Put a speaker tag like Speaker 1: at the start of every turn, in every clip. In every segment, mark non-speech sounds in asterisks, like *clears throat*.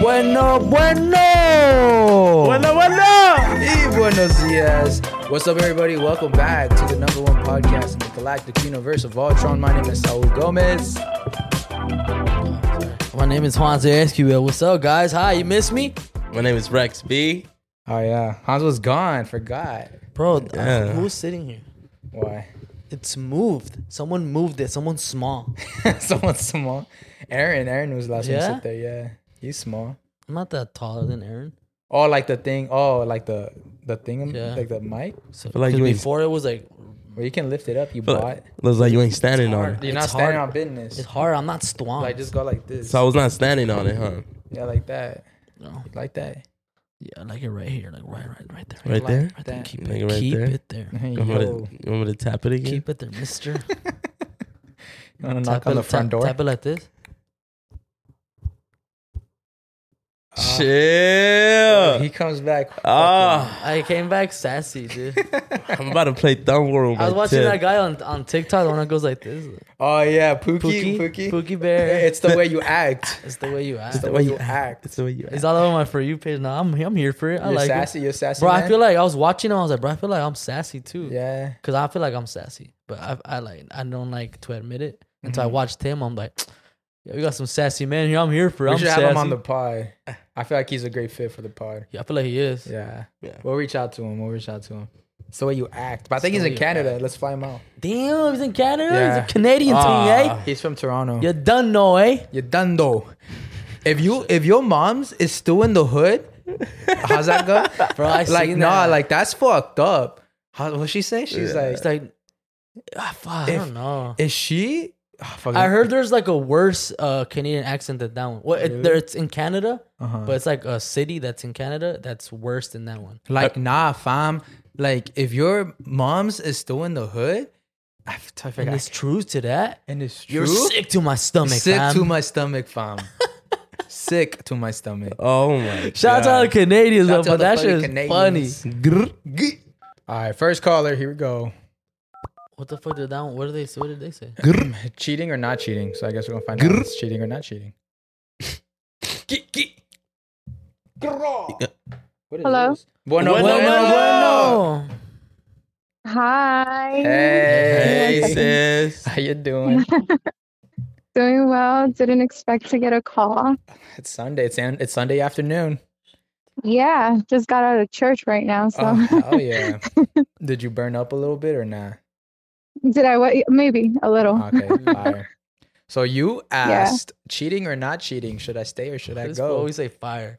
Speaker 1: Bueno, bueno.
Speaker 2: Bueno, bueno.
Speaker 1: Y buenos dias. What's up, everybody? Welcome back to the number one podcast in the galactic universe of Voltron. My name is Saul Gomez.
Speaker 2: My name is Juan Esquivel. What's up, guys? Hi, you miss me?
Speaker 3: My name is Rex B.
Speaker 1: Oh yeah, Hans was gone. Forgot
Speaker 2: Bro, uh,
Speaker 3: Yeah.
Speaker 2: who's sitting here?
Speaker 1: why? *laughs*
Speaker 2: It's moved. Someone moved it. Someone small.
Speaker 1: Someone small. Aaron, Aaron was the last one
Speaker 2: Yeah?
Speaker 1: to sit there. Yeah, he's small.
Speaker 2: I'm not that taller than Aaron.
Speaker 1: Oh, like the thing. Oh, like the the thing.
Speaker 2: Yeah.
Speaker 1: Like the mic.
Speaker 2: So,
Speaker 3: But like
Speaker 2: 'cause
Speaker 3: you ain't-
Speaker 2: before, it was like,
Speaker 1: Where you can lift it up. You
Speaker 3: But
Speaker 1: bought.
Speaker 3: looks like you ain't standing on
Speaker 2: hard.
Speaker 3: it.
Speaker 1: You're not
Speaker 2: It's
Speaker 1: standing
Speaker 2: hard.
Speaker 1: on business.
Speaker 2: it's hard. I'm not strong.
Speaker 1: Like just go like this.
Speaker 3: So I was not standing on it, huh?
Speaker 1: yeah, like that.
Speaker 2: No.
Speaker 1: Like that.
Speaker 2: Yeah, like it right here. Like right, right, right there.
Speaker 3: Right there?
Speaker 2: Right there.
Speaker 1: That.
Speaker 2: Keep
Speaker 3: Like
Speaker 2: it,
Speaker 3: right
Speaker 2: keep
Speaker 3: there?
Speaker 2: it there.
Speaker 3: You want, me
Speaker 1: *laughs*
Speaker 3: to,
Speaker 1: Yo.
Speaker 3: you want me to tap it again?
Speaker 2: Keep it there,
Speaker 1: *laughs*
Speaker 2: mister.
Speaker 1: You want to knock
Speaker 2: Tap
Speaker 1: on
Speaker 2: it-
Speaker 1: the front
Speaker 2: tap-
Speaker 1: door?
Speaker 2: Tap it like this.
Speaker 1: He
Speaker 3: Chill.
Speaker 1: comes back.
Speaker 3: Ah,
Speaker 2: I came back sassy, dude. *laughs*
Speaker 3: I'm about to play Thumb War with
Speaker 2: I was
Speaker 3: my
Speaker 2: watching
Speaker 3: tip.
Speaker 2: that guy on, on TikTok, the one that goes like this.
Speaker 1: Oh yeah, Pookie,
Speaker 2: Pookie,
Speaker 1: Pookie.
Speaker 2: Pookie Bear.
Speaker 1: It's the way you act.
Speaker 2: *laughs* It's the way you act.
Speaker 1: It's the way you act.
Speaker 3: It's the way you
Speaker 2: It's
Speaker 3: act.
Speaker 2: all over my for you page. Now I'm I'm here for it. I
Speaker 1: You're
Speaker 2: like
Speaker 1: sassy.
Speaker 2: it.
Speaker 1: You're sassy.
Speaker 2: Bro, I
Speaker 1: man.
Speaker 2: feel like I was watching and I was like, bro, I feel like I'm sassy too.
Speaker 1: yeah.
Speaker 2: Cause I feel like I'm sassy. But I I like I don't like to admit it. Until
Speaker 1: Mm-hmm.
Speaker 2: I watched him, I'm like, yeah, we got some sassy man here. I'm here for it.
Speaker 1: We
Speaker 2: I'm
Speaker 1: should
Speaker 2: sassy.
Speaker 1: have him on the pod. I feel like he's a great fit for the pod.
Speaker 2: yeah, I feel like he is.
Speaker 1: Yeah.
Speaker 3: Yeah.
Speaker 1: We'll reach out to him. We'll reach out to him. It's the way you act. But I think he's
Speaker 2: It's the
Speaker 1: in
Speaker 2: way you
Speaker 1: Canada. Let's fly him out.
Speaker 2: Damn, he's in Canada.
Speaker 1: Yeah. Ah.
Speaker 2: He's a Canadian thing, eh?
Speaker 1: He's from Toronto.
Speaker 2: You done know, eh?
Speaker 1: You're done though. If you if your mom's is still in the hood, how's that go?
Speaker 2: *laughs* Bro, I
Speaker 1: like
Speaker 2: seen
Speaker 1: nah,
Speaker 2: that.
Speaker 1: like that's fucked up. How, what she say? She's like,
Speaker 2: it's like ah, fuck, I
Speaker 1: If-
Speaker 2: don't know.
Speaker 1: is she? Ah, fuck.
Speaker 2: I heard there's like a worse uh, Canadian accent than that one. Well, it,
Speaker 1: Really?
Speaker 2: there, it's in Canada,
Speaker 1: Uh-huh.
Speaker 2: but it's like a city that's in Canada that's worse than that one.
Speaker 1: Like, nah, fam. Like, if your mom's is still in the hood, I have to
Speaker 2: And
Speaker 1: figure
Speaker 2: it's true to that.
Speaker 1: And it's true.
Speaker 2: You're sick to my stomach,
Speaker 1: sick
Speaker 2: fam.
Speaker 1: to my stomach,
Speaker 2: *laughs*
Speaker 1: fam. sick to my stomach.
Speaker 3: Oh my.
Speaker 2: Shout out to all the Canadians,
Speaker 1: Shout
Speaker 2: though,
Speaker 1: out to all
Speaker 2: but
Speaker 1: the
Speaker 2: that
Speaker 1: funny
Speaker 2: shit is funny.
Speaker 1: Canadians. All right, first caller, here we go.
Speaker 2: What the fuck did that one? What did they say? What did they *laughs* say?
Speaker 1: cheating or not cheating? So I guess we're gonna find out if it's cheating or not cheating.
Speaker 4: Hello?
Speaker 1: Bueno, bueno,
Speaker 3: Bueno,
Speaker 1: bueno.
Speaker 2: Bueno.
Speaker 4: Hi.
Speaker 1: Hey,
Speaker 3: Hey, sis.
Speaker 1: how you
Speaker 4: *laughs*
Speaker 1: doing?
Speaker 4: Doing well. Didn't expect to get a call.
Speaker 1: It's Sunday. It's an, it's Sunday afternoon.
Speaker 4: Yeah, just got out of church right now. So
Speaker 1: Oh, oh yeah. Did you burn up a little bit or not?
Speaker 4: *laughs* did I? What? Maybe a little.
Speaker 1: Okay, fire. So you asked cheating or not cheating? Should I stay or should I
Speaker 2: This fool
Speaker 1: go?
Speaker 2: always say fire.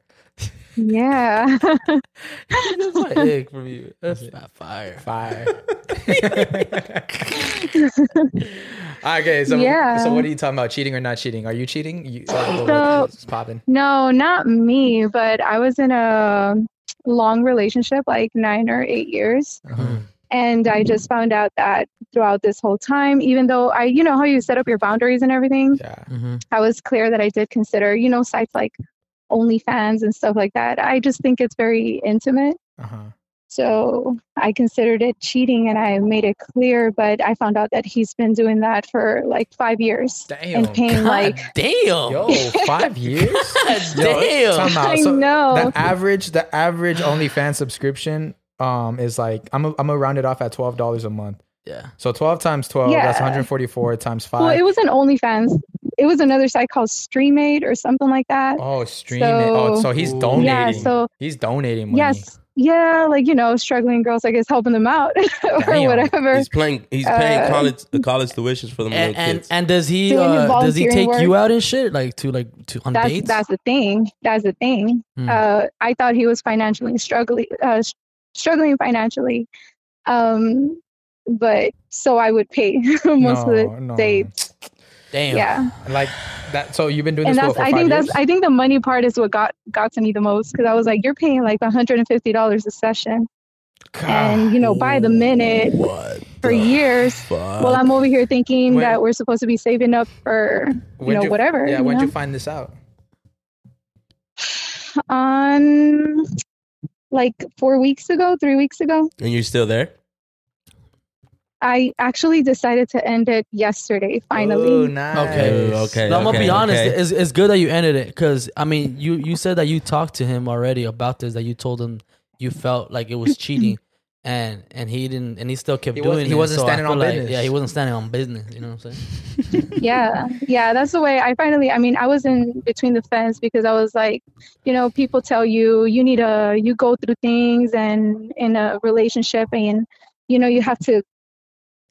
Speaker 4: Yeah.
Speaker 2: *laughs*
Speaker 4: *laughs*
Speaker 2: That's my egg from you. That's not fire.
Speaker 1: Fire. *laughs* okay, so
Speaker 4: Yeah.
Speaker 1: so what are you talking about? Cheating or not cheating? Are you cheating? You, like,
Speaker 4: So-
Speaker 1: it's popping.
Speaker 4: no, not me. But I was in a long relationship, like nine or eight years,
Speaker 2: Mm-hmm.
Speaker 1: Uh-huh.
Speaker 4: and I just found out that throughout this whole time, even though I, you know, how you set up your boundaries and everything,
Speaker 1: Yeah.
Speaker 2: Mhm.
Speaker 4: I was clear that I did consider, you know, sites like OnlyFans and stuff like that. I just think it's very intimate.
Speaker 1: Uh-huh.
Speaker 4: So I considered it cheating and I made it clear, but I found out that he's been doing that for like five years
Speaker 1: Damn.
Speaker 4: and
Speaker 1: *laughs*
Speaker 4: paying like,
Speaker 2: God damn.
Speaker 1: Yo, five
Speaker 2: *laughs*
Speaker 1: years?
Speaker 2: Damn.
Speaker 1: time out.
Speaker 4: I
Speaker 1: So
Speaker 4: know.
Speaker 1: The average the average OnlyFans subscription um is like I'm a, I'm gonna round it off at twelve dollars a month.
Speaker 2: Yeah.
Speaker 1: So twelve times twelve, that's
Speaker 4: Yeah.
Speaker 1: 144 times five.
Speaker 4: well, it wasn't OnlyFans. It was another site called StreamAid or something like that.
Speaker 1: oh, stream it. Oh,
Speaker 4: so-
Speaker 1: so he's
Speaker 2: Ooh.
Speaker 1: donating.
Speaker 4: yeah. So,
Speaker 1: he's donating money.
Speaker 4: yes. Yeah. Like, you know, struggling girls, I guess, helping them out *laughs* or
Speaker 1: Damn.
Speaker 4: whatever.
Speaker 3: He's playing. He's paying
Speaker 4: Uh,
Speaker 3: college college tuitions for the little
Speaker 2: And, and
Speaker 3: kids.
Speaker 2: and does he
Speaker 4: Doing
Speaker 2: uh, does he
Speaker 4: volunteering
Speaker 2: take
Speaker 4: work.
Speaker 2: you out and shit like to like to on
Speaker 4: That's,
Speaker 2: dates?
Speaker 4: that's the thing. That's the thing.
Speaker 2: Hmm.
Speaker 4: Uh, I thought he was financially struggling, uh, s- struggling financially. Um, but so I would pay *laughs* most of
Speaker 1: No,
Speaker 4: the
Speaker 1: no.
Speaker 4: dates.
Speaker 2: Damn.
Speaker 4: Yeah.
Speaker 1: Like That so you've been doing
Speaker 4: and
Speaker 1: this for,
Speaker 4: that's
Speaker 1: for
Speaker 4: I
Speaker 1: five
Speaker 4: think
Speaker 1: years.
Speaker 4: that's I think the money part is what got got to me the most because I was like, you're paying like 150 dollars a session, and you know by the minute
Speaker 3: What?
Speaker 4: for
Speaker 3: the
Speaker 4: years.
Speaker 3: Fuck?
Speaker 4: Well, I'm over here thinking
Speaker 1: When-
Speaker 4: that we're supposed to be saving up for you
Speaker 1: When'd
Speaker 4: know whatever.
Speaker 1: Yeah,
Speaker 4: you
Speaker 1: when'd
Speaker 4: know?
Speaker 1: you find this out?
Speaker 4: on like four weeks ago, three weeks ago.
Speaker 3: and you're still there?
Speaker 4: I actually decided to end it yesterday. Finally,
Speaker 1: Ooh, Oh,
Speaker 2: Oh,
Speaker 1: nice.
Speaker 2: Okay.
Speaker 3: Ooh, okay.
Speaker 2: No, I'm gonna
Speaker 3: okay,
Speaker 2: be honest.
Speaker 3: okay.
Speaker 2: It's, it's good that you ended it because I mean, you you said that you talked to him already about this. That you told him you felt like
Speaker 1: *laughs*
Speaker 2: it was cheating, and and he didn't, and he still kept
Speaker 1: He
Speaker 2: doing
Speaker 1: wasn't-
Speaker 2: it.
Speaker 1: he wasn't
Speaker 2: I
Speaker 1: standing
Speaker 2: feel
Speaker 1: on
Speaker 2: like-
Speaker 1: business.
Speaker 2: Yeah, he wasn't standing on business. You know what I'm saying?
Speaker 4: *laughs* yeah, yeah. That's the way I finally. I mean, I was in between the fence because I was like, you know, people tell you you need a you go through things and in a relationship and you know you have to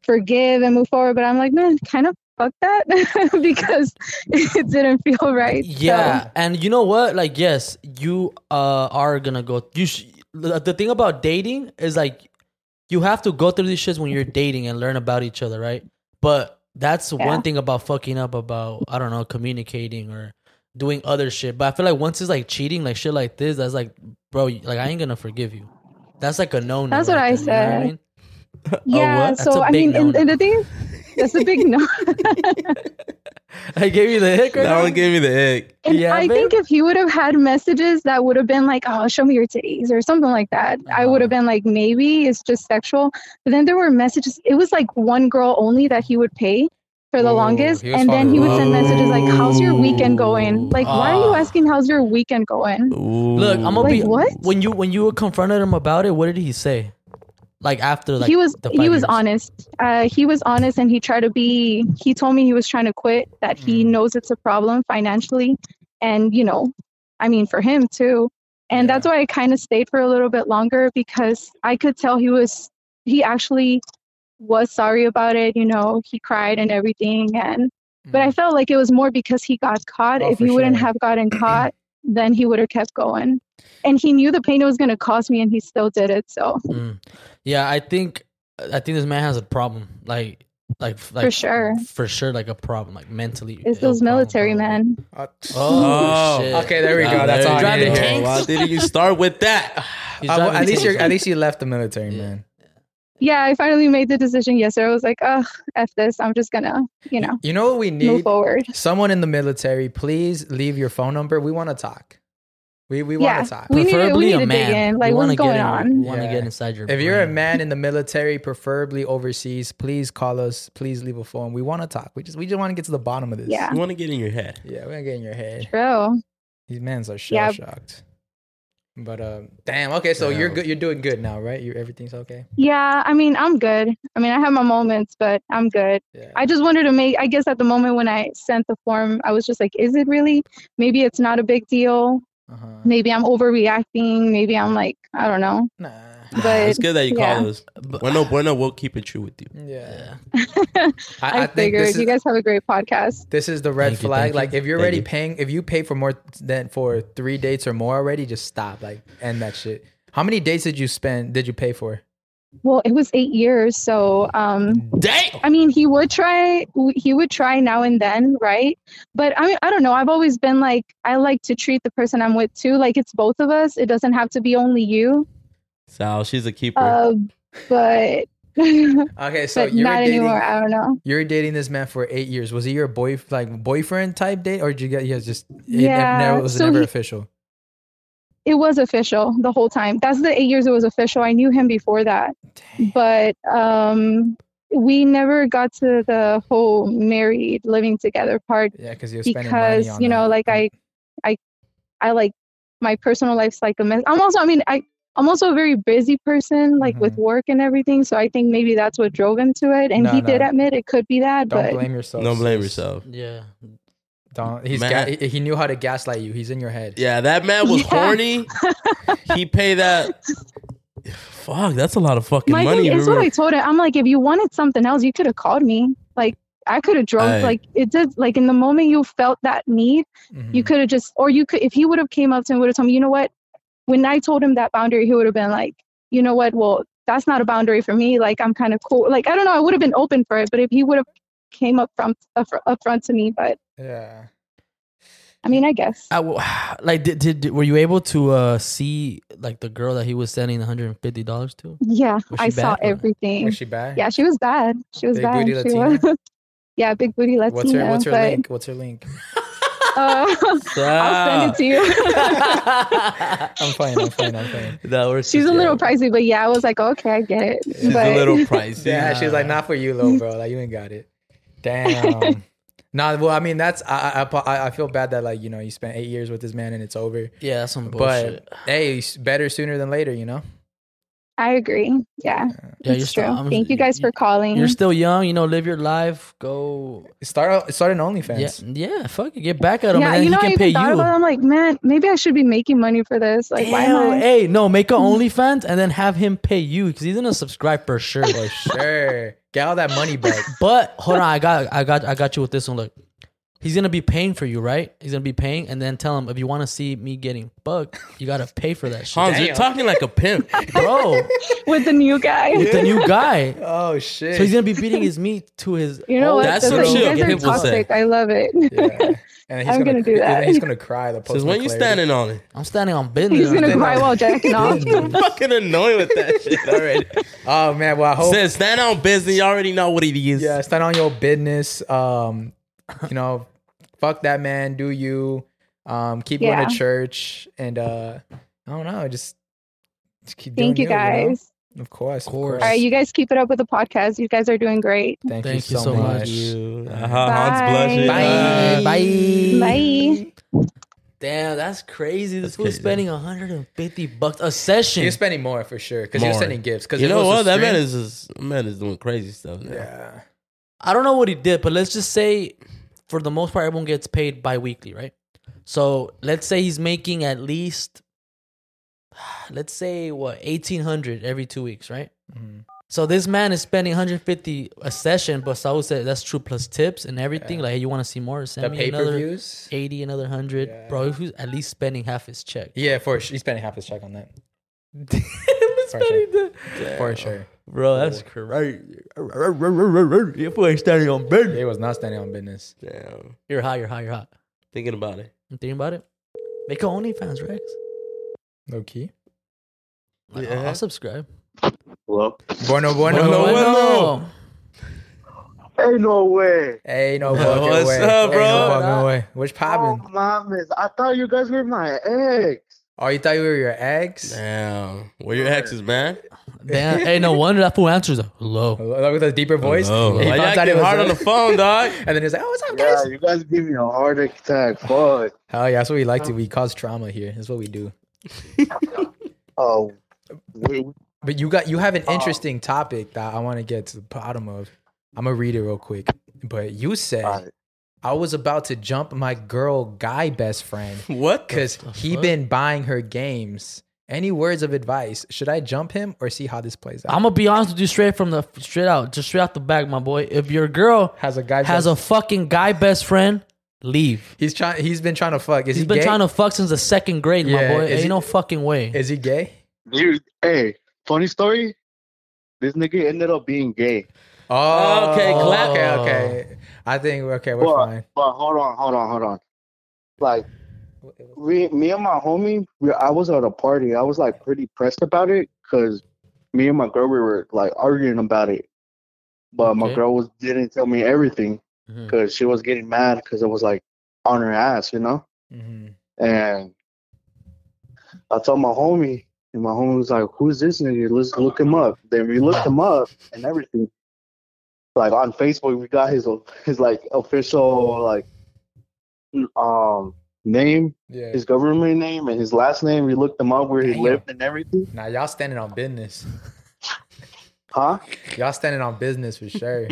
Speaker 4: forgive and move forward. But I'm like, man, kind of fuck that *laughs* because *laughs* it didn't feel right. So,
Speaker 2: Yeah, and you know what? Like, yes, you uh are gonna go. You sh- the the thing about dating is like you have to go through these shits when you're dating and learn about each other, right? But that's
Speaker 4: Yeah.
Speaker 2: one thing about fucking up about I don't know communicating or doing other shit. But I feel like once it's like cheating, like shit like this, that's like, bro, like I ain't gonna forgive you. That's like a no no.
Speaker 4: That's what I said.
Speaker 2: mean?
Speaker 4: yeah.
Speaker 2: what? That's
Speaker 4: So
Speaker 2: a
Speaker 4: I
Speaker 2: big
Speaker 4: mean, and,
Speaker 2: no-no.
Speaker 4: and the thing, is,
Speaker 2: *laughs*
Speaker 4: that's a big no.
Speaker 2: I gave you the hick. Right
Speaker 3: That
Speaker 2: now?
Speaker 3: one gave me the ick.
Speaker 4: And
Speaker 2: Yeah,
Speaker 4: I
Speaker 2: babe.
Speaker 4: think if he would have had messages that would have been like, oh, show me your titties or something like that, I would have been like, maybe it's just sexual. But then there were messages. It was like one girl only that he would pay for the
Speaker 1: Ooh,
Speaker 4: longest.
Speaker 1: he was
Speaker 4: And then he would send
Speaker 3: fucking-
Speaker 4: messages like, how's your weekend going?
Speaker 3: Ooh.
Speaker 4: Like, why are you
Speaker 2: Ah.
Speaker 4: asking, how's your weekend going?
Speaker 2: Look, I'm gonna
Speaker 4: Like,
Speaker 2: be
Speaker 4: what?
Speaker 2: when you when you confronted him about it. What did he say? Like after like
Speaker 4: he was
Speaker 2: the
Speaker 4: he
Speaker 2: five
Speaker 4: was
Speaker 2: years.
Speaker 4: honest. Uh, he was honest, and he tried to be. He told me he was trying to quit. That he
Speaker 2: Mm.
Speaker 4: knows it's a problem financially, and you know, I mean for him too. And that's why I kind of stayed for a little bit longer because I could tell he was he actually was sorry about it. You know, he cried and everything, and Mm. but
Speaker 2: Mm.
Speaker 4: I felt like it was more because he got caught.
Speaker 1: Oh,
Speaker 4: if
Speaker 1: for
Speaker 4: he wouldn't
Speaker 1: sure.
Speaker 4: have
Speaker 2: *clears throat*
Speaker 4: gotten caught, then he would have kept going. And he knew the pain it was going to cause me, and he still did it. So
Speaker 2: Mm. Yeah, I think I think this man has a problem. Like like like
Speaker 4: sure.
Speaker 2: for sure like a problem like mentally.
Speaker 4: it's
Speaker 2: ill
Speaker 4: those
Speaker 2: problem,
Speaker 4: military
Speaker 2: probably.
Speaker 4: men.
Speaker 1: Oh,
Speaker 2: Oh,
Speaker 3: Oh,
Speaker 2: shit.
Speaker 1: okay, there we
Speaker 3: Oh,
Speaker 1: go. That's all.
Speaker 3: there you
Speaker 1: I
Speaker 2: Driving
Speaker 1: needed to hear.
Speaker 2: tanks.
Speaker 3: Why didn't you start with that?
Speaker 2: He's
Speaker 1: Uh, well,
Speaker 2: driving
Speaker 1: at least
Speaker 2: tanks.
Speaker 1: you're at least you left the military,
Speaker 2: Yeah.
Speaker 1: man.
Speaker 4: yeah, I finally made the decision yesterday. I was like, ugh, F this. I'm just gonna, you know,
Speaker 1: You know what we
Speaker 4: move
Speaker 1: need?
Speaker 4: forward.
Speaker 1: Someone in the military, please leave your phone number. We want to talk. We we
Speaker 4: Yeah,
Speaker 1: want to talk.
Speaker 4: we need to, we
Speaker 2: Preferably
Speaker 4: need
Speaker 2: a
Speaker 4: to dig
Speaker 2: man.
Speaker 4: in. Like,
Speaker 2: We wanna
Speaker 4: what's
Speaker 2: get
Speaker 4: going
Speaker 2: in-
Speaker 4: on?
Speaker 2: We want to
Speaker 1: Yeah.
Speaker 2: get inside your.
Speaker 1: If you're a
Speaker 2: brain.
Speaker 1: man in the military, preferably overseas, please call us. Please leave a phone. We want to talk. We just we just want to get to the bottom of this.
Speaker 4: Yeah.
Speaker 3: You want to get in your head.
Speaker 1: Yeah, we're gonna get in your head.
Speaker 4: Bro,
Speaker 1: These men's are shell
Speaker 4: Yeah.
Speaker 1: shocked. But uh, damn. Okay, so you're
Speaker 3: Yeah.
Speaker 1: good. You're doing good now, right? You everything's okay.
Speaker 4: yeah. I mean, I'm good. I mean, I have my moments, but I'm good.
Speaker 1: Yeah.
Speaker 4: I just wanted to make. I guess at the moment when I sent the form, I was just like, is it really? Maybe it's not a big deal.
Speaker 1: uh-huh.
Speaker 4: Maybe I'm overreacting. Maybe I'm like, I don't know.
Speaker 1: Nah.
Speaker 4: But
Speaker 3: it's good that you call
Speaker 4: yeah.
Speaker 3: us. Bueno, bueno, we'll keep it true with you.
Speaker 1: Yeah.
Speaker 2: uh,
Speaker 4: I, figured you guys have a great podcast.
Speaker 1: This is the red
Speaker 2: Thank you,
Speaker 1: flag.
Speaker 2: thank you.
Speaker 1: like if you're
Speaker 3: Thank
Speaker 1: already
Speaker 3: you.
Speaker 1: paying, if you pay for more than for three dates or more already, just stop. Like end that shit. How many dates did you spend? Did you pay for?
Speaker 4: Well, it was eight years, so um,
Speaker 1: Mm.
Speaker 3: Damn.
Speaker 4: I mean, he would try. He would try now and then, right? But I mean, I don't know. I've always been like, I like to treat the person I'm with too. Like it's both of us. It doesn't have to be only you.
Speaker 3: Sal, she's a keeper.
Speaker 4: Uh, but *laughs* but
Speaker 1: Okay, so you were
Speaker 4: not
Speaker 1: dating.
Speaker 4: anymore. I don't know.
Speaker 1: You were dating this man for eight years. Was he your boy like boyfriend type date, or did you get you guys just it
Speaker 4: Yeah,
Speaker 1: never, it was
Speaker 4: so
Speaker 1: never
Speaker 4: he-
Speaker 1: official?
Speaker 4: It was official the whole time. That's the eight years it was official. I knew him before that, but um, we never got to the whole married living together part
Speaker 1: Yeah, because you were spending money
Speaker 4: because
Speaker 1: on
Speaker 4: you know
Speaker 1: that.
Speaker 4: like i i i like my personal life's like a mess i'm also i mean i i'm also a very busy person like with work and everything so i think maybe that's what drove him to it
Speaker 1: Mm-hmm.
Speaker 4: and
Speaker 1: No,
Speaker 4: he did
Speaker 1: no.
Speaker 4: admit it could be that
Speaker 1: don't
Speaker 4: but
Speaker 1: blame yourself.
Speaker 3: Don't blame
Speaker 1: sis.
Speaker 3: yourself.
Speaker 2: Yeah.
Speaker 1: Don't. He's ga-
Speaker 3: Man.
Speaker 1: he, he knew how to gaslight you. He's in your head.
Speaker 3: Yeah, that man was
Speaker 4: Yeah.
Speaker 3: horny. he paid that. Fuck, that's a lot of fucking
Speaker 4: my
Speaker 3: money.
Speaker 4: thing is what
Speaker 3: remember?
Speaker 4: i told him i'm like if you wanted something else you could have called me like I could have drove
Speaker 3: Aye.
Speaker 4: like it did like in the moment you felt that need
Speaker 1: Mhm.
Speaker 4: you could have just or you could if he would have came up to me would have told me you know what when I told him that boundary he would have been like you know what well that's not a boundary for me like I'm kind of cool like I don't know I would have been open for it but if he would have came up front up, fr- up front to me but
Speaker 1: yeah.
Speaker 4: I mean, I guess.
Speaker 2: I w- *sighs* like did, did did- were you able to uh see like the girl that he was sending one hundred and fifty dollars to?
Speaker 4: Yeah,
Speaker 2: Was
Speaker 4: I
Speaker 2: she
Speaker 4: saw
Speaker 2: bad or-
Speaker 4: everything.
Speaker 1: Was she bad?
Speaker 4: yeah, she was bad. She was
Speaker 1: Big
Speaker 4: bad.
Speaker 1: booty
Speaker 4: She
Speaker 1: Latina?
Speaker 4: was. *laughs* yeah, big booty Latina.
Speaker 1: What's her What's her
Speaker 4: but,
Speaker 1: link? What's her link?
Speaker 4: Uh, *laughs* I'll send it to you.
Speaker 2: *laughs*
Speaker 1: I'm fine. I'm fine. I'm fine.
Speaker 2: That was
Speaker 4: *laughs* She's a little pricey, but yeah, I was like, okay, I get it.
Speaker 3: She's
Speaker 4: but
Speaker 3: a little
Speaker 1: *laughs* *laughs*
Speaker 3: pricey.
Speaker 1: Yeah, she's like, not for you, low bro. Like you ain't got it. Damn. *laughs* nah, well, I mean, that's I, I- I I feel bad that like you know you spent eight years with this man and it's over.
Speaker 2: Yeah, that's some bullshit.
Speaker 1: But hey, s- better sooner than later, you know.
Speaker 4: I agree. Yeah,
Speaker 2: yeah,
Speaker 4: it's true.
Speaker 2: I'm-
Speaker 4: Thank you guys for calling.
Speaker 2: You're still young, you know. Live your life. Go.
Speaker 1: Start start an OnlyFans.
Speaker 2: Yeah, yeah. Fuck it. Get back at him,
Speaker 4: yeah,
Speaker 2: and then
Speaker 4: you know,
Speaker 2: he can
Speaker 4: I even
Speaker 2: pay
Speaker 4: thought
Speaker 2: you.
Speaker 4: about. It, I'm like, man, maybe I should be making money for this. Like, why Mm-hmm. am
Speaker 2: Ew,
Speaker 4: I?
Speaker 2: hey, no, make an OnlyFans and then have him pay you because he's gonna subscribe for
Speaker 4: *laughs*
Speaker 2: sure.
Speaker 4: Oh,
Speaker 1: For sure. Get all that money back.
Speaker 2: But hold on, I got, I got, I got you with this one. Look, he's gonna be paying for you, right? He's gonna be paying, and then tell him if you want to see me getting bugged, you gotta pay for that shit,
Speaker 3: Hans, you're talking like
Speaker 1: *laughs*
Speaker 3: a pimp.
Speaker 2: bro.
Speaker 4: With the new guy.
Speaker 2: *laughs* With the new guy,
Speaker 1: *laughs* Oh shit.
Speaker 2: so he's gonna be beating his meat to his.
Speaker 4: *laughs* You know what?
Speaker 3: that's
Speaker 4: That's
Speaker 3: some
Speaker 4: like,
Speaker 3: shit
Speaker 4: you guys are
Speaker 3: people say.
Speaker 4: toxic. I love it.
Speaker 1: yeah. And he's
Speaker 4: *laughs* I'm gonna do
Speaker 1: and
Speaker 4: that.
Speaker 1: then He's gonna cry. The
Speaker 3: Since when you standing on
Speaker 4: *laughs*
Speaker 3: it?
Speaker 2: I'm standing on business.
Speaker 4: *laughs* He's gonna
Speaker 1: then
Speaker 4: cry
Speaker 1: I'll-
Speaker 2: *laughs*
Speaker 4: while jacking off.
Speaker 3: I'm fucking annoyed with
Speaker 1: *laughs*
Speaker 3: that shit already.
Speaker 1: Oh man. Well, I hope.
Speaker 3: *laughs* Says stand on business. You already know what it is.
Speaker 1: yeah, stand on your business. Um, you know, fuck that man. Do you? Um, keep going
Speaker 4: Yeah.
Speaker 1: to church and uh, I don't know. Just, just keep doing
Speaker 4: Thank you
Speaker 1: know?
Speaker 4: guys.
Speaker 1: Of course.
Speaker 2: Of course.
Speaker 4: All right, you guys keep it up with the podcast. You guys are doing great.
Speaker 1: Thank,
Speaker 2: Thank
Speaker 1: you so, much.
Speaker 3: You. Uh-huh,
Speaker 4: Bye.
Speaker 3: Hans Uh, blushing.
Speaker 1: Bye.
Speaker 2: Bye.
Speaker 4: Bye.
Speaker 2: Damn, that's crazy. This
Speaker 3: That's
Speaker 2: fool's
Speaker 3: crazy.
Speaker 2: spending 150 bucks a session.
Speaker 1: You're spending more for sure because you're
Speaker 3: More.
Speaker 1: sending gifts. Because
Speaker 3: You know what? That man is just, man is doing crazy stuff. Now.
Speaker 1: Yeah.
Speaker 2: I don't know what he did, but let's just say for the most part, everyone gets paid bi weekly, right? So let's say he's making at least, *sighs* let's say, what, 1800 every two weeks, right?
Speaker 1: Mhm.
Speaker 2: So this man is spending 150 a session, but Saul said that's true plus tips and everything. Like, hey, you want to see more? Send
Speaker 1: The
Speaker 2: me
Speaker 1: pay per
Speaker 2: another
Speaker 1: views.
Speaker 2: 80, another 100.
Speaker 1: Yeah.
Speaker 2: Bro, he's at least spending half his check.
Speaker 1: Yeah, for sure. He's spending half his check on that.
Speaker 2: Damn, *laughs* he's
Speaker 1: For
Speaker 2: spending the-
Speaker 1: For sure.
Speaker 2: Bro, that's crazy. Your boy ain't standing on bed.
Speaker 1: He was not standing on business.
Speaker 3: Damn.
Speaker 2: You're hot, you're hot, you're hot.
Speaker 3: Thinking about it.
Speaker 2: I'm thinking about it. Make a OnlyFans, Rex.
Speaker 1: Low key.
Speaker 2: Like,
Speaker 3: Yeah.
Speaker 2: I'll, I'll subscribe.
Speaker 5: Well,
Speaker 1: Bueno, bueno.
Speaker 3: Bueno, bueno.
Speaker 5: ain't no way.
Speaker 1: Hey, no fucking
Speaker 3: What's
Speaker 1: way.
Speaker 3: up,
Speaker 1: Hey, no
Speaker 3: bro?
Speaker 1: fucking way. What's
Speaker 5: Oh,
Speaker 1: poppin'?
Speaker 5: mames. I thought you guys were my ex.
Speaker 1: Oh, you thought you were your ex?
Speaker 3: Damn. Where your exes, man?
Speaker 2: Damn. hey, no wonder that fool answers. a Hello.
Speaker 1: Look with a deeper voice.
Speaker 3: Oh,
Speaker 1: And he
Speaker 3: why
Speaker 1: found
Speaker 3: y'all
Speaker 1: out it
Speaker 3: getting
Speaker 1: was
Speaker 3: hard on the
Speaker 1: us.
Speaker 2: *laughs*
Speaker 3: phone, dog?
Speaker 1: *laughs* And then he's like, "Oh, what's up, guys?"
Speaker 5: Yeah, you guys give me a heart attack. Fuck.
Speaker 1: Hell yeah, that's what we like to. We cause trauma here. That's what we do.
Speaker 5: Oh, we,
Speaker 1: But you got you have an
Speaker 5: Oh.
Speaker 1: interesting topic that I want to get to the bottom of. I'm gonna read it real quick. But you said
Speaker 5: Alright.
Speaker 1: I was about to jump my girl guy best friend
Speaker 3: What? the-
Speaker 1: because he
Speaker 2: fuck?
Speaker 1: been buying her games. Any words of advice? Should I jump him or see how this plays out?
Speaker 2: I'm gonna be honest with you, straight from the straight out, just straight out the back, my boy. If your girl
Speaker 1: has a guy
Speaker 2: has a fucking guy best friend, leave.
Speaker 1: he's trying he's been trying to fuck. Is
Speaker 2: He's
Speaker 1: he
Speaker 2: been
Speaker 1: gay?
Speaker 2: trying to fuck since the second grade,
Speaker 1: Yeah,
Speaker 2: my boy.
Speaker 1: is
Speaker 2: Ain't
Speaker 1: he-
Speaker 2: no fucking way.
Speaker 1: Is he gay?
Speaker 5: you, hey, funny story. This nigga ended up being gay.
Speaker 1: Oh,
Speaker 3: Okay, clap.
Speaker 1: Okay, okay. I think okay, we're
Speaker 5: Well,
Speaker 1: fine.
Speaker 5: But hold on, hold on, hold on. Like, we, me and my homie, we, I was at a party. I was like pretty pressed about it because me and my girl we were like arguing about it. But my
Speaker 2: Okay.
Speaker 5: girl was didn't tell me everything
Speaker 2: Mhm.
Speaker 5: because she was getting mad because it was like on her ass, you know.
Speaker 1: hmm
Speaker 5: And I told my homie, and my homie was like, "Who's this nigga? Let's look him up." Then we looked him up and everything. Like on Facebook, we got his his like official like um name,
Speaker 1: Yeah.
Speaker 5: his government name, and his last name. We looked him up where he
Speaker 1: Damn.
Speaker 5: lived and everything.
Speaker 1: Now y'all standing on business.
Speaker 5: Huh?
Speaker 1: Y'all standing on business for
Speaker 5: *laughs*
Speaker 1: sure.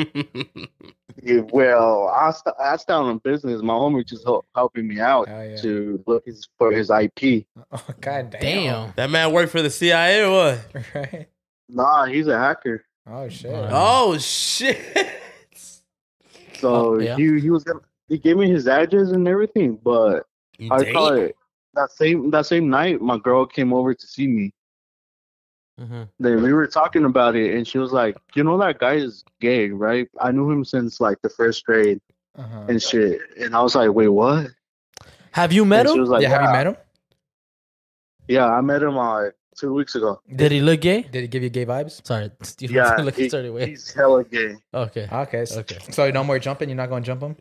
Speaker 5: Yeah, well, I st- I stand on business. My homie just help, helping me out
Speaker 1: Hell yeah.
Speaker 5: to look his, for his IP.
Speaker 1: *laughs* Oh, God damn.
Speaker 2: Damn.
Speaker 3: *laughs* that man worked for the CIA or what?
Speaker 1: *laughs* Right?
Speaker 5: Nah, he's a hacker.
Speaker 1: Oh shit.
Speaker 2: Alright.
Speaker 3: Oh, shit.
Speaker 5: So
Speaker 2: Oh, yeah.
Speaker 5: he he was gonna he gave me his address and everything, but I
Speaker 3: Damn.
Speaker 5: call it that same that same night my girl came over to see me.
Speaker 2: Mhm.
Speaker 5: Then we were talking about it and she was like, You know that guy is gay, right? I knew him since like the first grade
Speaker 1: Uh-huh.
Speaker 5: and shit. And I was like, Wait, what?
Speaker 2: Have you met
Speaker 5: And she
Speaker 2: him?
Speaker 5: was like,
Speaker 1: yeah,
Speaker 5: yeah,
Speaker 1: have you met him?
Speaker 5: yeah, I met him uh, two weeks
Speaker 1: *laughs*
Speaker 5: ago.
Speaker 2: Did he look gay?
Speaker 1: Did it give you gay vibes?
Speaker 2: Sorry, *laughs* you don't have
Speaker 5: Yeah,
Speaker 2: to look
Speaker 5: he-
Speaker 2: a certain way.
Speaker 5: he's hella gay.
Speaker 1: *laughs*
Speaker 2: Okay.
Speaker 1: Okay. So,
Speaker 2: Okay.
Speaker 1: so no more jumping. You're not going to jump him.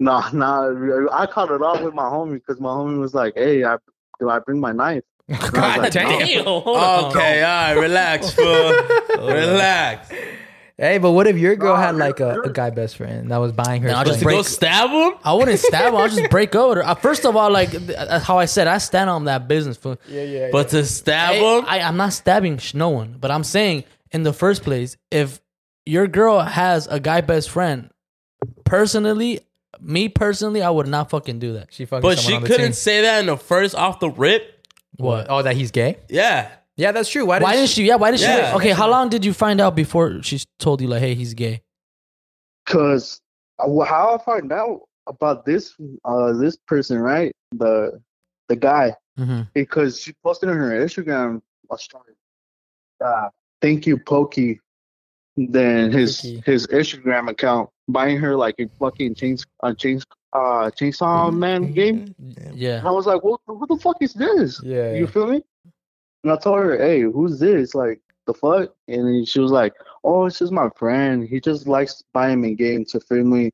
Speaker 5: No, no, I caught it off with my homie because my homie was like, "Hey, I, do I bring my knife?"
Speaker 2: *laughs*
Speaker 1: God
Speaker 5: like,
Speaker 1: damn.
Speaker 2: hold on.
Speaker 3: Okay, all right, *laughs* relax, fool.
Speaker 1: *laughs*
Speaker 3: relax.
Speaker 1: Hey, but what if your girl
Speaker 5: Nah,
Speaker 1: had
Speaker 5: you're
Speaker 1: like a, a
Speaker 5: good.
Speaker 1: guy best friend that was buying her?
Speaker 2: Nah, I'll
Speaker 1: clothes?
Speaker 2: just
Speaker 3: Just to
Speaker 2: break-
Speaker 3: go stab him?
Speaker 2: I wouldn't stab him. I'll just break over. Uh, First of all, like th- uh, how I said, I stand on that business. Fool.
Speaker 1: yeah, yeah.
Speaker 3: But to stab
Speaker 2: I,
Speaker 3: him?
Speaker 2: I, am not stabbing sh- no one, but I'm saying in the first place, if your girl has a guy best friend, personally, me personally, I would not fucking do that.
Speaker 1: she fucking.
Speaker 3: but
Speaker 1: someone
Speaker 3: she
Speaker 1: on the
Speaker 3: couldn't
Speaker 1: team.
Speaker 3: say that in the first off the rip.
Speaker 2: What?
Speaker 1: Oh, that he's gay.
Speaker 3: Yeah.
Speaker 1: Yeah, that's true. Why,
Speaker 2: Why didn't she? Yeah, why did
Speaker 3: Yeah.
Speaker 2: she? Okay, how long did you find out before she told you like, hey, he's gay?
Speaker 5: Cause uh, wh- how I found out about this uh this person, right? The the guy
Speaker 2: Mm-hmm.
Speaker 5: because she posted on her Instagram a story. Uh, thank you, Pokey. Then his
Speaker 1: Pokey.
Speaker 5: his Instagram account buying her like a fucking chains uh, chains uh chainsaw man game. And
Speaker 2: Yeah.
Speaker 5: I was like, what who the fuck is this?
Speaker 1: Yeah.
Speaker 5: You feel me? And I told her, hey, who's this? Like, the fuck? And then she was like, oh, it's just my friend. He just likes buying me games to feel me,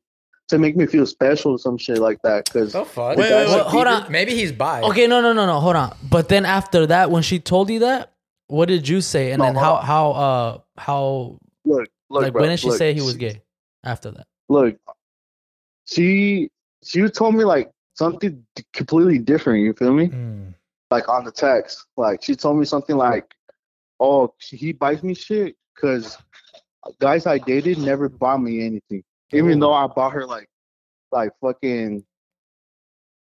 Speaker 5: to make me feel special, or some shit like that. Because
Speaker 1: The
Speaker 2: Oh,
Speaker 1: fuck?
Speaker 3: Wait, wait, wait,
Speaker 2: hold on.
Speaker 1: Maybe he's bi.
Speaker 2: Uh, Okay, no, no, no, no. Hold on. But then after that, when she told you that, what did you say? And
Speaker 5: No,
Speaker 2: then
Speaker 5: hold
Speaker 2: how
Speaker 5: on.
Speaker 2: how uh how
Speaker 5: look, look,
Speaker 2: like
Speaker 5: bro,
Speaker 2: when did she
Speaker 5: look,
Speaker 2: say he was gay? After that.
Speaker 5: Look, she she told me like something d- completely different. You feel me?
Speaker 1: Mm.
Speaker 5: like on the text. Like she told me something like, "Oh, he buys me shit because guys I dated never bought me anything, even though I bought her like, like fucking."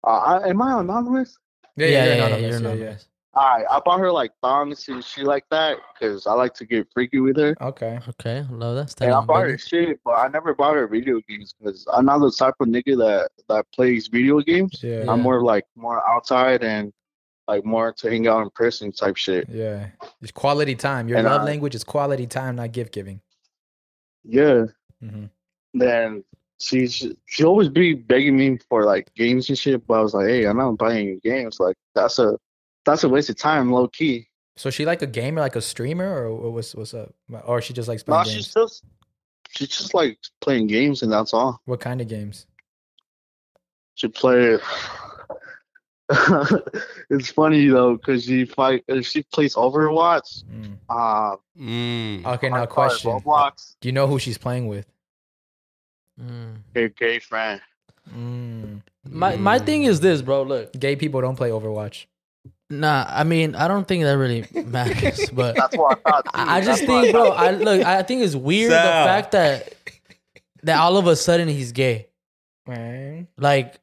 Speaker 5: Uh, I, am I anonymous?
Speaker 1: Yeah, yeah, yeah, no, no,
Speaker 2: you're
Speaker 1: yeah, yeah.
Speaker 2: anonymous.
Speaker 5: I I bought her like thongs and shit like that because I like to get freaky with her.
Speaker 1: Okay.
Speaker 2: Okay, love that. Stand
Speaker 5: And I
Speaker 2: on
Speaker 5: bought her
Speaker 2: business.
Speaker 5: shit, but I never bought her video games because I'm not the type of nigga that that plays video games.
Speaker 1: Yeah.
Speaker 2: Yeah.
Speaker 5: I'm more like more outside and like more to hang out in person type shit.
Speaker 1: Yeah. It's quality time. Your
Speaker 5: And,
Speaker 1: love
Speaker 5: uh,
Speaker 1: language is quality time, not gift giving.
Speaker 5: Yeah.
Speaker 1: Mhm.
Speaker 5: then she she always be begging me for like games and shit. But I was like, hey, I'm not buying you games. Like that's a that's a waste of time, low key.
Speaker 1: So she like a gamer, like a streamer, or wha- what's what's up? Or she just likes
Speaker 5: No,
Speaker 1: playing
Speaker 5: she's
Speaker 1: games.
Speaker 5: just she's just like playing games and that's all.
Speaker 1: What kind of games?
Speaker 5: She play. *laughs* it's funny though, cause she fight. uh, She plays Overwatch.
Speaker 1: Mm.
Speaker 5: Uh,
Speaker 3: Mm.
Speaker 1: Okay,
Speaker 5: I
Speaker 1: now
Speaker 5: play
Speaker 1: question.
Speaker 5: Roblox.
Speaker 1: Do you know who she's playing with?
Speaker 2: Mm.
Speaker 5: Her gay friend.
Speaker 1: Mm.
Speaker 2: My my thing is this, bro. Look,
Speaker 1: Gay people don't play Overwatch.
Speaker 2: nah. I mean, I don't think that really matters, but
Speaker 5: That's what
Speaker 2: *laughs*
Speaker 5: I thought.
Speaker 2: I, I
Speaker 5: too.
Speaker 2: just
Speaker 5: That's what
Speaker 2: think, bro.
Speaker 5: thought.
Speaker 2: I look. I think it's weird the
Speaker 3: Sal.
Speaker 2: fact that that all of a sudden he's gay.
Speaker 1: Right.
Speaker 2: Like,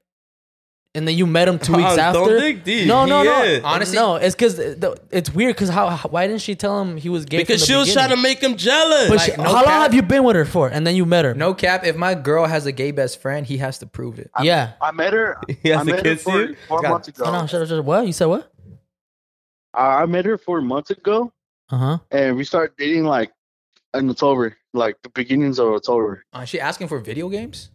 Speaker 2: and then you met him
Speaker 3: *laughs*
Speaker 2: two weeks
Speaker 3: Oh,
Speaker 2: after.
Speaker 3: Don't dig deep.
Speaker 2: no, no,
Speaker 3: He
Speaker 2: no.
Speaker 3: is.
Speaker 1: Honestly-
Speaker 2: no. It's because it's weird. Because how, how- Why didn't she tell him he was gay? from
Speaker 3: Because
Speaker 2: the
Speaker 3: she was
Speaker 2: beginning?
Speaker 3: trying to make him jealous.
Speaker 2: But
Speaker 1: like,
Speaker 2: she-
Speaker 1: no
Speaker 2: how long
Speaker 1: cap.
Speaker 2: have you been with her for? And then you met her.
Speaker 1: No cap. If my girl has a gay best friend, he has to prove it.
Speaker 2: Yeah.
Speaker 5: I
Speaker 2: *laughs*
Speaker 5: met her.
Speaker 3: he
Speaker 5: I
Speaker 3: has to
Speaker 5: met her
Speaker 3: kiss
Speaker 5: four,
Speaker 3: you.
Speaker 5: four
Speaker 1: God.
Speaker 5: months ago.
Speaker 2: No, no. Shut up. Shut up. What you said? What?
Speaker 5: I I met her four months ago.
Speaker 2: Uh huh.
Speaker 5: and we started dating like in October, like the beginnings of October.
Speaker 1: Uh, she asking for video games?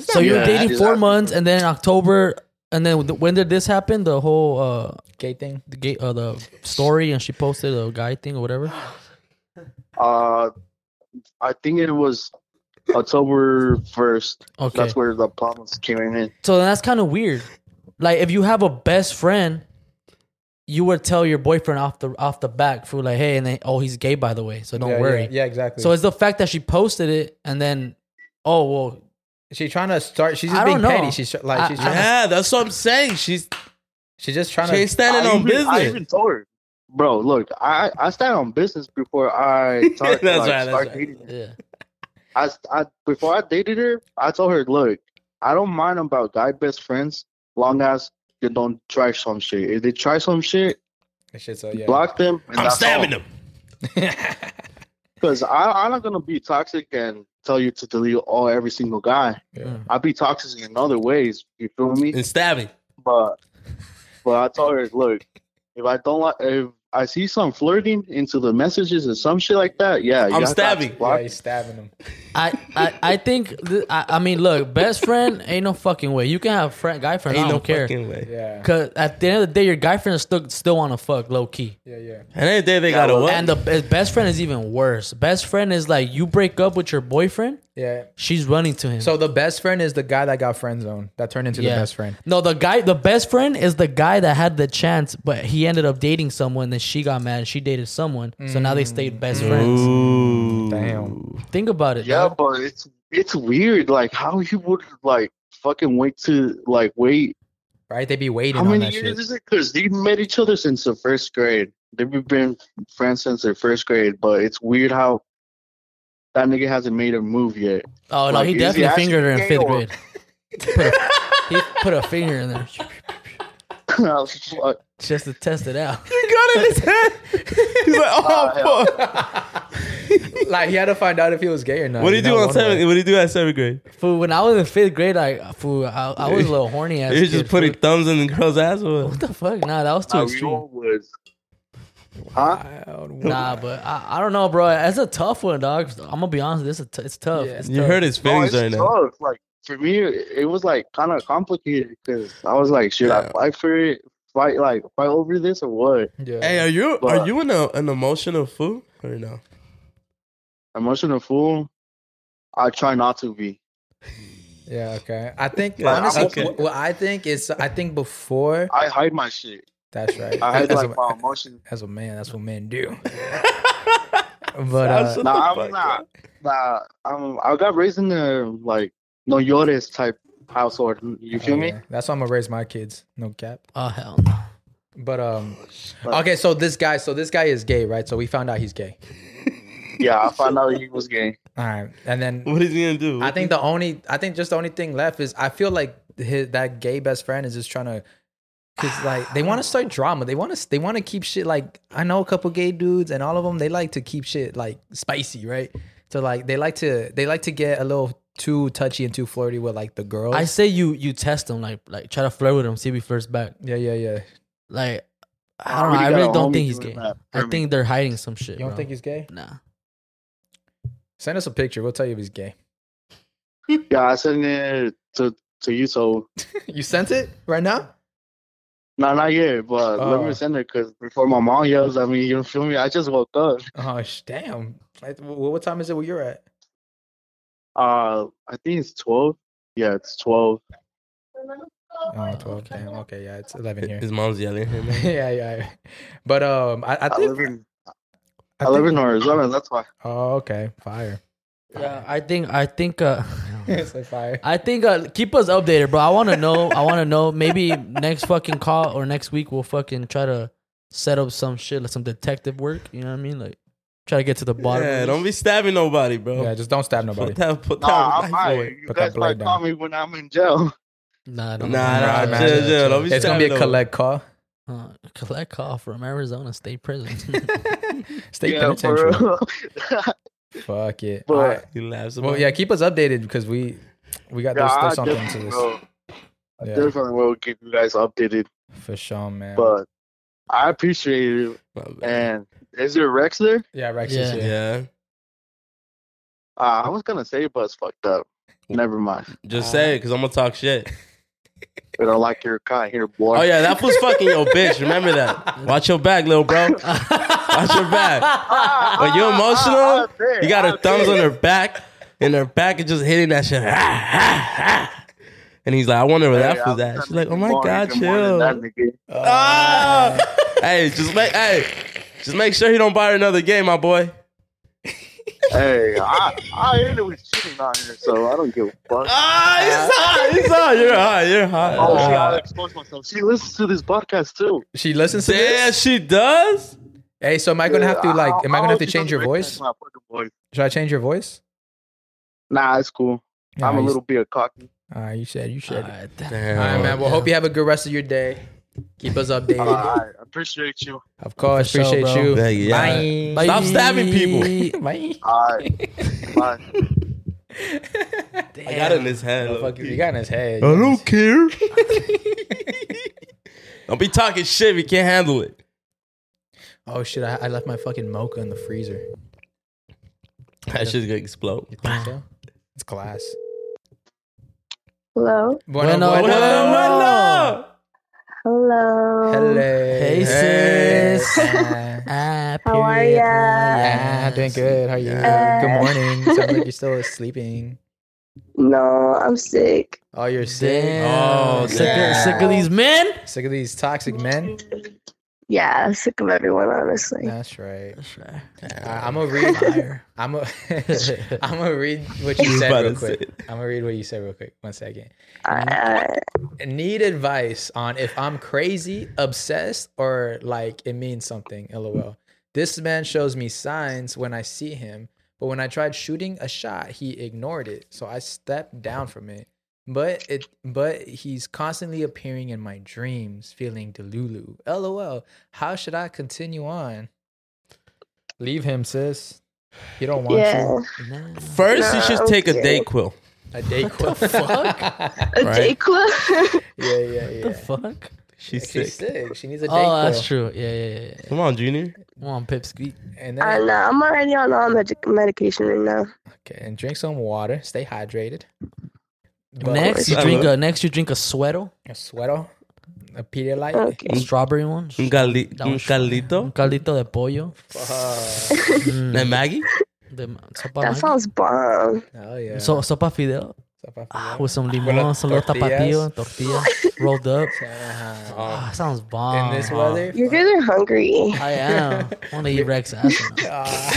Speaker 2: So you were
Speaker 5: Yeah,
Speaker 2: dating
Speaker 5: she's
Speaker 2: four
Speaker 5: asking
Speaker 2: months, and then in October, and then th- when did this happen? The whole uh,
Speaker 1: Gay thing?
Speaker 2: the gay, uh, the story, and she posted a guy thing or whatever.
Speaker 5: Uh, I think it was October first.
Speaker 2: Okay,
Speaker 5: That's where the problems came in.
Speaker 2: so then that's kind of weird. Like if you have a best friend, you would tell your boyfriend off the off the back, fool, like, hey, and then oh, he's gay by the way, so don't
Speaker 1: Yeah,
Speaker 2: worry.
Speaker 1: Yeah, yeah, exactly.
Speaker 2: So it's the fact that she posted it, and then oh well,
Speaker 1: She's trying to start. She's
Speaker 2: I
Speaker 1: just being
Speaker 2: don't know.
Speaker 1: petty. She's tr- like
Speaker 2: I-
Speaker 1: she's trying. to,
Speaker 3: Yeah, that's what I'm saying. She's
Speaker 1: she's just trying
Speaker 3: she's
Speaker 1: to.
Speaker 3: standing
Speaker 5: I
Speaker 3: on
Speaker 5: even, I even
Speaker 3: business.
Speaker 5: told her, bro, look, I I stand on business before I
Speaker 3: *laughs*
Speaker 5: start,
Speaker 3: That's right,
Speaker 5: like,
Speaker 3: that's
Speaker 5: start
Speaker 3: right.
Speaker 5: dating. her.
Speaker 2: yeah,
Speaker 5: I, I before I dated her, I told her, look, I don't mind about guy best friends, long as they don't try some shit. If they try some shit,
Speaker 1: Shit, so, yeah.
Speaker 5: block them. And
Speaker 3: I'm
Speaker 5: that's all.
Speaker 3: stabbing him.
Speaker 5: Because I'm not gonna be toxic and tell you to delete all every single guy.
Speaker 1: Yeah.
Speaker 5: I'll be toxic in other ways. You feel me?
Speaker 3: And stabbing.
Speaker 5: But but I told her, look, if I don't like, if I see some flirting into the messages and some shit like that. Yeah, y'all got
Speaker 3: stabbing.
Speaker 1: Why
Speaker 5: blocked.
Speaker 1: yeah, he's stabbing him?
Speaker 2: I, I, I think th- I, I mean look, best friend ain't no fucking way. You can have friend guy friend. I
Speaker 3: Ain't
Speaker 2: don't
Speaker 3: no
Speaker 2: care.
Speaker 3: fucking way.
Speaker 1: Yeah,
Speaker 2: Cause at the end of the day, your guy friend is still still want to fuck low key.
Speaker 1: yeah, yeah.
Speaker 3: And then they, they got a
Speaker 5: well,
Speaker 3: what?
Speaker 2: And the be- best friend is even worse. Best friend is like you break up with your boyfriend,
Speaker 1: Yeah.
Speaker 2: she's running to him.
Speaker 1: So the best friend is the guy that got friend zoned that turned into the best friend.
Speaker 2: No, the guy, the best friend is the guy that had the chance, but he ended up dating someone. Then she got mad and she dated someone. So now they stayed best friends.
Speaker 3: Ooh.
Speaker 1: Damn.
Speaker 2: Think about it.
Speaker 5: Yeah,
Speaker 2: dog.
Speaker 5: but it's it's weird. Like how he would like fucking wait to like wait.
Speaker 1: Right? They be waiting
Speaker 5: How
Speaker 1: on
Speaker 5: many
Speaker 1: that
Speaker 5: years
Speaker 1: shit.
Speaker 5: is it? Because they met each other since the first grade. They've been friends since their first grade. But it's weird how that nigga hasn't made a move yet. *laughs*
Speaker 2: Oh no,
Speaker 5: Like,
Speaker 2: he
Speaker 5: is he
Speaker 2: definitely fingered her in
Speaker 5: actually
Speaker 2: fifth *laughs* grade.
Speaker 5: gay or-
Speaker 2: Put a- he put a finger in there
Speaker 5: Fuck.
Speaker 2: just to test it out.
Speaker 3: *laughs* He got in his head. *laughs* He's like,
Speaker 5: Ah, hell.
Speaker 3: oh,
Speaker 1: *laughs*
Speaker 3: fuck.
Speaker 1: like he had to find out if he was gay or not.
Speaker 3: What do
Speaker 1: He
Speaker 3: you do
Speaker 1: not
Speaker 3: on
Speaker 1: one of
Speaker 3: seventh?
Speaker 1: them.
Speaker 3: What do you do at seventh grade?
Speaker 2: Fool, when I was in fifth grade, I fool, I, I
Speaker 1: *laughs*
Speaker 2: was a little horny ass.
Speaker 3: You
Speaker 2: kid,
Speaker 3: just putting
Speaker 2: fool.
Speaker 3: thumbs in the girl's ass or what?
Speaker 2: What the fuck? Nah, that was too
Speaker 5: How we
Speaker 2: extreme.
Speaker 5: all was. Huh?
Speaker 2: Nah, but I, I don't know, bro. That's a tough one, dog. I'm gonna be honest. This is t- it's tough.
Speaker 1: Yeah.
Speaker 2: It's
Speaker 3: You
Speaker 2: tough.
Speaker 3: hurt his
Speaker 5: No,
Speaker 3: feelings
Speaker 5: it's
Speaker 3: right now.
Speaker 5: tough. Like for me, it was like kind of complicated because I was like, should I fight for it? Fight like fight over this or what?
Speaker 1: Yeah.
Speaker 3: Hey, are you
Speaker 5: But-
Speaker 3: are you an, uh, an emotional fool or no?
Speaker 5: Emotional fool. I try not to be.
Speaker 1: yeah. Okay. I think
Speaker 3: Yeah,
Speaker 1: honestly,
Speaker 5: okay.
Speaker 1: wh- what I think is, I think before.
Speaker 5: I hide my shit.
Speaker 1: That's right.
Speaker 5: I
Speaker 1: *laughs*
Speaker 5: hide
Speaker 1: as,
Speaker 5: like
Speaker 1: a,
Speaker 5: my emotions.
Speaker 1: as a man, that's what men do.
Speaker 5: *laughs*
Speaker 1: but uh,
Speaker 3: Shut the
Speaker 5: Nah,
Speaker 3: fuck
Speaker 5: I'm not.
Speaker 3: up.
Speaker 5: Nah, I'm. I got raised in the like no llores type household. You feel
Speaker 1: oh,
Speaker 5: me?
Speaker 1: yeah. that's why I'm gonna raise my kids. No cap.
Speaker 2: Oh hell no.
Speaker 1: But um,
Speaker 5: But-
Speaker 1: okay. So this guy, so this guy is gay, right? So we found out he's gay.
Speaker 5: Yeah, I found out he was gay.
Speaker 1: All right, and then
Speaker 3: What is he gonna do?
Speaker 1: I think the only, I think just the only thing left is I feel like his, that gay best friend is just trying to, cause like they want to start drama. They want to, they want to keep shit like I know a couple gay dudes, and all of them they like to keep shit like spicy, right? So like they like to, they like to get a little too touchy and too flirty with like the girls.
Speaker 2: I say you you test him like like try to flirt with him, see if he flirts back.
Speaker 1: yeah, yeah, yeah.
Speaker 2: Like *laughs*
Speaker 5: I
Speaker 2: I don't know.
Speaker 5: already
Speaker 2: I
Speaker 5: got
Speaker 2: really
Speaker 5: a
Speaker 2: don't
Speaker 5: homie
Speaker 2: think he's
Speaker 5: doing
Speaker 2: gay.
Speaker 5: that
Speaker 2: I
Speaker 5: for me.
Speaker 2: think they're hiding some
Speaker 1: You
Speaker 2: shit.
Speaker 1: don't
Speaker 2: bro.
Speaker 1: think he's gay?
Speaker 2: Nah.
Speaker 1: Send us a picture. We'll tell you if he's gay.
Speaker 5: Yeah, I sent it to to you. So
Speaker 1: *laughs* you sent it right now?
Speaker 5: No, not yet, but let
Speaker 1: Oh.
Speaker 5: me send it because before my mom yells at me, you feel me? I just woke up.
Speaker 1: Oh sh- damn! Like, wh- what time is it where you're at?
Speaker 5: Uh, I think it's 12. Yeah, it's 12.
Speaker 1: Oh, 12. Damn. Okay, yeah, it's 11 here.
Speaker 3: his mom's yelling at
Speaker 1: *laughs*
Speaker 3: him.
Speaker 1: yeah, yeah, yeah. But um, I, I
Speaker 5: I
Speaker 1: think
Speaker 5: live in,
Speaker 1: I
Speaker 5: I live
Speaker 1: think-
Speaker 5: in Arizona,
Speaker 2: *laughs*
Speaker 5: that's why.
Speaker 1: Oh, okay,
Speaker 5: *laughs*
Speaker 1: fire.
Speaker 2: Yeah, I think I think uh *laughs*
Speaker 1: it's like fire.
Speaker 2: I think uh keep us updated, bro. I want to know. I want to know. Maybe next fucking call or next week we'll fucking try to set up some shit, like some detective work. You know what I mean? Like try to get to the bottom.
Speaker 3: Yeah, don't be stabbing nobody, bro.
Speaker 1: Yeah, just don't stab nobody.
Speaker 3: Put that, put that
Speaker 5: Nah, I'm
Speaker 3: knife
Speaker 5: high.
Speaker 3: away.
Speaker 5: You
Speaker 1: Put that
Speaker 5: guys might
Speaker 1: blade
Speaker 5: call
Speaker 1: down.
Speaker 5: me when I'm in jail.
Speaker 2: Nah,
Speaker 3: Nah,
Speaker 2: don't
Speaker 3: nah,
Speaker 1: Nah,
Speaker 3: chill,
Speaker 1: nah,
Speaker 3: chill. Don't be
Speaker 1: It's gonna be
Speaker 3: stabbing
Speaker 1: a collect call. *laughs*
Speaker 2: Uh, collect call from Arizona State
Speaker 3: *laughs*
Speaker 2: Prison.
Speaker 1: State
Speaker 5: *laughs* yeah, for
Speaker 1: penitentiary.
Speaker 5: real. *laughs*
Speaker 1: Fuck it.
Speaker 5: But-
Speaker 1: All right.
Speaker 3: nobody. He laughs about
Speaker 1: Well, yeah, keep us updated because we we got there's,
Speaker 5: yeah, I
Speaker 1: there's something to
Speaker 5: definitely
Speaker 1: this.
Speaker 5: will. I
Speaker 1: Yeah.
Speaker 5: definitely will keep you guys updated,
Speaker 1: For sure, man.
Speaker 5: but I appreciate it.
Speaker 3: it.
Speaker 5: And is there Rex there?
Speaker 1: yeah, Rex
Speaker 2: Yeah.
Speaker 1: is here.
Speaker 3: yeah.
Speaker 5: Uh, I was going to say, but it's fucked up. Never mind.
Speaker 3: Just say it, cause I'm gonna talk shit.
Speaker 5: I don't like your kind here, boy.
Speaker 3: Oh yeah,
Speaker 5: *laughs*
Speaker 3: that fool's fucking your bitch. Remember that. Watch your back, little bro. Watch your back. When you emotional,
Speaker 5: Ah,
Speaker 3: you got her thumbs on her back, and her back is just hitting that shit. And he's like, I wonder where that fool's at. She's like, Oh my god, chill. Ah! Hey, just make hey, just make sure he don't buy her another game, my boy.
Speaker 5: Hey, I, I ended with cheating on her, so I don't give a fuck.
Speaker 3: Ah, he's hot. He's hot. You're hot. You're hot.
Speaker 5: Oh,
Speaker 3: You're
Speaker 5: shit, I'll
Speaker 3: hot.
Speaker 5: expose myself. She listens to this podcast too.
Speaker 1: She listens to
Speaker 3: Damn,
Speaker 1: this.
Speaker 3: she does.
Speaker 1: Hey, so am I gonna have to like? Am I gonna have to change your voice?
Speaker 5: My fucking voice.
Speaker 1: Should I change your voice?
Speaker 5: Nah, it's cool. I'm
Speaker 1: Nah,
Speaker 5: a
Speaker 1: you-
Speaker 5: little bit cocky.
Speaker 1: All right, you said you said. it. Uh,
Speaker 2: Alright, th-
Speaker 3: Damn.
Speaker 1: All right, man. Well, hope you have a good rest of your day. Keep us updated.
Speaker 5: All right, I appreciate you.
Speaker 1: Of course,
Speaker 2: For sure,
Speaker 1: appreciate
Speaker 2: bro.
Speaker 1: you.
Speaker 3: Thank you. Yeah.
Speaker 1: Bye.
Speaker 3: Stop stabbing people.
Speaker 1: Bye.
Speaker 5: All right, bye.
Speaker 3: I got it in his head.
Speaker 1: Oh, fuck you. You got in his head.
Speaker 3: I don't care. don't be talking shit. We can't handle it.
Speaker 1: Oh shit! I, I left my fucking mocha in the freezer.
Speaker 3: That shit's gonna explode.
Speaker 1: You think so? It's glass.
Speaker 4: Hello.
Speaker 2: Bueno,
Speaker 3: Bueno,
Speaker 2: bueno.
Speaker 3: bueno.
Speaker 4: Hello.
Speaker 1: Hello.
Speaker 2: Hey, sis.
Speaker 1: Yeah.
Speaker 4: How are ya?
Speaker 2: Ah,
Speaker 1: Yeah, doing good. How are you?
Speaker 4: Yeah.
Speaker 1: Good morning. Sounds like you're still sleeping.
Speaker 4: No, I'm sick.
Speaker 1: Oh, you're sick.
Speaker 2: Damn.
Speaker 3: Oh,
Speaker 2: sick,
Speaker 3: damn.
Speaker 2: of, sick of these men.
Speaker 1: Sick of these toxic men.
Speaker 4: Yeah, I'm sick of everyone, honestly.
Speaker 1: That's right. I'm gonna read. *laughs* I'm
Speaker 3: *laughs*
Speaker 1: gonna. I'm gonna read what
Speaker 3: You
Speaker 1: you
Speaker 3: was
Speaker 1: said
Speaker 3: about
Speaker 1: real
Speaker 3: to
Speaker 1: quick.
Speaker 3: say it.
Speaker 1: I'm gonna read what you said real quick. One second.
Speaker 4: Alright.
Speaker 1: Need advice on if I'm crazy, obsessed, or like it means something. LOL. This man shows me signs when I see him, but when I tried shooting a shot, he ignored it. So I stepped down from it. But it, but he's constantly appearing in my dreams, feeling delulu. LOL. How should I continue on? Leave him, sis. You don't want
Speaker 4: yeah.
Speaker 1: to.
Speaker 3: First, you should take a
Speaker 4: Okay.
Speaker 3: day quill.
Speaker 1: a day quill. *laughs*
Speaker 2: fuck?
Speaker 4: A
Speaker 3: Right.
Speaker 4: Dayquil?
Speaker 1: yeah, yeah, yeah.
Speaker 2: The fuck?
Speaker 3: She's
Speaker 1: She's
Speaker 3: sick.
Speaker 1: sick. She needs a day
Speaker 2: Oh, that's true. Yeah, yeah, yeah. yeah.
Speaker 3: Come on, Junior.
Speaker 2: Come on, Pipsqueak.
Speaker 1: And then
Speaker 4: I know. I'm already on all medic- medication right now.
Speaker 1: Okay, and drink some water. Stay hydrated. But
Speaker 2: Next, you
Speaker 3: I
Speaker 2: drink
Speaker 3: love-
Speaker 2: a next. You drink a sweater,
Speaker 1: a sweater, a Pedialyte.
Speaker 4: Okay.
Speaker 2: a strawberry one.
Speaker 1: Mm.
Speaker 3: Un, cali-
Speaker 2: That
Speaker 3: un
Speaker 2: one's- Un
Speaker 3: caldito.
Speaker 2: caldito de pollo.
Speaker 1: Fuck.
Speaker 2: Mm.
Speaker 3: Like Maggie?
Speaker 2: De ma- sopa
Speaker 4: That
Speaker 2: Maggi.
Speaker 4: sounds bomb.
Speaker 1: Oh yeah.
Speaker 2: So, sopa fideo
Speaker 1: Sopa
Speaker 2: ah,
Speaker 1: fideo.
Speaker 2: with some
Speaker 1: Con
Speaker 2: limon,
Speaker 1: las
Speaker 2: some little
Speaker 1: tortillas.
Speaker 2: tapatio, tortilla
Speaker 1: *laughs*
Speaker 2: rolled up.
Speaker 1: Uh-huh.
Speaker 2: Ah, sounds bomb.
Speaker 1: In this
Speaker 2: huh?
Speaker 1: weather.
Speaker 4: You guys are *laughs* hungry.
Speaker 2: I
Speaker 1: *laughs*
Speaker 2: am. I want to eat Rex ass. right now.
Speaker 1: Ah.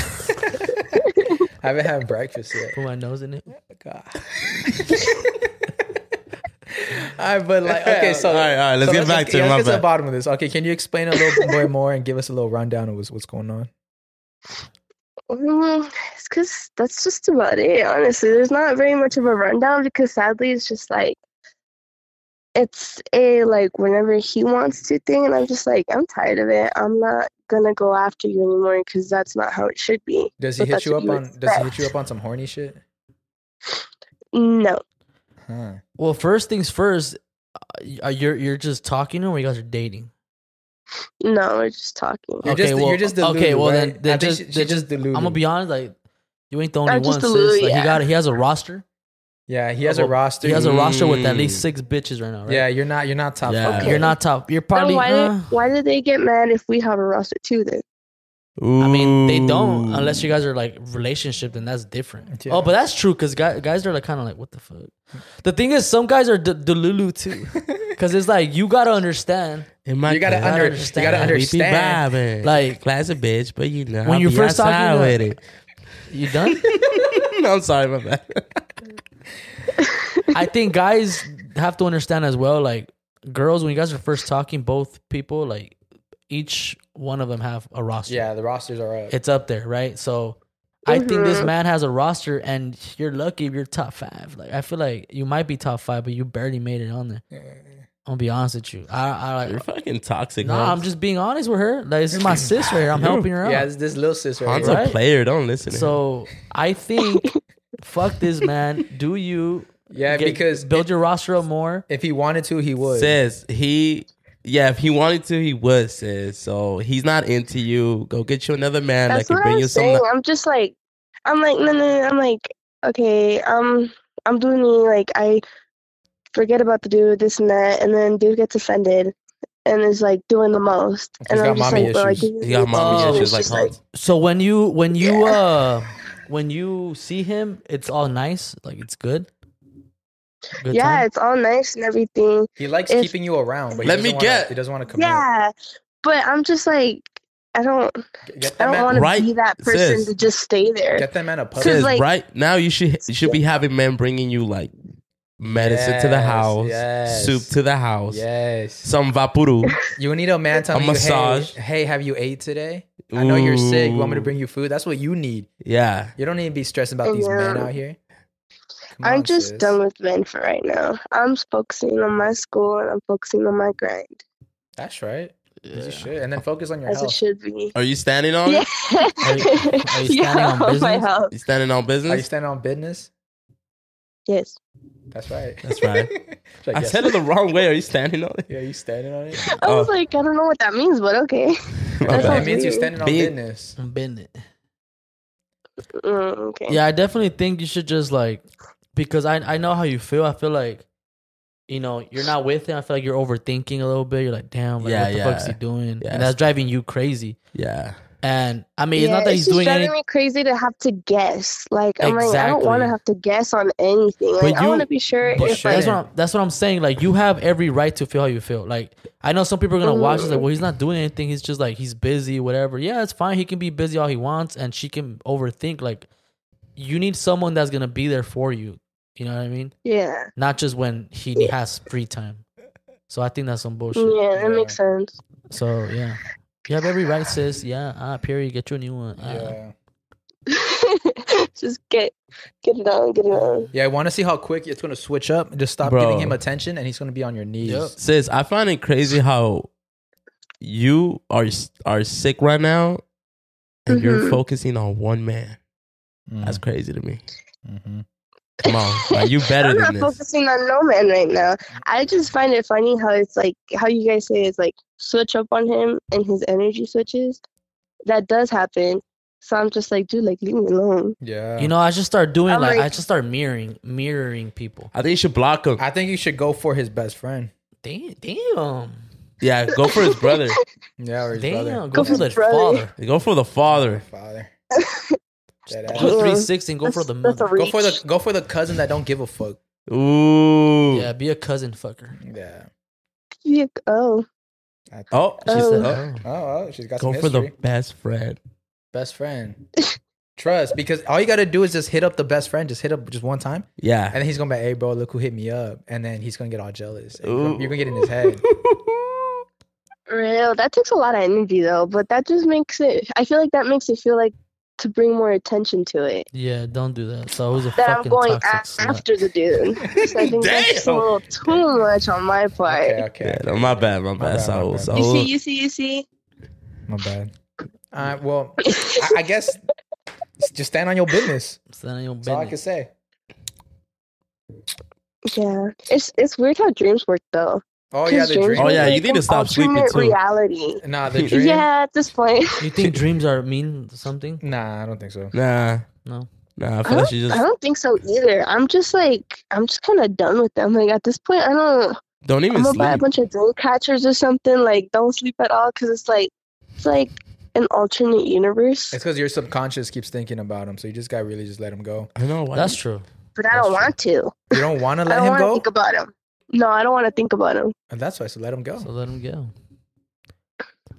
Speaker 1: I haven't had breakfast
Speaker 2: *laughs*
Speaker 1: yet.
Speaker 2: Put my nose in it.
Speaker 1: God. all right, but like, okay, so
Speaker 3: All right, all right, let's
Speaker 1: so
Speaker 3: get back
Speaker 1: just-
Speaker 3: to it,
Speaker 1: let's get
Speaker 3: my
Speaker 1: to the
Speaker 3: bad.
Speaker 1: bottom of this. Okay, can you explain a little bit more and give us a little rundown of what's, what's going on?
Speaker 4: Mm, it's because that's just about it, honestly. There's not very much of a rundown because sadly it's just like it's a like whenever he wants to thing, and I'm just like, I'm tired of it. I'm not gonna go after you anymore because that's not how it should be.
Speaker 1: Does he
Speaker 4: But
Speaker 1: hit
Speaker 4: that's
Speaker 1: you
Speaker 4: what
Speaker 1: up
Speaker 4: you
Speaker 1: on? Does he hit
Speaker 4: expect.
Speaker 1: you up on some horny shit?
Speaker 4: No,
Speaker 1: Huh.
Speaker 2: Well, first things first. Uh, you're you're just talking, or you guys are dating.
Speaker 4: no, we're just talking.
Speaker 1: You're
Speaker 2: Okay,
Speaker 1: just,
Speaker 2: well-
Speaker 1: you're just delulu,
Speaker 2: okay, well, then-
Speaker 1: right?
Speaker 2: then
Speaker 1: I think
Speaker 2: just-
Speaker 1: she-
Speaker 2: then
Speaker 1: she's
Speaker 2: just-
Speaker 1: delulu.
Speaker 2: I'm gonna be honest, like you ain't the only
Speaker 4: Not
Speaker 2: one.
Speaker 4: Uh, just
Speaker 2: Sis.
Speaker 4: a little,
Speaker 2: Like he
Speaker 4: yeah.
Speaker 2: got he has a roster.
Speaker 1: Yeah, he has a
Speaker 2: Well,
Speaker 1: roster.
Speaker 2: He has a roster with at
Speaker 3: Mm.
Speaker 2: least six bitches right now. Right?
Speaker 1: Yeah, you're not you're not top.
Speaker 3: Yeah.
Speaker 1: five.
Speaker 4: Okay.
Speaker 2: You're not top. You're probably.
Speaker 4: then why
Speaker 2: uh,
Speaker 4: did why did they get mad if we have a roster too? Then
Speaker 3: Ooh.
Speaker 2: I mean, they don't unless you guys are like relationship, then that's different.
Speaker 1: Yeah.
Speaker 2: Oh, but that's true because guys, guys are like kind of like, what the fuck? The thing is, some guys are d- delulu too, because it's like you gotta understand.
Speaker 3: In my
Speaker 1: You gotta
Speaker 3: car,
Speaker 1: under-
Speaker 2: you gotta
Speaker 1: understand,
Speaker 3: We be vibing.
Speaker 2: like-
Speaker 3: class a bitch, but you know
Speaker 2: When
Speaker 3: I'll
Speaker 2: you're
Speaker 3: be
Speaker 2: first talking
Speaker 3: outside
Speaker 2: to-
Speaker 3: with it.
Speaker 2: You done?
Speaker 3: *laughs* no, I'm sorry, my bad. *laughs*
Speaker 2: I think guys have to understand as well. Like girls, when you guys are first talking, both people like each one of them have a roster.
Speaker 1: Yeah, the rosters are up.
Speaker 2: it's up there, right? So I think this
Speaker 1: Mm-hmm.
Speaker 4: Mhm.
Speaker 2: man has a roster, and you're lucky if you're top five. Like I feel like you might be top five, but you barely made it on there. I'm gonna be honest with you. I, I
Speaker 3: You're
Speaker 2: like.
Speaker 3: fucking toxic.
Speaker 2: No, I'm just being honest with her. Like this
Speaker 1: *laughs*
Speaker 2: is my sister here. I'm helping her out.
Speaker 1: yeah, it's this little sis right
Speaker 3: Han's
Speaker 1: here.
Speaker 2: Right?
Speaker 3: a player. Don't listen. To him.
Speaker 2: so
Speaker 1: *laughs*
Speaker 2: I think, fuck this man. Do you?
Speaker 1: Yeah,
Speaker 2: get-
Speaker 1: because
Speaker 2: build your roster up more.
Speaker 1: if he wanted to, he would.
Speaker 3: Says he, yeah, if he wanted to, he would. Says so. He's not into you. Go get you another man
Speaker 4: that's
Speaker 3: that
Speaker 4: what
Speaker 3: can bring
Speaker 4: I'm
Speaker 3: you
Speaker 4: saying.
Speaker 3: some.
Speaker 4: I'm just like, I'm like, no, no, no. I'm like, okay, um, I'm doing me like I forget about the dude, this and that, and then dude gets offended and is like doing the most,
Speaker 1: He's
Speaker 4: and
Speaker 1: got
Speaker 4: I'm just
Speaker 1: mommy
Speaker 4: like, bro, I
Speaker 1: issues.
Speaker 4: do
Speaker 3: He got mommy
Speaker 2: Oh.
Speaker 3: issues like
Speaker 4: It's just like-
Speaker 3: Hans.
Speaker 2: So when you when
Speaker 1: *laughs*
Speaker 2: you uh when you see him, it's all nice, like it's good. Good
Speaker 4: yeah,
Speaker 2: time?
Speaker 4: it's all nice and everything.
Speaker 1: He likes
Speaker 4: If-
Speaker 1: keeping you around, but he
Speaker 3: Let
Speaker 1: doesn't
Speaker 3: me
Speaker 1: wanna-
Speaker 3: get-
Speaker 1: He doesn't want to commit.
Speaker 4: Yeah, but I'm just like, I don't,
Speaker 1: Get- Get that
Speaker 4: I don't
Speaker 1: man.
Speaker 4: want to
Speaker 3: Right,
Speaker 4: be that person
Speaker 3: sis.
Speaker 4: to just stay there.
Speaker 1: Get that man a puppy.
Speaker 3: Says
Speaker 4: like-
Speaker 3: right now you should you should be having men bringing you like medicine to the
Speaker 1: Yes,
Speaker 3: house,
Speaker 1: yes.
Speaker 3: soup to the house,
Speaker 1: Yes.
Speaker 3: some vapuru.
Speaker 4: *laughs*
Speaker 1: You need a man telling
Speaker 3: A
Speaker 1: you,
Speaker 3: massage.
Speaker 1: hey, hey, have you ate today? I know you're sick. You want me to
Speaker 3: Ooh.
Speaker 1: bring you food? That's what you need.
Speaker 3: Yeah,
Speaker 1: You don't need to be stressing about these men
Speaker 4: Yeah.
Speaker 1: out here. Come
Speaker 4: I'm
Speaker 1: on,
Speaker 4: just
Speaker 1: sis.
Speaker 4: done with men for right now. I'm focusing on my school and I'm focusing on my grind,
Speaker 1: That's right. As you should. And then focus on your
Speaker 4: as it
Speaker 1: health.
Speaker 4: should be.
Speaker 3: are you standing on?
Speaker 4: Yeah.
Speaker 3: it?
Speaker 4: *laughs*
Speaker 2: Are you- are you standing on
Speaker 4: yeah, Oh my
Speaker 2: business?
Speaker 4: house.
Speaker 3: You standing on
Speaker 1: Are you
Speaker 3: business?
Speaker 1: standing on business?
Speaker 6: Yes.
Speaker 1: That's right.
Speaker 3: That's
Speaker 1: *laughs*
Speaker 3: right.
Speaker 1: She's like,
Speaker 3: I
Speaker 1: yes.
Speaker 3: said it the wrong way. Are you standing on it?
Speaker 1: *laughs* Yeah, you standing on it.
Speaker 6: I was
Speaker 2: Oh.
Speaker 6: like, I don't know what that means, but okay. *laughs*
Speaker 3: My
Speaker 6: That's
Speaker 1: It
Speaker 3: bad.
Speaker 6: all-
Speaker 1: means you're standing on
Speaker 3: Big-
Speaker 1: business.
Speaker 2: I'm bending.
Speaker 6: Mm, okay.
Speaker 2: Yeah, I definitely think you should just like because I I know how you feel. I feel like you know you're not with him. I feel like you're overthinking a little bit. You're like, damn, like,
Speaker 3: Yeah,
Speaker 2: what the
Speaker 3: yeah.
Speaker 2: fuck is he doing?
Speaker 3: Yeah.
Speaker 2: And that's driving you crazy.
Speaker 3: Yeah.
Speaker 2: And I mean, it's not that he's
Speaker 6: it's just
Speaker 2: doing
Speaker 6: driving
Speaker 2: anything.
Speaker 6: me crazy to have to guess. Like I'm like, I don't want
Speaker 2: Exactly.
Speaker 6: to have to guess on anything. Like I
Speaker 2: you-
Speaker 6: want to be sure
Speaker 1: but
Speaker 6: if
Speaker 1: sure.
Speaker 6: I
Speaker 2: That's what I'm, that's what I'm saying. Like you have every right to feel how you feel. Like I know some people are gonna watch this. Like,
Speaker 6: Mm.
Speaker 2: well, he's not doing anything. He's just like he's busy, whatever. Yeah, it's fine. He can be busy all he wants, and she can overthink. Like you need someone that's gonna be there for you. You know what I mean?
Speaker 6: yeah.
Speaker 2: Not just when he has free time. So I think that's some bullshit.
Speaker 6: Yeah, that
Speaker 1: Yeah.
Speaker 6: makes sense. *laughs*
Speaker 2: So yeah, you have every right, sis. Yeah, ah, period. Get you a new one. Ah.
Speaker 1: Yeah.
Speaker 6: just get get it on, get it on.
Speaker 1: Yeah, I want to see how quick it's gonna switch up. Just stop
Speaker 3: Bro.
Speaker 1: giving him attention, and he's gonna be on your knees.
Speaker 2: Yep.
Speaker 3: Sis, I find it crazy how you are are sick right now, and you're
Speaker 6: Mhm.
Speaker 3: focusing on one man.
Speaker 1: Mm,
Speaker 3: That's crazy to me.
Speaker 1: mhm.
Speaker 3: Come on, like,
Speaker 6: *laughs*
Speaker 3: you better
Speaker 6: I'm
Speaker 3: than
Speaker 6: not
Speaker 3: this.
Speaker 6: focusing on no man right now. I just find it funny how it's like how you guys say it's like switch up on him and his energy switches. That does happen. So I'm just like, dude, like leave me alone.
Speaker 1: Yeah.
Speaker 2: You know, I just start doing
Speaker 6: I'm
Speaker 2: like,
Speaker 6: like-
Speaker 2: I just start mirroring, mirroring people.
Speaker 3: I think you should block him.
Speaker 1: I think you should go for his best friend.
Speaker 2: Damn, damn,
Speaker 3: Yeah, go for his brother.
Speaker 1: Yeah, or his
Speaker 2: damn.
Speaker 1: brother.
Speaker 2: Go
Speaker 6: Go
Speaker 2: for
Speaker 6: for
Speaker 2: the
Speaker 6: his brother.
Speaker 2: father.
Speaker 3: Go for the father.
Speaker 1: Father. Dead ass.
Speaker 2: Go three sixty and go for
Speaker 6: That's-
Speaker 2: the
Speaker 6: that's a
Speaker 2: mother.
Speaker 1: Go for the
Speaker 6: reach.
Speaker 1: go for the cousin that don't give a fuck.
Speaker 3: Ooh.
Speaker 2: Yeah, be a cousin fucker.
Speaker 1: Yeah.
Speaker 6: Yeah, oh.
Speaker 1: I-
Speaker 3: Oh,
Speaker 2: She
Speaker 6: Oh.
Speaker 2: said,
Speaker 3: Oh.
Speaker 2: oh.
Speaker 1: Oh, oh she's got
Speaker 3: go
Speaker 1: some
Speaker 3: for
Speaker 1: history.
Speaker 3: the best friend.
Speaker 1: best friend. Trust, because all you gotta do is just hit up the best friend. Just hit up just one time,
Speaker 3: Yeah.
Speaker 1: and then he's gonna be, like, "Hey, bro, look who hit me up," and then he's gonna get all jealous. And you're, gonna, you're gonna get in his head.
Speaker 6: Real. That takes a lot of energy though, but that just makes it I feel like that makes it feel like to bring more attention to it.
Speaker 2: Yeah, don't do that. So who's a
Speaker 6: That I'm
Speaker 2: fucking
Speaker 6: going
Speaker 2: toxic
Speaker 6: a-
Speaker 2: slut.
Speaker 6: after
Speaker 3: *laughs*
Speaker 6: the dude. So I think that's just a
Speaker 3: Damn.
Speaker 6: little too much on my part.
Speaker 1: Okay, okay.
Speaker 3: Yeah, no, my bad, my
Speaker 1: My
Speaker 3: bad.
Speaker 1: bad, my
Speaker 3: Saul,
Speaker 1: bad.
Speaker 3: Saul.
Speaker 6: You see, you see, you see.
Speaker 1: My bad. Uh, well, I, I guess just stand on your business.
Speaker 2: So then you'll
Speaker 1: That's all I
Speaker 2: bend
Speaker 1: can
Speaker 2: it.
Speaker 1: say.
Speaker 6: *laughs* Yeah, *laughs* it's it's weird how dreams work though.
Speaker 1: Oh yeah,
Speaker 6: 'Cause
Speaker 1: the
Speaker 6: dreams
Speaker 1: dream.
Speaker 3: Oh,
Speaker 6: are
Speaker 3: yeah, you
Speaker 6: like
Speaker 3: need to
Speaker 6: an
Speaker 3: stop sleeping,
Speaker 6: alternate
Speaker 3: too.
Speaker 6: Reality.
Speaker 1: Nah,
Speaker 3: *laughs*
Speaker 1: the dream.
Speaker 6: Yeah, at this point,
Speaker 2: You
Speaker 6: *laughs*
Speaker 2: think dreams are mean something?
Speaker 1: Nah, I don't think so.
Speaker 3: Nah,
Speaker 2: No.
Speaker 3: nah. I
Speaker 6: I
Speaker 3: feel like
Speaker 6: don't,
Speaker 3: you
Speaker 6: *laughs* I
Speaker 3: just
Speaker 6: don't think so either. I'm just like, I'm just kind of done with them. Like at this point, I don't.
Speaker 3: don't
Speaker 6: I'm
Speaker 3: even
Speaker 6: gonna buy a
Speaker 3: sleep.
Speaker 6: bunch of dream catchers or something. Like, don't sleep at all because it's like, it's like an alternate universe.
Speaker 1: It's because your subconscious keeps thinking about him, so you just gotta really just let him go.
Speaker 3: I know. Why
Speaker 2: That's true.
Speaker 6: But I don't
Speaker 1: that's
Speaker 6: want to.
Speaker 1: You don't
Speaker 6: *laughs*
Speaker 1: want to
Speaker 6: I
Speaker 1: let
Speaker 6: don't
Speaker 1: him
Speaker 6: want to
Speaker 1: go.
Speaker 6: think about him. No, I don't want to think about him.
Speaker 1: And that's why I said let him go.
Speaker 2: So let him go.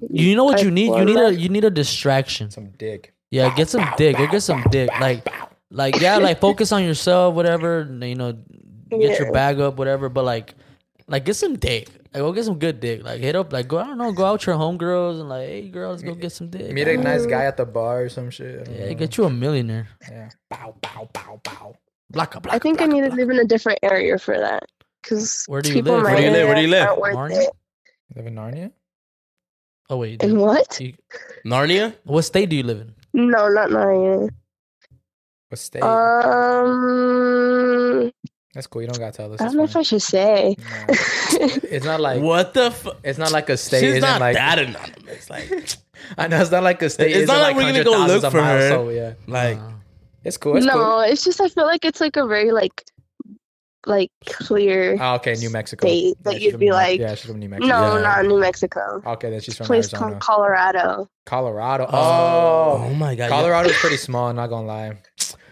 Speaker 2: You know what you need? You need a you need a distraction.
Speaker 1: Some dick.
Speaker 2: Yeah, get some dick. Go get some dick. Like, like yeah, like focus on yourself, whatever. You know, get your
Speaker 6: Yeah.
Speaker 2: bag up, whatever. But like, like get some dick. Like, go get some good dick. Like, hit up, like, go. I don't know, go out with your homegirls and like, hey, girls, go get some dick.
Speaker 1: Meet a nice
Speaker 6: Oh.
Speaker 1: guy at the bar or some shit. I don't
Speaker 2: yeah,
Speaker 1: know.
Speaker 2: get you a millionaire.
Speaker 1: yeah. Bow, bow, bow, bow.
Speaker 2: Blocka, blocka.
Speaker 6: I think I
Speaker 2: blocka,
Speaker 6: need to
Speaker 2: blocka.
Speaker 6: live in a different area for that. Because
Speaker 2: Where do you
Speaker 6: people
Speaker 2: live?
Speaker 6: my
Speaker 3: Where do you live? Where do you
Speaker 6: area
Speaker 3: live?
Speaker 6: aren't worth
Speaker 2: Marnie?
Speaker 6: it.
Speaker 1: Live in Narnia?
Speaker 2: Oh wait, you
Speaker 6: And
Speaker 2: do-
Speaker 6: what?
Speaker 2: you-
Speaker 3: Narnia.
Speaker 2: what state do you live in?
Speaker 6: No, not Narnia.
Speaker 1: What state?
Speaker 6: Uh, Um,
Speaker 1: that's cool. You don't gotta tell us.
Speaker 6: I
Speaker 1: It's
Speaker 6: don't know if I
Speaker 1: fine.
Speaker 6: should say. *laughs*
Speaker 1: Nah. It's not like
Speaker 3: what the? Fu-
Speaker 1: it's not like a state.
Speaker 3: She's
Speaker 1: isn't
Speaker 3: not
Speaker 1: like
Speaker 3: that anonymous. Like,
Speaker 1: *laughs* I know it's not like a state.
Speaker 3: It's
Speaker 1: isn't
Speaker 3: not
Speaker 1: like,
Speaker 3: like we're gonna
Speaker 1: hundred
Speaker 3: go
Speaker 1: thousands
Speaker 3: look
Speaker 1: of
Speaker 3: for
Speaker 1: miles,
Speaker 3: her.
Speaker 1: So yeah,
Speaker 3: *laughs* *laughs* like
Speaker 2: Uh,
Speaker 1: it's cool. It's
Speaker 6: no,
Speaker 1: cool.
Speaker 6: it's just I feel like it's like a very like, like clear.
Speaker 1: Oh, okay, New Mexico.
Speaker 6: State that
Speaker 1: she's
Speaker 6: you'd
Speaker 1: from
Speaker 6: be
Speaker 1: New Mex-
Speaker 6: like,
Speaker 1: yeah, she's from New Mexico.
Speaker 6: no,
Speaker 3: Yeah.
Speaker 6: not New Mexico.
Speaker 1: Okay, then she's from
Speaker 6: Place
Speaker 1: Arizona,
Speaker 6: called Colorado.
Speaker 1: Colorado.
Speaker 3: oh,
Speaker 1: Oh,
Speaker 3: my god,
Speaker 1: Colorado's pretty small. Not gonna lie,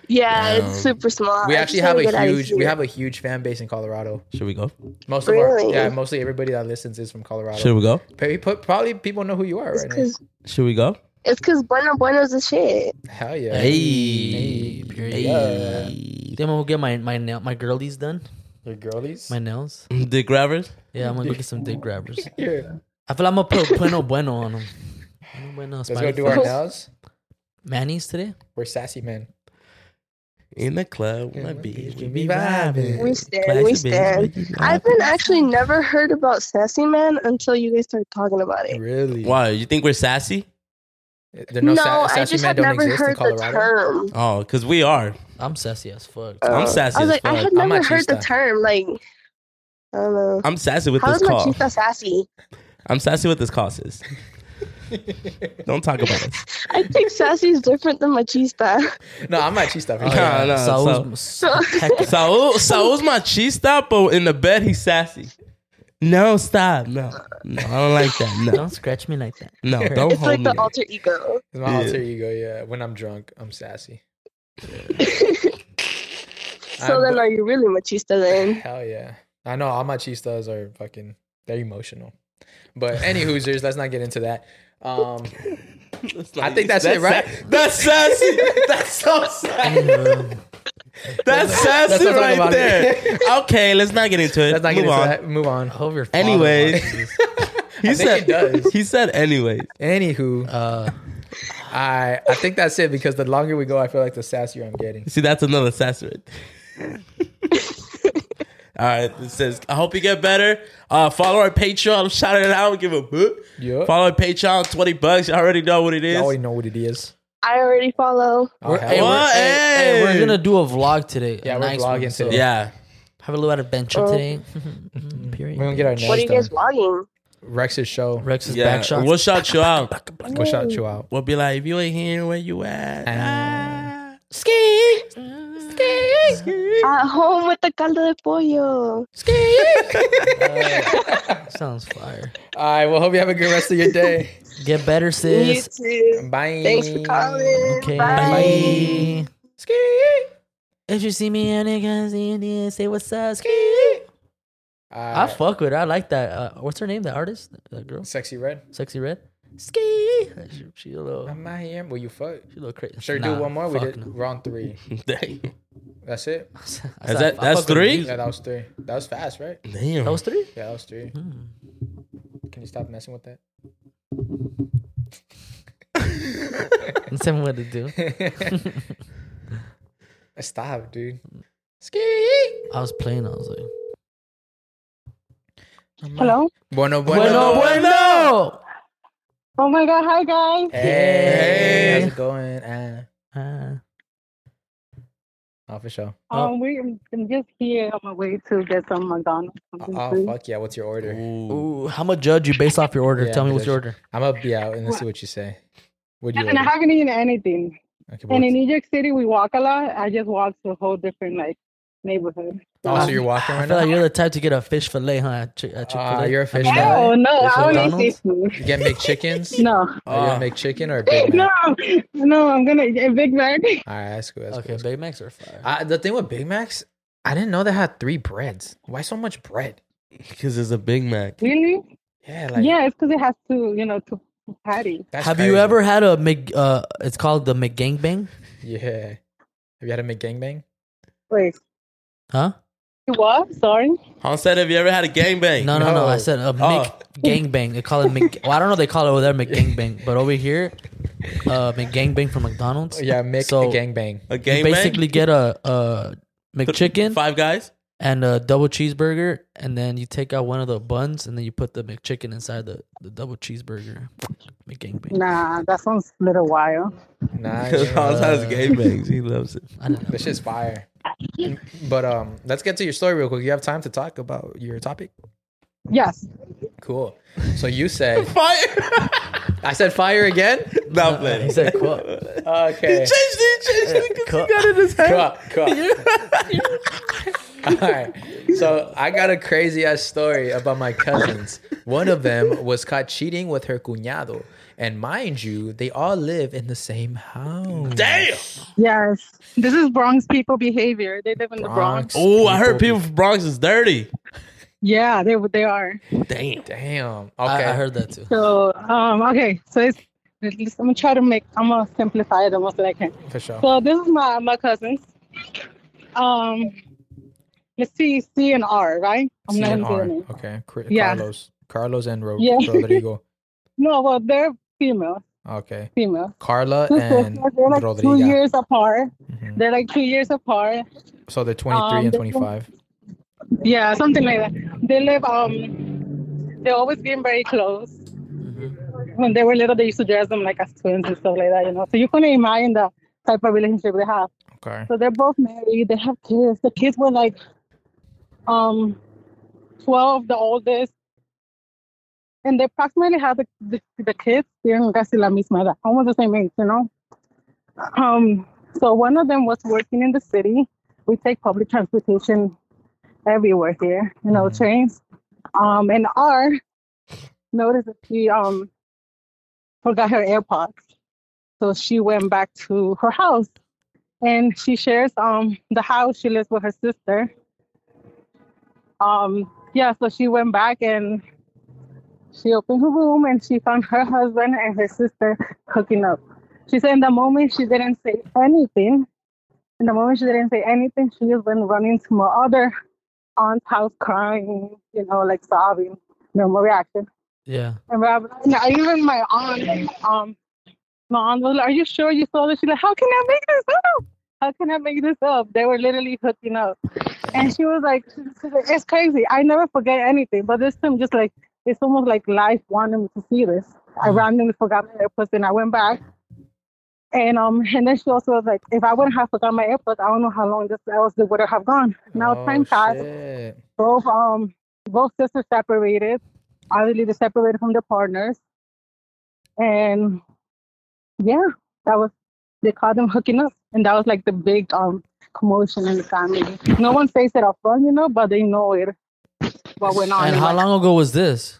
Speaker 6: Yeah,
Speaker 3: Damn.
Speaker 6: it's super small.
Speaker 1: we
Speaker 6: Oh, I
Speaker 1: actually
Speaker 6: just
Speaker 1: have
Speaker 6: wanna get
Speaker 1: a
Speaker 6: out of
Speaker 1: huge we
Speaker 6: here.
Speaker 1: have a huge fan base in Colorado.
Speaker 3: Yeah. Should we go?
Speaker 1: Most of our
Speaker 6: Really?
Speaker 1: yeah, mostly everybody that listens is from
Speaker 3: Should
Speaker 1: Colorado.
Speaker 3: we go?
Speaker 1: Pe- pe- Probably people know who you are
Speaker 6: It's
Speaker 1: right now.
Speaker 6: because
Speaker 3: Should we go?
Speaker 6: it's because Bueno Bueno's a shit.
Speaker 1: Hell yeah.
Speaker 3: Hey,
Speaker 2: period.
Speaker 3: hey.
Speaker 2: Then I'm gonna get my my nail my girlies done.
Speaker 1: Your girlies.
Speaker 2: My nails.
Speaker 3: Dick grabbers.
Speaker 2: Yeah, I'm gonna go get some dick grabbers.
Speaker 1: *laughs* Yeah.
Speaker 2: I feel I'm gonna put Bueno Bueno on them. Bueno Bueno,
Speaker 1: Let's go
Speaker 2: Spidey
Speaker 1: do our
Speaker 2: Fox.
Speaker 1: nails.
Speaker 2: Manny's today.
Speaker 1: We're sassy men.
Speaker 3: In the club, on the
Speaker 1: the
Speaker 3: beach,
Speaker 1: beach,
Speaker 3: we
Speaker 1: we
Speaker 3: be
Speaker 1: be
Speaker 3: vibing.
Speaker 1: vibing.
Speaker 6: We stand,
Speaker 3: Classy
Speaker 6: we
Speaker 3: bitch,
Speaker 6: stand.
Speaker 3: we be
Speaker 6: I've
Speaker 3: vibing.
Speaker 6: been actually never heard about Sassy Man until you guys started talking about it.
Speaker 1: Really?
Speaker 3: Why? You think we're sassy?
Speaker 1: There
Speaker 4: no,
Speaker 1: sa-
Speaker 4: I
Speaker 1: sassy
Speaker 4: just
Speaker 1: men
Speaker 4: had
Speaker 1: don't
Speaker 4: never
Speaker 1: exist in
Speaker 4: heard the
Speaker 1: Colorado?
Speaker 4: term.
Speaker 3: Oh, because we are.
Speaker 2: I'm sassy as
Speaker 3: *laughs*
Speaker 2: fuck.
Speaker 5: Uh,
Speaker 3: I'm sassy
Speaker 4: Oh. I
Speaker 3: as
Speaker 4: was like, I
Speaker 3: fuck.
Speaker 4: had
Speaker 1: I'm
Speaker 4: never heard the
Speaker 1: machista.
Speaker 4: term. Like, I don't know.
Speaker 3: I'm sassy with
Speaker 4: How is
Speaker 3: this call.
Speaker 4: machista sassy?
Speaker 3: I'm sassy with this call,
Speaker 4: *laughs*
Speaker 3: sis. Don't talk about it.
Speaker 4: I think sassy is different than machista.
Speaker 1: No, I'm machista.
Speaker 2: Oh,
Speaker 3: *laughs*
Speaker 1: bro.
Speaker 3: yeah. no,
Speaker 2: Saul's- heck,
Speaker 3: Saul, Saul's machista, but in the bed he's sassy. No, stop. No, no, I don't like that.
Speaker 2: don't scratch me like that.
Speaker 3: No, no, don't
Speaker 4: *laughs* It's
Speaker 3: hold
Speaker 4: like
Speaker 3: me.
Speaker 4: the
Speaker 3: there.
Speaker 4: alter ego.
Speaker 1: It's my
Speaker 3: Yeah.
Speaker 1: alter ego. Yeah, when I'm drunk, I'm sassy.
Speaker 4: So
Speaker 1: I'm
Speaker 4: then,
Speaker 1: bu-
Speaker 4: are you really machista then?
Speaker 1: Hell yeah. I know all my chistas are fucking they're emotional. But any hoosers, let's not get into that. Um I think that's, it, right? Mm,
Speaker 3: That's sassy. *laughs* That's so sassy. That's sassy
Speaker 1: not talk
Speaker 3: right
Speaker 1: about
Speaker 3: there.
Speaker 1: it.
Speaker 3: Okay, let's not get into it.
Speaker 1: Let's not
Speaker 3: Move
Speaker 1: get into
Speaker 3: on.
Speaker 1: that. Move on.
Speaker 2: Hope your father
Speaker 3: Anyways.
Speaker 2: watches this.
Speaker 3: He
Speaker 1: I think
Speaker 3: said.
Speaker 1: he does.
Speaker 3: He said. Anyway.
Speaker 1: Anywho,
Speaker 3: *laughs*
Speaker 2: uh,
Speaker 1: I I think that's it because the longer we go, I feel like the sassier I'm getting.
Speaker 3: See, that's another sassafras. *laughs* All right, it says, I hope you get better. Uh, follow our Patreon, shout it out, give a boot.
Speaker 1: Yeah.
Speaker 3: Follow our Patreon, 20 bucks. You already know what it
Speaker 1: I
Speaker 3: is.
Speaker 1: already know what it is.
Speaker 4: I already follow.
Speaker 1: Oh, hell
Speaker 2: hey,
Speaker 1: yeah.
Speaker 2: we're,
Speaker 3: What?
Speaker 2: hey, hey,
Speaker 3: Hey.
Speaker 2: we're gonna do a vlog today.
Speaker 1: Yeah,
Speaker 2: a
Speaker 1: we're
Speaker 2: nice
Speaker 1: vlogging
Speaker 2: one, so
Speaker 1: today.
Speaker 3: yeah.
Speaker 2: Have a little adventure
Speaker 4: Oh. *laughs* Mm-hmm.
Speaker 2: today. Period.
Speaker 1: We're gonna get our
Speaker 4: What are you
Speaker 1: nails
Speaker 4: guys
Speaker 1: done.
Speaker 4: vlogging?
Speaker 1: Rex's show.
Speaker 2: Rex's
Speaker 3: yeah.
Speaker 2: back shot.
Speaker 3: We'll shout you out.
Speaker 1: We'll shout you out.
Speaker 3: We'll be like, if you ain't here, where you at? *laughs*
Speaker 1: Ah.
Speaker 3: Ah. Ski. Ski. Ski.
Speaker 4: At home with the caldo de pollo.
Speaker 3: *laughs*
Speaker 2: Uh, Sounds fire.
Speaker 1: All right. Well, hope you have a good rest of your day.
Speaker 2: Get better,
Speaker 4: You
Speaker 2: sis.
Speaker 4: too.
Speaker 1: Bye.
Speaker 4: Thanks for calling.
Speaker 2: Okay.
Speaker 4: Bye.
Speaker 2: Bye. If you see me, a nigga, see Indian, say what's up. Ski. I
Speaker 1: Uh,
Speaker 2: fuck with. her. I like that. Uh, what's her name? That artist, that girl,
Speaker 1: sexy red.
Speaker 2: sexy red. Ski. She, she a little.
Speaker 1: I'm not here. Will you fuck?
Speaker 2: She a little crazy.
Speaker 1: Sure,
Speaker 2: Nah,
Speaker 1: do one more. We
Speaker 2: fuck
Speaker 1: did
Speaker 2: no. *laughs*
Speaker 1: we're on three.
Speaker 3: Damn.
Speaker 1: That's it.
Speaker 2: I said,
Speaker 3: Is
Speaker 2: I
Speaker 3: that-
Speaker 2: fuck
Speaker 3: that's
Speaker 2: with the
Speaker 3: three?
Speaker 2: music.
Speaker 1: Yeah, that was three. That was fast, right?
Speaker 3: Damn.
Speaker 2: That was three.
Speaker 1: Yeah, that was three.
Speaker 2: Hmm.
Speaker 1: Can you stop messing with that?
Speaker 2: That's something what to do.
Speaker 1: *laughs* stop, dude.
Speaker 2: I was playing. I was like,
Speaker 4: Hello.
Speaker 1: Bueno,
Speaker 2: bueno, bueno.
Speaker 4: Oh my god. Hi guys.
Speaker 1: Hey,
Speaker 2: Hey.
Speaker 1: how's it going? Uh,
Speaker 2: Ah.
Speaker 1: oh, for sure.
Speaker 2: Oh.
Speaker 7: Um, we I'm just here on my way to get some McDonald's. something
Speaker 1: Oh,
Speaker 7: free.
Speaker 1: fuck yeah. What's your order?
Speaker 3: Ooh.
Speaker 2: Ooh, I'm gonna Uh, judge you based off your order.
Speaker 1: Yeah,
Speaker 2: Tell me
Speaker 1: I'm
Speaker 2: what's your
Speaker 1: judge
Speaker 2: order.
Speaker 1: I'm up, yeah, and let's see what you say. What do you
Speaker 7: and I
Speaker 1: order?
Speaker 7: haven't eaten anything.
Speaker 1: Okay,
Speaker 7: And in
Speaker 1: well,
Speaker 7: New York City, we walk a lot. I just walked to a whole different like neighborhood.
Speaker 1: oh, so you're walking
Speaker 2: I
Speaker 1: right
Speaker 2: feel
Speaker 1: now?
Speaker 2: like you're the type to get a fish fillet, huh? At Chick- at
Speaker 1: Ah,
Speaker 2: Chick-fil-A?
Speaker 1: you're a
Speaker 2: I
Speaker 1: fish
Speaker 2: mean,
Speaker 1: fillet.
Speaker 7: Oh no, I
Speaker 2: Is it
Speaker 7: only seafood.
Speaker 1: You get McChickens?
Speaker 7: *laughs* No,
Speaker 1: Oh, you
Speaker 3: Ah.
Speaker 1: gonna make chicken or Big
Speaker 7: no,
Speaker 1: Mac?
Speaker 7: no. I'm gonna get Big Mac. *laughs*
Speaker 1: All right, that's cool. That's
Speaker 2: Okay,
Speaker 1: okay,
Speaker 2: Big Macs are fire.
Speaker 1: I, the thing with Big Macs, I didn't know they had three breads. Why so much bread?
Speaker 3: Because it's a Big Mac.
Speaker 7: Really?
Speaker 1: Yeah, like
Speaker 7: yeah, it's because it has to, you know, to patty.
Speaker 1: that's
Speaker 2: Have you
Speaker 1: crazy.
Speaker 2: ever had a Mc, uh it's called the McGangbang?
Speaker 1: Yeah. Have you had a McGangbang?
Speaker 7: Wait,
Speaker 2: Huh?
Speaker 7: what? Sorry.
Speaker 3: Han said, have you ever had a gangbang?
Speaker 2: No, no, no,
Speaker 1: No.
Speaker 2: I said a
Speaker 3: Oh.
Speaker 2: McGangbang. They call it
Speaker 3: *laughs*
Speaker 2: Mc well, I don't know if they call it over there McGangbang, but over here uh McGangbang from McDonald's.
Speaker 1: Yeah, Mick
Speaker 2: So,
Speaker 1: gangbang.
Speaker 3: A
Speaker 2: You
Speaker 3: gangbang?
Speaker 2: basically get a uh McChicken
Speaker 3: Five guys?
Speaker 2: and a double cheeseburger and then you take out one of the buns and then you put the McChicken inside the, the double cheeseburger. McGangbang.
Speaker 7: Nah, that sounds a little wild.
Speaker 2: *laughs*
Speaker 1: Nah,
Speaker 3: Because
Speaker 1: yeah.
Speaker 3: Hans has gangbangs. He loves it.
Speaker 2: I don't know.
Speaker 1: this shit's fire. But um, let's get to your story real quick. You have time to talk about your topic.
Speaker 7: Yes.
Speaker 1: Cool. So you said
Speaker 3: Fire!
Speaker 1: I said fire again.
Speaker 3: Not playing.
Speaker 2: He said *laughs* cool.
Speaker 1: Okay.
Speaker 3: changed it. He changed it 'cause he got it in his
Speaker 1: Cool.
Speaker 3: head.
Speaker 1: Cool. *laughs* All right. So I got a crazy ass story about my cousins. One of them was caught cheating with her cuñado. And mind you, they all live in the same house.
Speaker 3: Damn.
Speaker 7: Yes. This is Bronx people behavior. They live in the
Speaker 1: Bronx
Speaker 7: Bronx.
Speaker 3: Oh, I heard people
Speaker 1: people-
Speaker 3: from Bronx is dirty.
Speaker 7: Yeah, they they are.
Speaker 3: Damn.
Speaker 1: Damn. Okay.
Speaker 2: I, I heard that too.
Speaker 7: So, um, okay, so it's, I'm gonna try to make, I'm gonna simplify it the most that I can.
Speaker 1: for sure.
Speaker 7: So this is my my cousins. Um, let's see, C and R, right? I'm not gonna say the
Speaker 1: CNR.
Speaker 7: name.
Speaker 1: Okay. Cri-
Speaker 7: Yeah.
Speaker 1: Carlos. Carlos and Ro-
Speaker 7: Yeah. *laughs*
Speaker 1: Rodrigo.
Speaker 7: No, well they're female,
Speaker 1: Okay.
Speaker 7: female.
Speaker 1: Carla
Speaker 7: Two
Speaker 1: and
Speaker 7: sisters, they're like two
Speaker 1: Rodrigo.
Speaker 7: years apart.
Speaker 1: Mhm.
Speaker 7: They're like two years apart.
Speaker 1: So they're 23
Speaker 7: Um,
Speaker 1: and
Speaker 7: they-
Speaker 1: 25.
Speaker 7: Yeah, something like that. They live um, they always been very close. when they were little, they used to dress them like as twins and stuff like that, you know. So you couldn't imagine the type of relationship they have.
Speaker 1: Okay.
Speaker 7: So they're both married. They have kids. The kids were like, um, twelve, the oldest, and they approximately had the, the the kids. They're casi la misma edad, almost the same age, you know. Um, so one of them was working in the city. We take public transportation everywhere here, you know, trains. Um, and R noticed that she um forgot her AirPods, so she went back to her house and she shares um the house she lives with her sister um yeah so she went back and she opened her room and she found her *laughs* husband and her sister hooking up she said in the moment she didn't say anything in the moment she didn't say anything she just went running to my other aunt's house crying you know like sobbing normal reaction
Speaker 2: Yeah.
Speaker 7: and blah, blah. And I- even my aunt, um, my aunt was like, "Are you sure you saw this?" She's like, "How can I make this up? How can I make this up?" They were literally hooking up, and she was like, she's like, "It's crazy. I never forget anything, but this time, just like it's almost like life wanted me to see this. I randomly forgot my AirPods, and I went back." And um, and then she also was like, if I wouldn't have forgot my AirPods, I don't know how long this else would have gone. Now
Speaker 1: Oh,
Speaker 7: time passed,
Speaker 1: shit.
Speaker 7: both um both sisters separated. Obviously, they separated from their partners, and yeah, that was they called them hooking up, and that was like the big um commotion in the family. No one says it up front, you know, but they know it. What went on?
Speaker 2: And how long ago was this?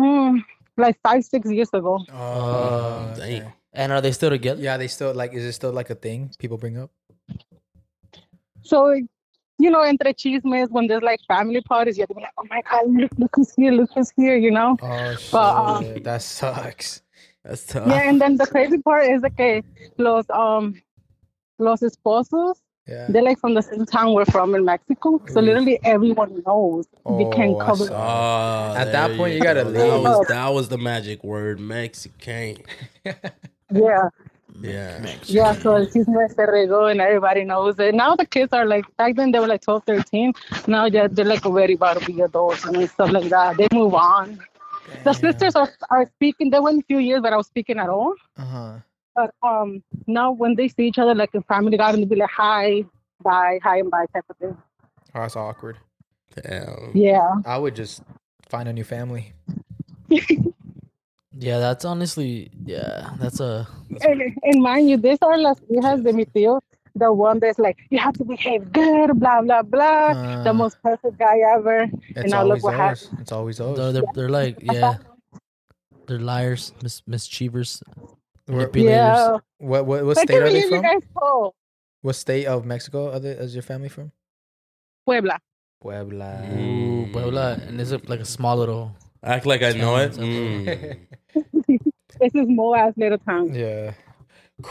Speaker 7: Mm, like five, six years ago.
Speaker 1: Oh,
Speaker 3: Dang.
Speaker 1: okay.
Speaker 2: And are they still together?
Speaker 1: Yeah, they still like. Is it still like a thing people bring up?
Speaker 7: So, you know, entre chismes, when there's like family parties, you have to be like, oh my god, look, look who's here, look who's here, you know.
Speaker 1: Oh shit,
Speaker 7: But, um,
Speaker 1: that sucks.
Speaker 3: That's tough.
Speaker 1: Ah.
Speaker 7: Yeah, and then the crazy part is okay, los um los esposos,
Speaker 1: Yeah.
Speaker 7: they're like from the same town we're from in Mexico. So literally everyone knows you can
Speaker 1: Oh, I
Speaker 7: cover
Speaker 1: saw.
Speaker 3: Oh,
Speaker 1: At that
Speaker 3: there
Speaker 1: point, you gotta
Speaker 3: go.
Speaker 1: leave.
Speaker 3: That was, that was the magic word, Mexican.
Speaker 7: Yeah.
Speaker 3: Yeah.
Speaker 7: Yeah. So el chisme se regó and everybody knows it. Now the kids are like back then they were like 12, 13. Now yeah, they're like already about to be adults and stuff like that. They move on. The sisters are, are speaking. They went a few years without speaking at all.
Speaker 1: Uh huh.
Speaker 7: But um, now when they see each other, like in Family Garden, they'll be like, hi, bye, hi, and bye type of thing.
Speaker 1: Oh, that's awkward.
Speaker 3: Damn.
Speaker 7: Yeah.
Speaker 1: I would just find a new family.
Speaker 2: Yeah, that's honestly, yeah, that's a.
Speaker 7: and, and mind you, these are las hijas de mi tío. The one that's like, you have to behave good, blah, blah, blah.
Speaker 1: Uh,
Speaker 7: the most perfect guy ever.
Speaker 1: It's
Speaker 7: now
Speaker 1: always
Speaker 7: look what
Speaker 1: those. It's always
Speaker 2: They're,
Speaker 1: those.
Speaker 2: they're, they're like, yeah, they're liars, mis- mischievers,
Speaker 1: Where,
Speaker 2: manipulators.
Speaker 7: Yeah.
Speaker 1: what what what
Speaker 7: I
Speaker 1: state are
Speaker 7: can't
Speaker 1: they
Speaker 7: believe you
Speaker 1: from?
Speaker 7: guys oh,
Speaker 1: What state of Mexico are they, is your family from?
Speaker 7: Puebla.
Speaker 1: Puebla.
Speaker 3: Mm.
Speaker 2: Ooh, Puebla, and it's a, like a small little.
Speaker 3: Act like I know it.
Speaker 2: Sounds like
Speaker 3: Mm.
Speaker 7: It's a small ass little town.
Speaker 1: Yeah.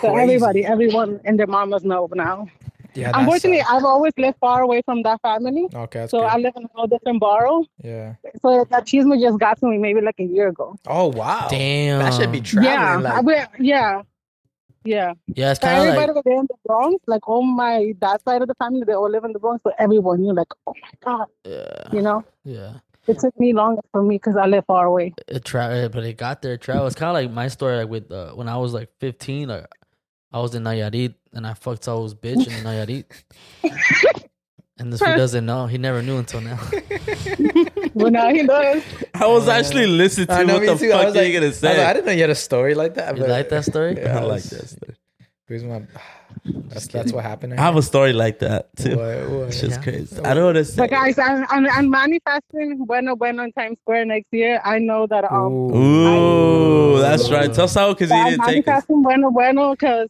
Speaker 7: So
Speaker 1: Crazy.
Speaker 7: everybody, everyone and their mamas know now.
Speaker 1: Yeah. that
Speaker 7: Unfortunately,
Speaker 1: sucks.
Speaker 7: I've always lived far away from that family.
Speaker 1: okay. That's
Speaker 7: so
Speaker 1: good.
Speaker 7: I live in a whole different borough.
Speaker 1: yeah.
Speaker 7: So that chisme just got to me maybe like a year ago.
Speaker 1: Oh wow.
Speaker 2: Damn.
Speaker 1: That should be traveling.
Speaker 7: yeah.
Speaker 1: Like,
Speaker 7: I went- yeah. Yeah.
Speaker 2: Yeah, it's
Speaker 7: So
Speaker 2: kind of
Speaker 7: everybody
Speaker 2: like.
Speaker 7: was there in the Bronx, like all my that side of the family, they all live in the Bronx. So everyone, you're like, oh my god,
Speaker 2: Yeah.
Speaker 7: you know.
Speaker 2: yeah.
Speaker 7: It took me longer for me because I live far
Speaker 2: *laughs*
Speaker 7: away.
Speaker 2: it travel, but it got there. Travel. It's kind of like my story. Like with uh, when I was like 15, like, I was in Nayarit and I fucked Saul's bitch in Nayarit. and this fool doesn't know. He never knew
Speaker 1: *laughs*
Speaker 2: until now.
Speaker 7: Well, now he knows.
Speaker 3: I was actually listening to
Speaker 1: I know,
Speaker 3: what
Speaker 1: me
Speaker 3: the
Speaker 1: too. I
Speaker 3: fuck are
Speaker 1: was
Speaker 3: you
Speaker 1: like, I,
Speaker 3: gonna
Speaker 1: was like,
Speaker 3: say.
Speaker 1: I didn't know you had a story like that.
Speaker 2: You like that story?
Speaker 1: Yeah,
Speaker 3: I like
Speaker 1: it's-
Speaker 3: this.
Speaker 1: Here's my. That's, that's what happened.
Speaker 3: I have a story like that too. *laughs*
Speaker 1: What- what?
Speaker 3: It's just
Speaker 2: Yeah.
Speaker 3: crazy. I don't
Speaker 7: But
Speaker 3: understand.
Speaker 7: guys, I'm, I'm, I'm manifesting Bueno Bueno in Times Square next year. I know that um,
Speaker 3: Ooh, that's right. Tell Saul because he
Speaker 7: that I'm
Speaker 3: didn't take us.
Speaker 7: manifesting Bueno Bueno because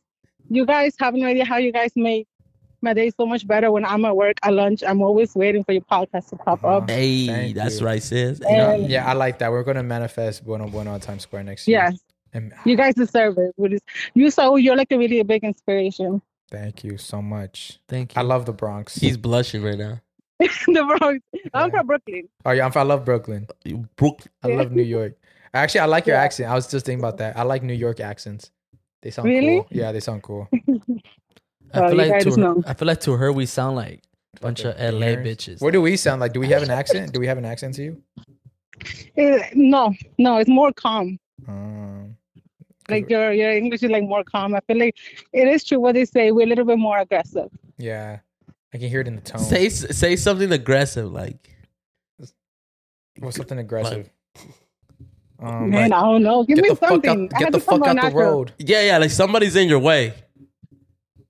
Speaker 7: you guys have no idea how you guys make my day so much better when I'm at work at lunch. I'm always waiting for your podcast to pop
Speaker 2: Oh,
Speaker 7: up.
Speaker 3: Hey,
Speaker 1: Thank
Speaker 3: that's
Speaker 1: you.
Speaker 3: right, sis.
Speaker 1: You know,
Speaker 7: And-
Speaker 1: yeah, I like that. We're gonna manifest Bueno Bueno on Times Square next year.
Speaker 7: Yes,
Speaker 1: And,
Speaker 7: you guys deserve it. What is- You so you're like a really big inspiration.
Speaker 1: thank you so much.
Speaker 2: Thank you.
Speaker 1: I love the Bronx.
Speaker 3: He's blushing right now.
Speaker 7: *laughs* the Bronx. I'm
Speaker 1: Yeah.
Speaker 7: from Brooklyn.
Speaker 1: Oh yeah, I'm- I love Brooklyn.
Speaker 3: You Brook.
Speaker 1: I love
Speaker 7: *laughs*
Speaker 1: New York. Actually, I like your accent. I was just thinking about that. I like New York accents. They sound
Speaker 7: Really?
Speaker 1: cool. Yeah, they sound cool.
Speaker 2: I
Speaker 7: Oh,
Speaker 2: feel
Speaker 7: you
Speaker 2: like
Speaker 7: guys
Speaker 2: to her,
Speaker 7: know.
Speaker 2: I feel like to her we sound like a bunch of LA bitches.
Speaker 1: What do we sound like? Do we have an accent? Do we have an accent to you?
Speaker 7: Eh, no, no, it's more calm.
Speaker 1: Oh,
Speaker 7: Like your your English is like more calm. I feel like it is true what they say. We're a little bit more aggressive.
Speaker 1: Yeah, I can hear it in the tone.
Speaker 3: Say s- say something aggressive like
Speaker 1: or something aggressive. Um,
Speaker 7: Man, I don't know. Give
Speaker 1: get
Speaker 7: me
Speaker 1: the fuck
Speaker 7: something.
Speaker 1: out!
Speaker 7: I
Speaker 1: Get
Speaker 7: had
Speaker 1: the
Speaker 7: to come
Speaker 1: fuck
Speaker 7: on
Speaker 1: out the
Speaker 7: natural.
Speaker 1: road.
Speaker 3: yeah yeah like somebody's in your way.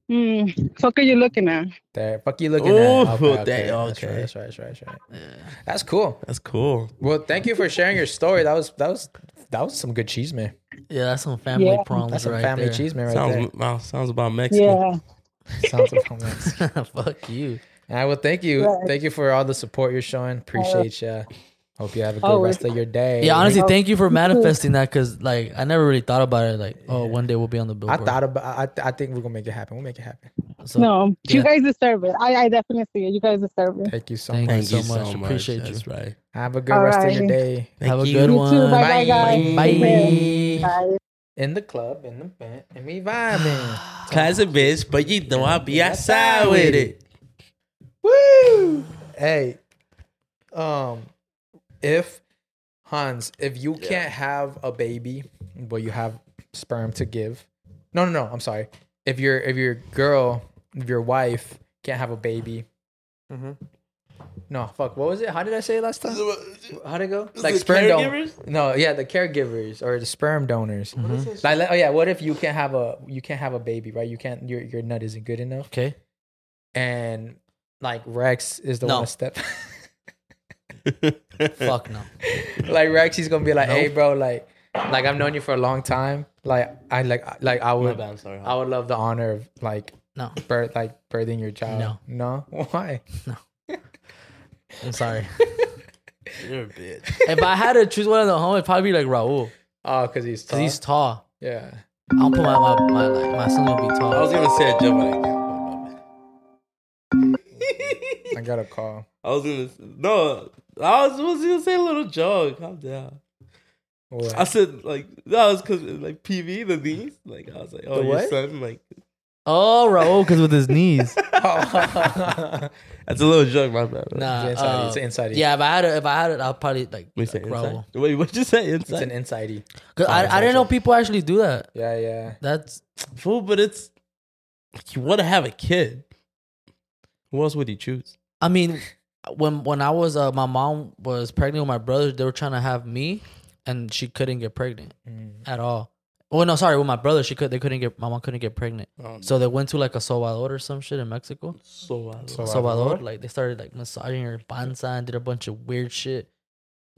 Speaker 7: Mm, fuck are you looking at?
Speaker 1: There, fuck you looking
Speaker 3: Ooh,
Speaker 1: at. Okay, okay,
Speaker 3: damn,
Speaker 1: That's right.
Speaker 3: okay.
Speaker 1: That's right. That's right. That's right. That's cool.
Speaker 3: That's cool.
Speaker 1: Well, thank you for sharing your story. That was that was that was some good cheese man.
Speaker 2: Yeah, that's some family
Speaker 7: Yeah.
Speaker 2: problems
Speaker 1: That's some
Speaker 2: right
Speaker 1: family
Speaker 2: there.
Speaker 1: cheese man right
Speaker 3: sounds wow, sounds about Mexican.
Speaker 7: Yeah.
Speaker 1: there. *laughs* Sounds about that.
Speaker 2: *laughs* Fuck you.
Speaker 1: All right. Well, thank you.
Speaker 7: Right. Uh,
Speaker 1: Thank you for all the support you're showing. Appreciate ya. Hope you have a good
Speaker 7: Always.
Speaker 1: rest of your day.
Speaker 2: Yeah, honestly,
Speaker 7: Oh,
Speaker 2: thank you for
Speaker 7: you too.
Speaker 2: manifesting that because like I never really thought about it. Like, oh, one day we'll be on the
Speaker 1: I
Speaker 2: billboard.
Speaker 1: thought about. I, I think we're gonna make it happen. We'll make it happen.
Speaker 2: so,
Speaker 7: No,
Speaker 2: Yeah.
Speaker 7: you guys deserve it. I, I definitely see it. You guys deserve it.
Speaker 1: Thank you so
Speaker 2: Thank
Speaker 1: much.
Speaker 3: Thank
Speaker 2: so
Speaker 3: you so
Speaker 2: much.
Speaker 3: much.
Speaker 2: Appreciate you.
Speaker 3: That's right.
Speaker 1: Have a good
Speaker 7: All
Speaker 1: rest of your
Speaker 7: right.
Speaker 1: day
Speaker 2: Have a
Speaker 3: Thank
Speaker 2: good
Speaker 7: you. You
Speaker 2: one.
Speaker 7: too. Bye-bye,
Speaker 1: Bye.
Speaker 7: guys.
Speaker 2: Bye.
Speaker 7: Amen. Bye.
Speaker 1: in the club, in the band, and me vibing.
Speaker 3: Class a bitch, but you know I be outside with it.
Speaker 1: Woo! Hey, um, if Hans, if you can't have a baby, but you have sperm to give, no, no, no. I'm sorry. If your if your girl, if your wife can't have a baby, no, fuck. What was it? How did I say it last time? How'd it go? Like
Speaker 3: the
Speaker 1: sperm donors.
Speaker 3: caregivers?
Speaker 1: No, yeah, the caregivers or the sperm donors. Like, like, oh yeah, what if you can't have a you can't have a baby, right? You can't. Your your nut isn't good enough,
Speaker 2: Okay.
Speaker 1: and like Rex is the
Speaker 2: No.
Speaker 1: one to step. *laughs*
Speaker 2: Fuck no.
Speaker 1: like Rex, he's gonna be like,
Speaker 2: Nope.
Speaker 1: "Hey, bro, like, like I've known you for a long time. Like, I like, I- like I
Speaker 3: My
Speaker 1: would,
Speaker 3: bad, I'm sorry.
Speaker 1: I would love the honor of like
Speaker 2: No.
Speaker 1: birth, like birthing your child. No, no, *laughs* why?
Speaker 2: I'm sorry.
Speaker 3: *laughs* You're a bitch.
Speaker 2: if I had to choose one of the home, it'd probably be like Raul
Speaker 1: Oh, cause he's tall.
Speaker 2: because he's tall.
Speaker 1: yeah.
Speaker 2: I'll put my my my, like, my son will be
Speaker 3: I
Speaker 2: tall.
Speaker 3: was gonna say a joke, but I can't.
Speaker 1: I got a call.
Speaker 3: I was gonna no. I was, was gonna say a little joke. Calm down.
Speaker 1: What?
Speaker 3: I said like that was because like PV the niece. Like I was like, oh
Speaker 1: The
Speaker 3: your
Speaker 1: what?
Speaker 3: son.
Speaker 1: *laughs*
Speaker 3: Like *laughs*
Speaker 2: Oh, Raul, because with his knees.
Speaker 1: Oh.
Speaker 3: that's a little joke. My bad.
Speaker 2: Nah.
Speaker 1: it's inside.
Speaker 2: uh,
Speaker 1: it's an inside.
Speaker 2: yeah, if I had to, if I had it, I'll probably like,
Speaker 3: We
Speaker 2: like
Speaker 3: say
Speaker 2: Raul.
Speaker 3: inside. Wait, what you say
Speaker 1: It's an
Speaker 3: inside?
Speaker 1: insidey.
Speaker 2: 'Cause
Speaker 1: Oh, it's
Speaker 2: I, I didn't know people actually do that.
Speaker 1: Yeah, yeah.
Speaker 2: That's
Speaker 3: Food, but it's you want to have a kid. Who else would you choose?
Speaker 2: I mean, when when I was uh, my mom was pregnant with my brother, they were trying to have me, and she couldn't get pregnant
Speaker 1: Mm.
Speaker 2: at all. Well, no, sorry, with my brother, she could they couldn't get my mom couldn't get pregnant.
Speaker 3: Um,
Speaker 2: So they went to like a Salvador or some shit in Mexico.
Speaker 3: so I
Speaker 1: So-
Speaker 2: Salvador, like they started like massaging her panza and did a bunch of weird shit,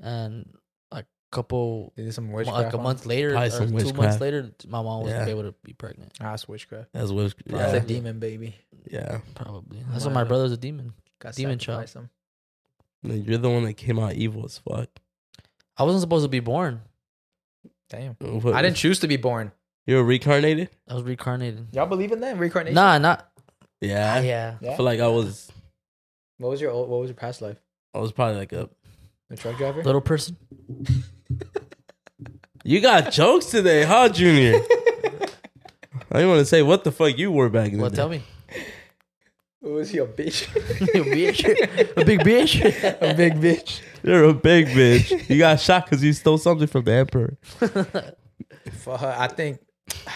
Speaker 2: and like a couple.
Speaker 1: They did some
Speaker 2: mo-
Speaker 1: witchcraft.
Speaker 2: Like a
Speaker 1: on
Speaker 2: month later,
Speaker 3: Probably
Speaker 2: or
Speaker 3: some
Speaker 2: two months
Speaker 3: witchcraft.
Speaker 2: later, my mom was
Speaker 3: Yeah.
Speaker 2: able to be pregnant.
Speaker 1: it? Ah, it's witchcraft.
Speaker 3: that's what.
Speaker 1: It's a
Speaker 3: Yeah,
Speaker 2: Probably.
Speaker 1: demon baby.
Speaker 3: yeah.
Speaker 2: Probably.
Speaker 1: Might
Speaker 2: That's why my
Speaker 1: have-
Speaker 2: brother's a demon.
Speaker 1: Got
Speaker 2: Demon child.
Speaker 1: sacrificed him.
Speaker 3: No, You're the one that came out evil as fuck.
Speaker 2: I wasn't supposed to be born.
Speaker 1: Damn.
Speaker 3: What-
Speaker 1: I didn't choose to be born.
Speaker 3: You were reincarnated.
Speaker 2: I was reincarnated.
Speaker 1: Y'all believe in that reincarnation?
Speaker 2: Nah, not
Speaker 3: Yeah.
Speaker 2: yeah.
Speaker 3: I feel like I was.
Speaker 1: What was your old, What was your past life?
Speaker 3: I was probably like a.
Speaker 1: A truck driver.
Speaker 2: Little person.
Speaker 3: You got jokes today, huh, *laughs* Junior? I didn't want to say what the fuck you were back then.
Speaker 2: Well, tell me.
Speaker 1: was he a
Speaker 2: *laughs*
Speaker 1: bitch?
Speaker 2: You bitch. *laughs* A big bitch.
Speaker 1: *laughs* a big bitch.
Speaker 3: You're a big bitch. You got shot because you stole something from the emperor.
Speaker 1: For her, I think.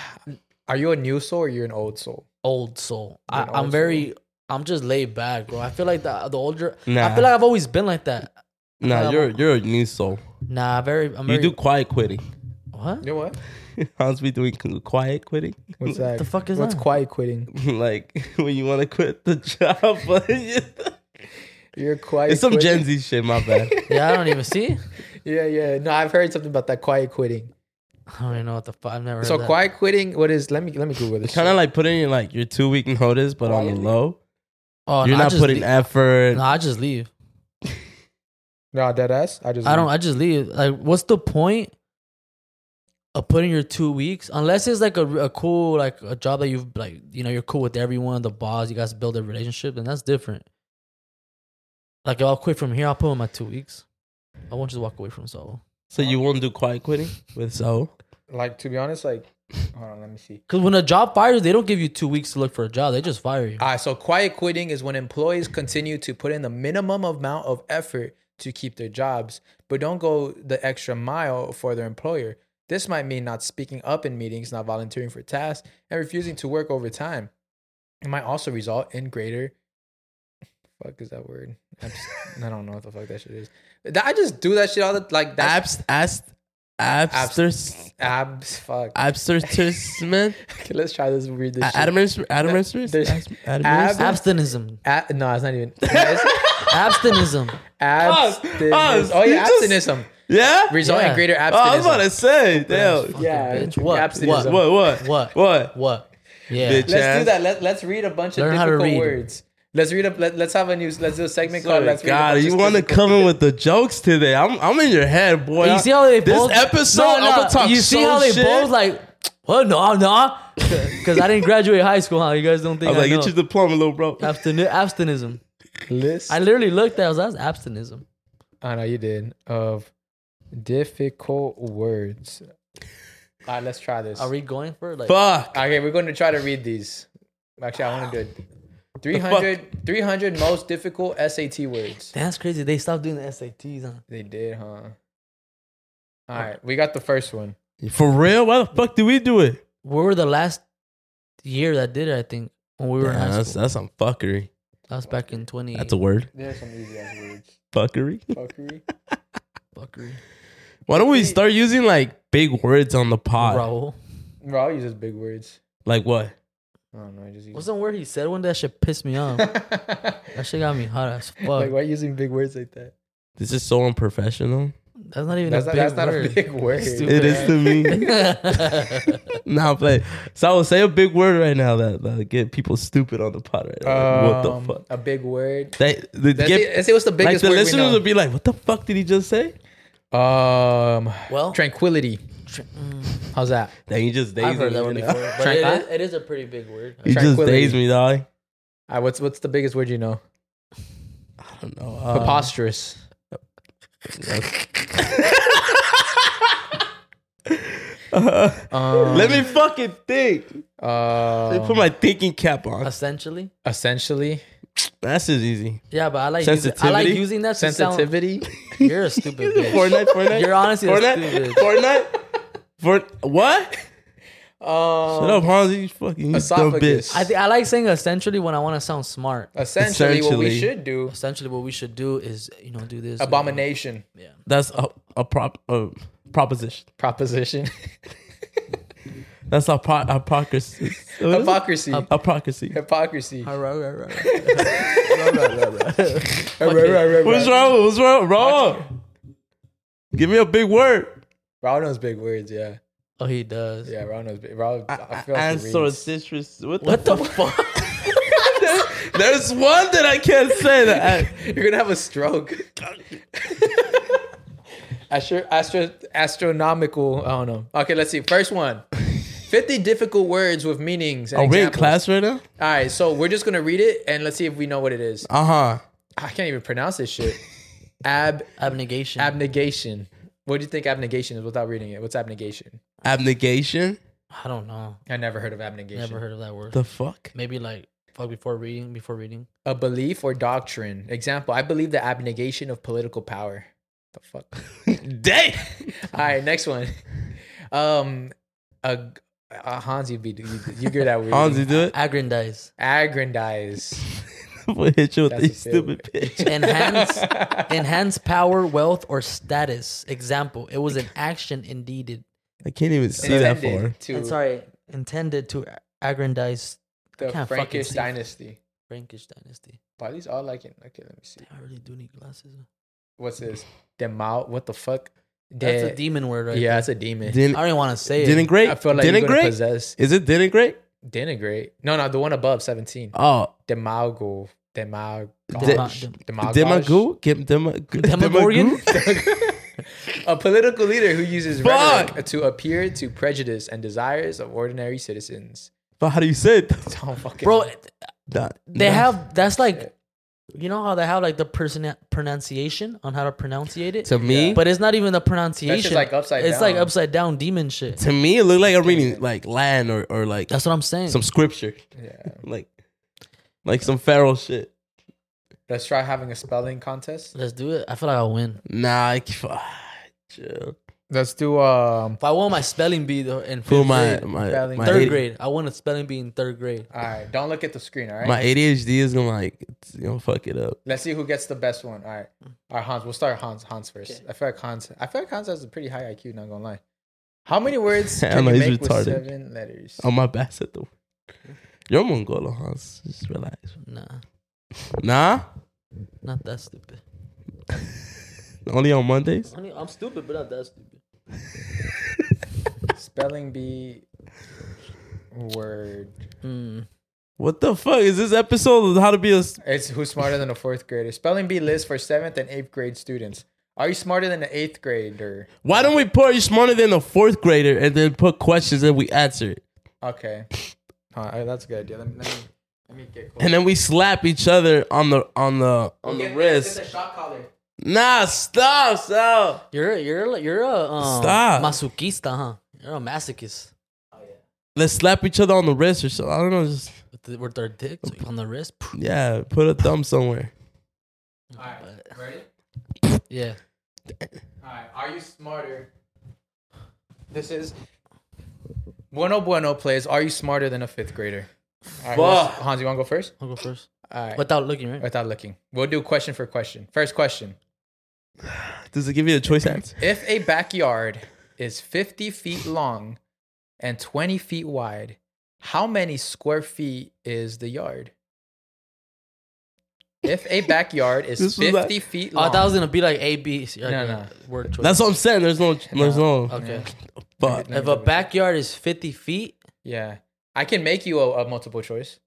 Speaker 1: *sighs* Are you a new soul or you're an old soul?
Speaker 2: Old soul. I,
Speaker 1: An old
Speaker 2: I'm very. I'm just laid back, bro. I feel like the the older. I
Speaker 3: Nah.
Speaker 2: feel like I've always been like that.
Speaker 3: Nah, you're you're a new soul.
Speaker 2: Nah, very. I'm
Speaker 3: You
Speaker 2: very,
Speaker 3: do quiet quitting. *laughs*
Speaker 2: what?
Speaker 1: You know what?
Speaker 3: Hans be doing quiet quitting. *laughs*
Speaker 1: What's that?
Speaker 2: The fuck is
Speaker 1: What's
Speaker 2: that?
Speaker 1: quiet quitting?
Speaker 3: like when you want to quit the job, *laughs* but you-
Speaker 1: You're quiet.
Speaker 3: it's some
Speaker 1: quitting.
Speaker 3: Gen Z shit. My
Speaker 2: *laughs*
Speaker 3: bad.
Speaker 2: Yeah, I don't even see. *laughs*
Speaker 1: Yeah, yeah. No, I've heard something about that quiet quitting.
Speaker 2: I don't even know what the fuck. I've never.
Speaker 1: So
Speaker 2: heard
Speaker 1: quiet quitting. What is? Let me let me Google this.
Speaker 3: kind
Speaker 1: shit.
Speaker 3: of like putting in like your two week notice, but on the low.
Speaker 2: That. Oh, no,
Speaker 3: You're
Speaker 2: I
Speaker 3: not
Speaker 2: just
Speaker 3: putting
Speaker 2: leave.
Speaker 3: effort.
Speaker 2: No, I just leave.
Speaker 1: no dead ass. I just
Speaker 2: I don't. I just leave. Like, what's the point of putting your two weeks? Unless it's like a, a cool, like a job that you've like, you know, you're cool with everyone, the boss. You guys build a relationship, and that's different. Like, if I'll quit from here, I'll put in my two weeks. I won't just walk away from Soul.
Speaker 3: So you won't do quiet quitting with so.
Speaker 1: like to be honest. Like, hold on. Let me see.
Speaker 2: Because when a job fires, they don't give you two weeks to look for a job. They just fire you.
Speaker 1: All right, so quiet quitting is when employees continue to put in the minimum amount of effort to keep their jobs, but don't go the extra mile for their employer. This might mean not speaking up in meetings, not volunteering for tasks, and refusing to work overtime. It might also result in greater *laughs* fuck is that word? Abs- I don't know what the fuck that shit is. That- I just do that shit all the like that
Speaker 3: Abs, ast, absters,
Speaker 1: abs fuck.
Speaker 2: *laughs*
Speaker 3: abstertismen,
Speaker 1: okay, let's try this weird this shit.
Speaker 3: adamanters,
Speaker 1: There's-
Speaker 3: adamanters,
Speaker 1: Ab-
Speaker 2: Abstinism.
Speaker 1: A- no, it's not even. It's
Speaker 2: Abstinism.
Speaker 1: abstinism.
Speaker 3: Us.
Speaker 1: Oh
Speaker 3: You
Speaker 1: yeah,
Speaker 3: just-
Speaker 1: abstinism.
Speaker 3: Yeah.
Speaker 1: Result in
Speaker 2: Yeah.
Speaker 1: greater
Speaker 3: Oh, I was
Speaker 1: abstinism.
Speaker 3: about to say, damn.
Speaker 1: yeah,
Speaker 2: Bitch, what?
Speaker 1: abstinism.
Speaker 3: What? What?
Speaker 2: What?
Speaker 3: What?
Speaker 2: What? Yeah.
Speaker 3: Bitch.
Speaker 1: Let's
Speaker 3: Chaz.
Speaker 1: do that. Let, let's read a bunch of
Speaker 2: Learn how to
Speaker 1: difficult
Speaker 2: read.
Speaker 1: words. Let's read a let, let's have a news. Let's do a segment called
Speaker 3: Sorry,
Speaker 1: Let's Read a
Speaker 3: God,
Speaker 1: Bunch of
Speaker 3: you want to
Speaker 1: Difficult-
Speaker 3: come in with the jokes today? I'm, I'm in your head, boy.
Speaker 2: You see how they
Speaker 3: this
Speaker 2: both
Speaker 3: episode?
Speaker 2: No, no,
Speaker 3: I'm gonna talk
Speaker 2: You see
Speaker 3: so
Speaker 2: how they
Speaker 3: shit.
Speaker 2: both like? Well, no, no, *laughs* because I didn't graduate high school. Huh? You guys don't
Speaker 3: I
Speaker 2: think I,
Speaker 3: was like,
Speaker 2: know.
Speaker 3: get your diploma, little bro.
Speaker 2: Abstin- abstinism.
Speaker 1: list?
Speaker 2: I literally looked at. it, I was like, that's abstinism.
Speaker 1: I know Oh, you did of difficult words. All right, let's try this.
Speaker 2: Are we going for like?
Speaker 3: Fuck.
Speaker 1: Okay, we're going to try to read these. Actually, I want to do it. 300, 300 most difficult SAT words.
Speaker 2: That's crazy. They stopped doing the SATs. Huh?
Speaker 1: They did, huh? All right, we got the first one.
Speaker 3: For real? Why the fuck do we do it?
Speaker 2: We were the last year that did it. I think when we were
Speaker 3: Nah,
Speaker 2: in high
Speaker 3: that's
Speaker 2: school.
Speaker 3: that's some fuckery.
Speaker 2: That was back in twenty.
Speaker 3: That's a word.
Speaker 1: There's some easy ass words.
Speaker 3: Fuckery.
Speaker 1: Fuckery.
Speaker 2: fuckery.
Speaker 3: Why don't we start using like big words on the pod?
Speaker 2: Raul.
Speaker 1: Bro, I'll use those big words.
Speaker 3: Like what?
Speaker 1: I don't know. I just use
Speaker 2: What's the word he said? One that shit pissed me off. that shit got me hot as
Speaker 1: *laughs*
Speaker 2: fuck.
Speaker 1: like, why using big words like that?
Speaker 3: This is so unprofessional.
Speaker 2: that's not even
Speaker 1: That's
Speaker 2: a
Speaker 1: not,
Speaker 2: big
Speaker 1: that's not
Speaker 2: word.
Speaker 1: a
Speaker 2: *laughs*
Speaker 1: big word.
Speaker 2: Stupid.
Speaker 3: It is to me. *laughs*
Speaker 2: *laughs*
Speaker 3: nah, play. So I will say a big word right now that that get people stupid on the pod right now.
Speaker 1: *laughs*
Speaker 3: Like,
Speaker 1: Um,
Speaker 3: what the fuck?
Speaker 1: A big word.
Speaker 3: They, they
Speaker 1: Let's,
Speaker 3: get-
Speaker 1: see, let's see what's the
Speaker 3: like
Speaker 1: biggest
Speaker 3: the
Speaker 1: word we
Speaker 3: listeners
Speaker 1: know.
Speaker 3: would be like, "What the fuck did he just say?"
Speaker 1: um,
Speaker 2: Well-
Speaker 1: tranquility. How's that?
Speaker 3: Then you just dazed
Speaker 2: mm. I've heard
Speaker 3: me.
Speaker 2: that one
Speaker 3: you know?
Speaker 2: before,
Speaker 3: *laughs*
Speaker 2: but
Speaker 1: Trank-
Speaker 2: it
Speaker 1: *laughs*
Speaker 2: is, it is a pretty big word.
Speaker 3: You just
Speaker 1: Tranquility.
Speaker 3: dazed me, dog.
Speaker 1: All right, Ah, what's what's the biggest word you know?
Speaker 2: Um,
Speaker 3: I don't know. *laughs* Uh,
Speaker 1: Preposterous. Um,
Speaker 3: *laughs* let me fucking think.
Speaker 2: *laughs*
Speaker 3: Let me
Speaker 1: um,
Speaker 3: put my thinking cap on.
Speaker 2: Essentially,
Speaker 1: essentially
Speaker 3: That's just easy.
Speaker 2: yeah, but I like using, I like
Speaker 3: Sensitivity?
Speaker 2: using that to sound.
Speaker 1: sensitivity.
Speaker 2: *laughs* You're a stupid bitch.
Speaker 3: Fortnite, Fortnite.
Speaker 2: You're honestly a
Speaker 3: Fortnite,
Speaker 2: stupid bitch.
Speaker 3: Fortnite. For what? Shut
Speaker 1: Um,
Speaker 3: up, Hans. You fucking you dumb
Speaker 1: esophagus.
Speaker 3: bitch.
Speaker 2: I, thi- I like saying essentially when I want to sound smart.
Speaker 1: essentially, what we
Speaker 3: Essentially.
Speaker 1: should do.
Speaker 2: Essentially, what we should do is you know do this do that. *laughs*
Speaker 1: Abomination
Speaker 3: That's a, a prop a proposition.
Speaker 1: proposition. *laughs*
Speaker 3: That's a pro, hypocrisy. What is
Speaker 1: Hypocrisy.
Speaker 3: it? Hypocrisy.
Speaker 1: Hypocrisy.
Speaker 3: *laughs* What's wrong? What's wrong? Wrong. Give me a big word.
Speaker 1: Raul knows big words. Yeah,
Speaker 2: Oh, he does.
Speaker 1: yeah. Raul knows. Big, Raul. I, I feel like he
Speaker 3: Answer
Speaker 1: reads.
Speaker 3: citrus. What the?
Speaker 2: What the fuck?
Speaker 3: *laughs* There's one that I can't
Speaker 1: *laughs*
Speaker 3: say that. I,
Speaker 1: You're gonna have a
Speaker 3: *laughs*
Speaker 1: stroke. Astro, astro, astronomical. I don't know. Okay, let's see. First one. 50 difficult words with meanings. And
Speaker 3: are we in
Speaker 1: examples.
Speaker 3: class right now?
Speaker 1: All right, so we're just gonna read it and let's see if we know what it is.
Speaker 3: Uh huh.
Speaker 1: I can't even pronounce this
Speaker 3: *laughs*
Speaker 1: shit. Ab
Speaker 2: Abnegation.
Speaker 1: abnegation. What do you think abnegation is without reading it? What's abnegation?
Speaker 3: Abnegation.
Speaker 2: I don't know.
Speaker 1: I never heard of abnegation.
Speaker 2: Never heard of that word.
Speaker 3: The *laughs* fuck?
Speaker 2: Maybe like fuck before reading. Before reading.
Speaker 1: A belief or doctrine. Example: I believe the abnegation of political power. The
Speaker 3: *laughs*
Speaker 1: fuck.
Speaker 3: Dang.
Speaker 1: All right, next one. Um, a uh, Hans, you be you, you get
Speaker 3: *laughs*
Speaker 1: that word.
Speaker 3: Hans, you do
Speaker 2: *laughs*
Speaker 3: it.
Speaker 2: Aggrandize.
Speaker 1: Aggrandize.
Speaker 3: *laughs* We'll hit you with
Speaker 1: That's a *laughs*
Speaker 3: these stupid bitch.
Speaker 2: Enhance. enhance power, wealth, or status. Example: It was an action indeed.
Speaker 3: I can't even see that far.
Speaker 1: Intended to
Speaker 2: I'm sorry, intended to aggrandize I
Speaker 1: the
Speaker 2: can't fucking
Speaker 1: Frankish
Speaker 2: see.
Speaker 1: dynasty.
Speaker 2: Frankish dynasty.
Speaker 1: Why are these all like in? Okay, let me see.
Speaker 2: I really do need glasses.
Speaker 1: What's this? The Mao? What the fuck?
Speaker 2: That's
Speaker 1: The-
Speaker 2: a demon word, right?
Speaker 1: yeah,
Speaker 2: Yeah.
Speaker 1: that's a demon.
Speaker 2: I
Speaker 3: Didn't
Speaker 2: don't even want to say
Speaker 3: didn't
Speaker 2: it.
Speaker 3: great?
Speaker 1: I feel like
Speaker 3: didn't
Speaker 1: you're gonna
Speaker 3: great?
Speaker 1: possess
Speaker 3: Is it didn't great?
Speaker 1: denigrate. No, no, the one above seventeen.
Speaker 3: Oh,
Speaker 1: Demago. Demag.
Speaker 2: Dem-
Speaker 1: Demagogue.
Speaker 3: demagogue. Give demag-
Speaker 2: Demogorgon? *laughs*
Speaker 1: *laughs* A political leader who uses
Speaker 3: Fuck!
Speaker 1: rhetoric to appear to prejudice and desires of ordinary citizens. *laughs*
Speaker 3: But how do you say it?
Speaker 1: Don't fucking
Speaker 2: Bro,
Speaker 3: That-
Speaker 2: they
Speaker 3: no.
Speaker 2: have that's like you know how they have like the person pronunciation on how to pronunciate it?
Speaker 3: to me.
Speaker 2: But it's not even the pronunciation.
Speaker 1: like upside
Speaker 2: It's like
Speaker 1: down.
Speaker 2: upside down demon shit.
Speaker 3: To me, it looked like I'm reading like land or, or like
Speaker 2: That's what I'm saying.
Speaker 3: some scripture,
Speaker 1: Yeah.
Speaker 3: like like some feral shit.
Speaker 1: Let's try having a spelling contest.
Speaker 2: Let's do it. I feel like I'll win.
Speaker 3: Nah, I c- chill.
Speaker 1: Let's do um.
Speaker 2: If I won my spelling bee though in
Speaker 3: Fool,
Speaker 2: fifth
Speaker 3: my
Speaker 2: grade,
Speaker 3: my
Speaker 1: Spelling.
Speaker 3: my,
Speaker 2: third
Speaker 3: AD
Speaker 2: grade, I won a spelling bee in third grade.
Speaker 1: All right, don't look at the screen. All right,
Speaker 3: my ADHD is gonna like it's gonna fuck it up.
Speaker 1: let's see who gets the best one. All right,
Speaker 3: Hmm.
Speaker 1: all right, Hans. We'll start Hans. Hans first. I feel like Hans. I feel like Hans has a pretty high IQ. Not gonna lie. How
Speaker 3: *laughs*
Speaker 1: many words
Speaker 3: I
Speaker 1: can
Speaker 3: know,
Speaker 1: you
Speaker 3: he's
Speaker 1: make with
Speaker 3: retarded.
Speaker 1: seven letters?
Speaker 3: On my back at the. You're Mongolo, Hans. Just relax.
Speaker 2: Nah,
Speaker 3: Nah,
Speaker 2: not that stupid.
Speaker 3: only on Mondays.
Speaker 2: I mean, I'm stupid, but not that stupid.
Speaker 1: Spelling bee word.
Speaker 2: Hmm.
Speaker 3: What the fuck is this episode? Of how to be a? s-
Speaker 1: It's who's smarter than a fourth grader. Spelling bee list for seventh and eighth grade students. Are you smarter than an eighth grader?
Speaker 3: Why don't we put are you smarter than a fourth grader and then put questions and we answer it
Speaker 1: Okay, all right, that's a good idea. Let me let me, let me get close.
Speaker 3: and then we slap each other on the on the on the wrist.
Speaker 1: shot collar.
Speaker 3: Nah, stop, stop.
Speaker 2: You're a- you're a- you're a um,
Speaker 3: Stop.
Speaker 2: masochista, huh? You're a masochist
Speaker 3: Let's slap each other on the wrist or something. I don't know. Just
Speaker 2: with, the, with their dick on the
Speaker 3: *laughs*
Speaker 2: wrist.
Speaker 3: yeah, put a thumb somewhere.
Speaker 1: All right, ready?
Speaker 2: Yeah.
Speaker 1: Alright, are you smarter? This is Bueno Bueno plays Are You Smarter Than a Fifth Grader? Alright, who else- Hans, you wanna go first?
Speaker 2: I'll go first.
Speaker 1: Alright.
Speaker 2: Without looking, right?
Speaker 1: Without looking. We'll do question for question. First question.
Speaker 3: Does it give you a choice answer?
Speaker 1: If a backyard is fifty feet long and twenty feet wide, how many square feet is the yard? If a backyard is
Speaker 3: This was
Speaker 1: fifty feet
Speaker 2: Oh,
Speaker 1: long.
Speaker 2: that was gonna be like A B. C, like
Speaker 1: No,
Speaker 2: a
Speaker 1: no.
Speaker 2: Word choice.
Speaker 3: That's what I'm saying. There's no. There's no.
Speaker 2: okay.
Speaker 3: But
Speaker 1: Yeah.
Speaker 2: If a backyard is fifty feet,
Speaker 1: yeah. I can make you a, a multiple choice.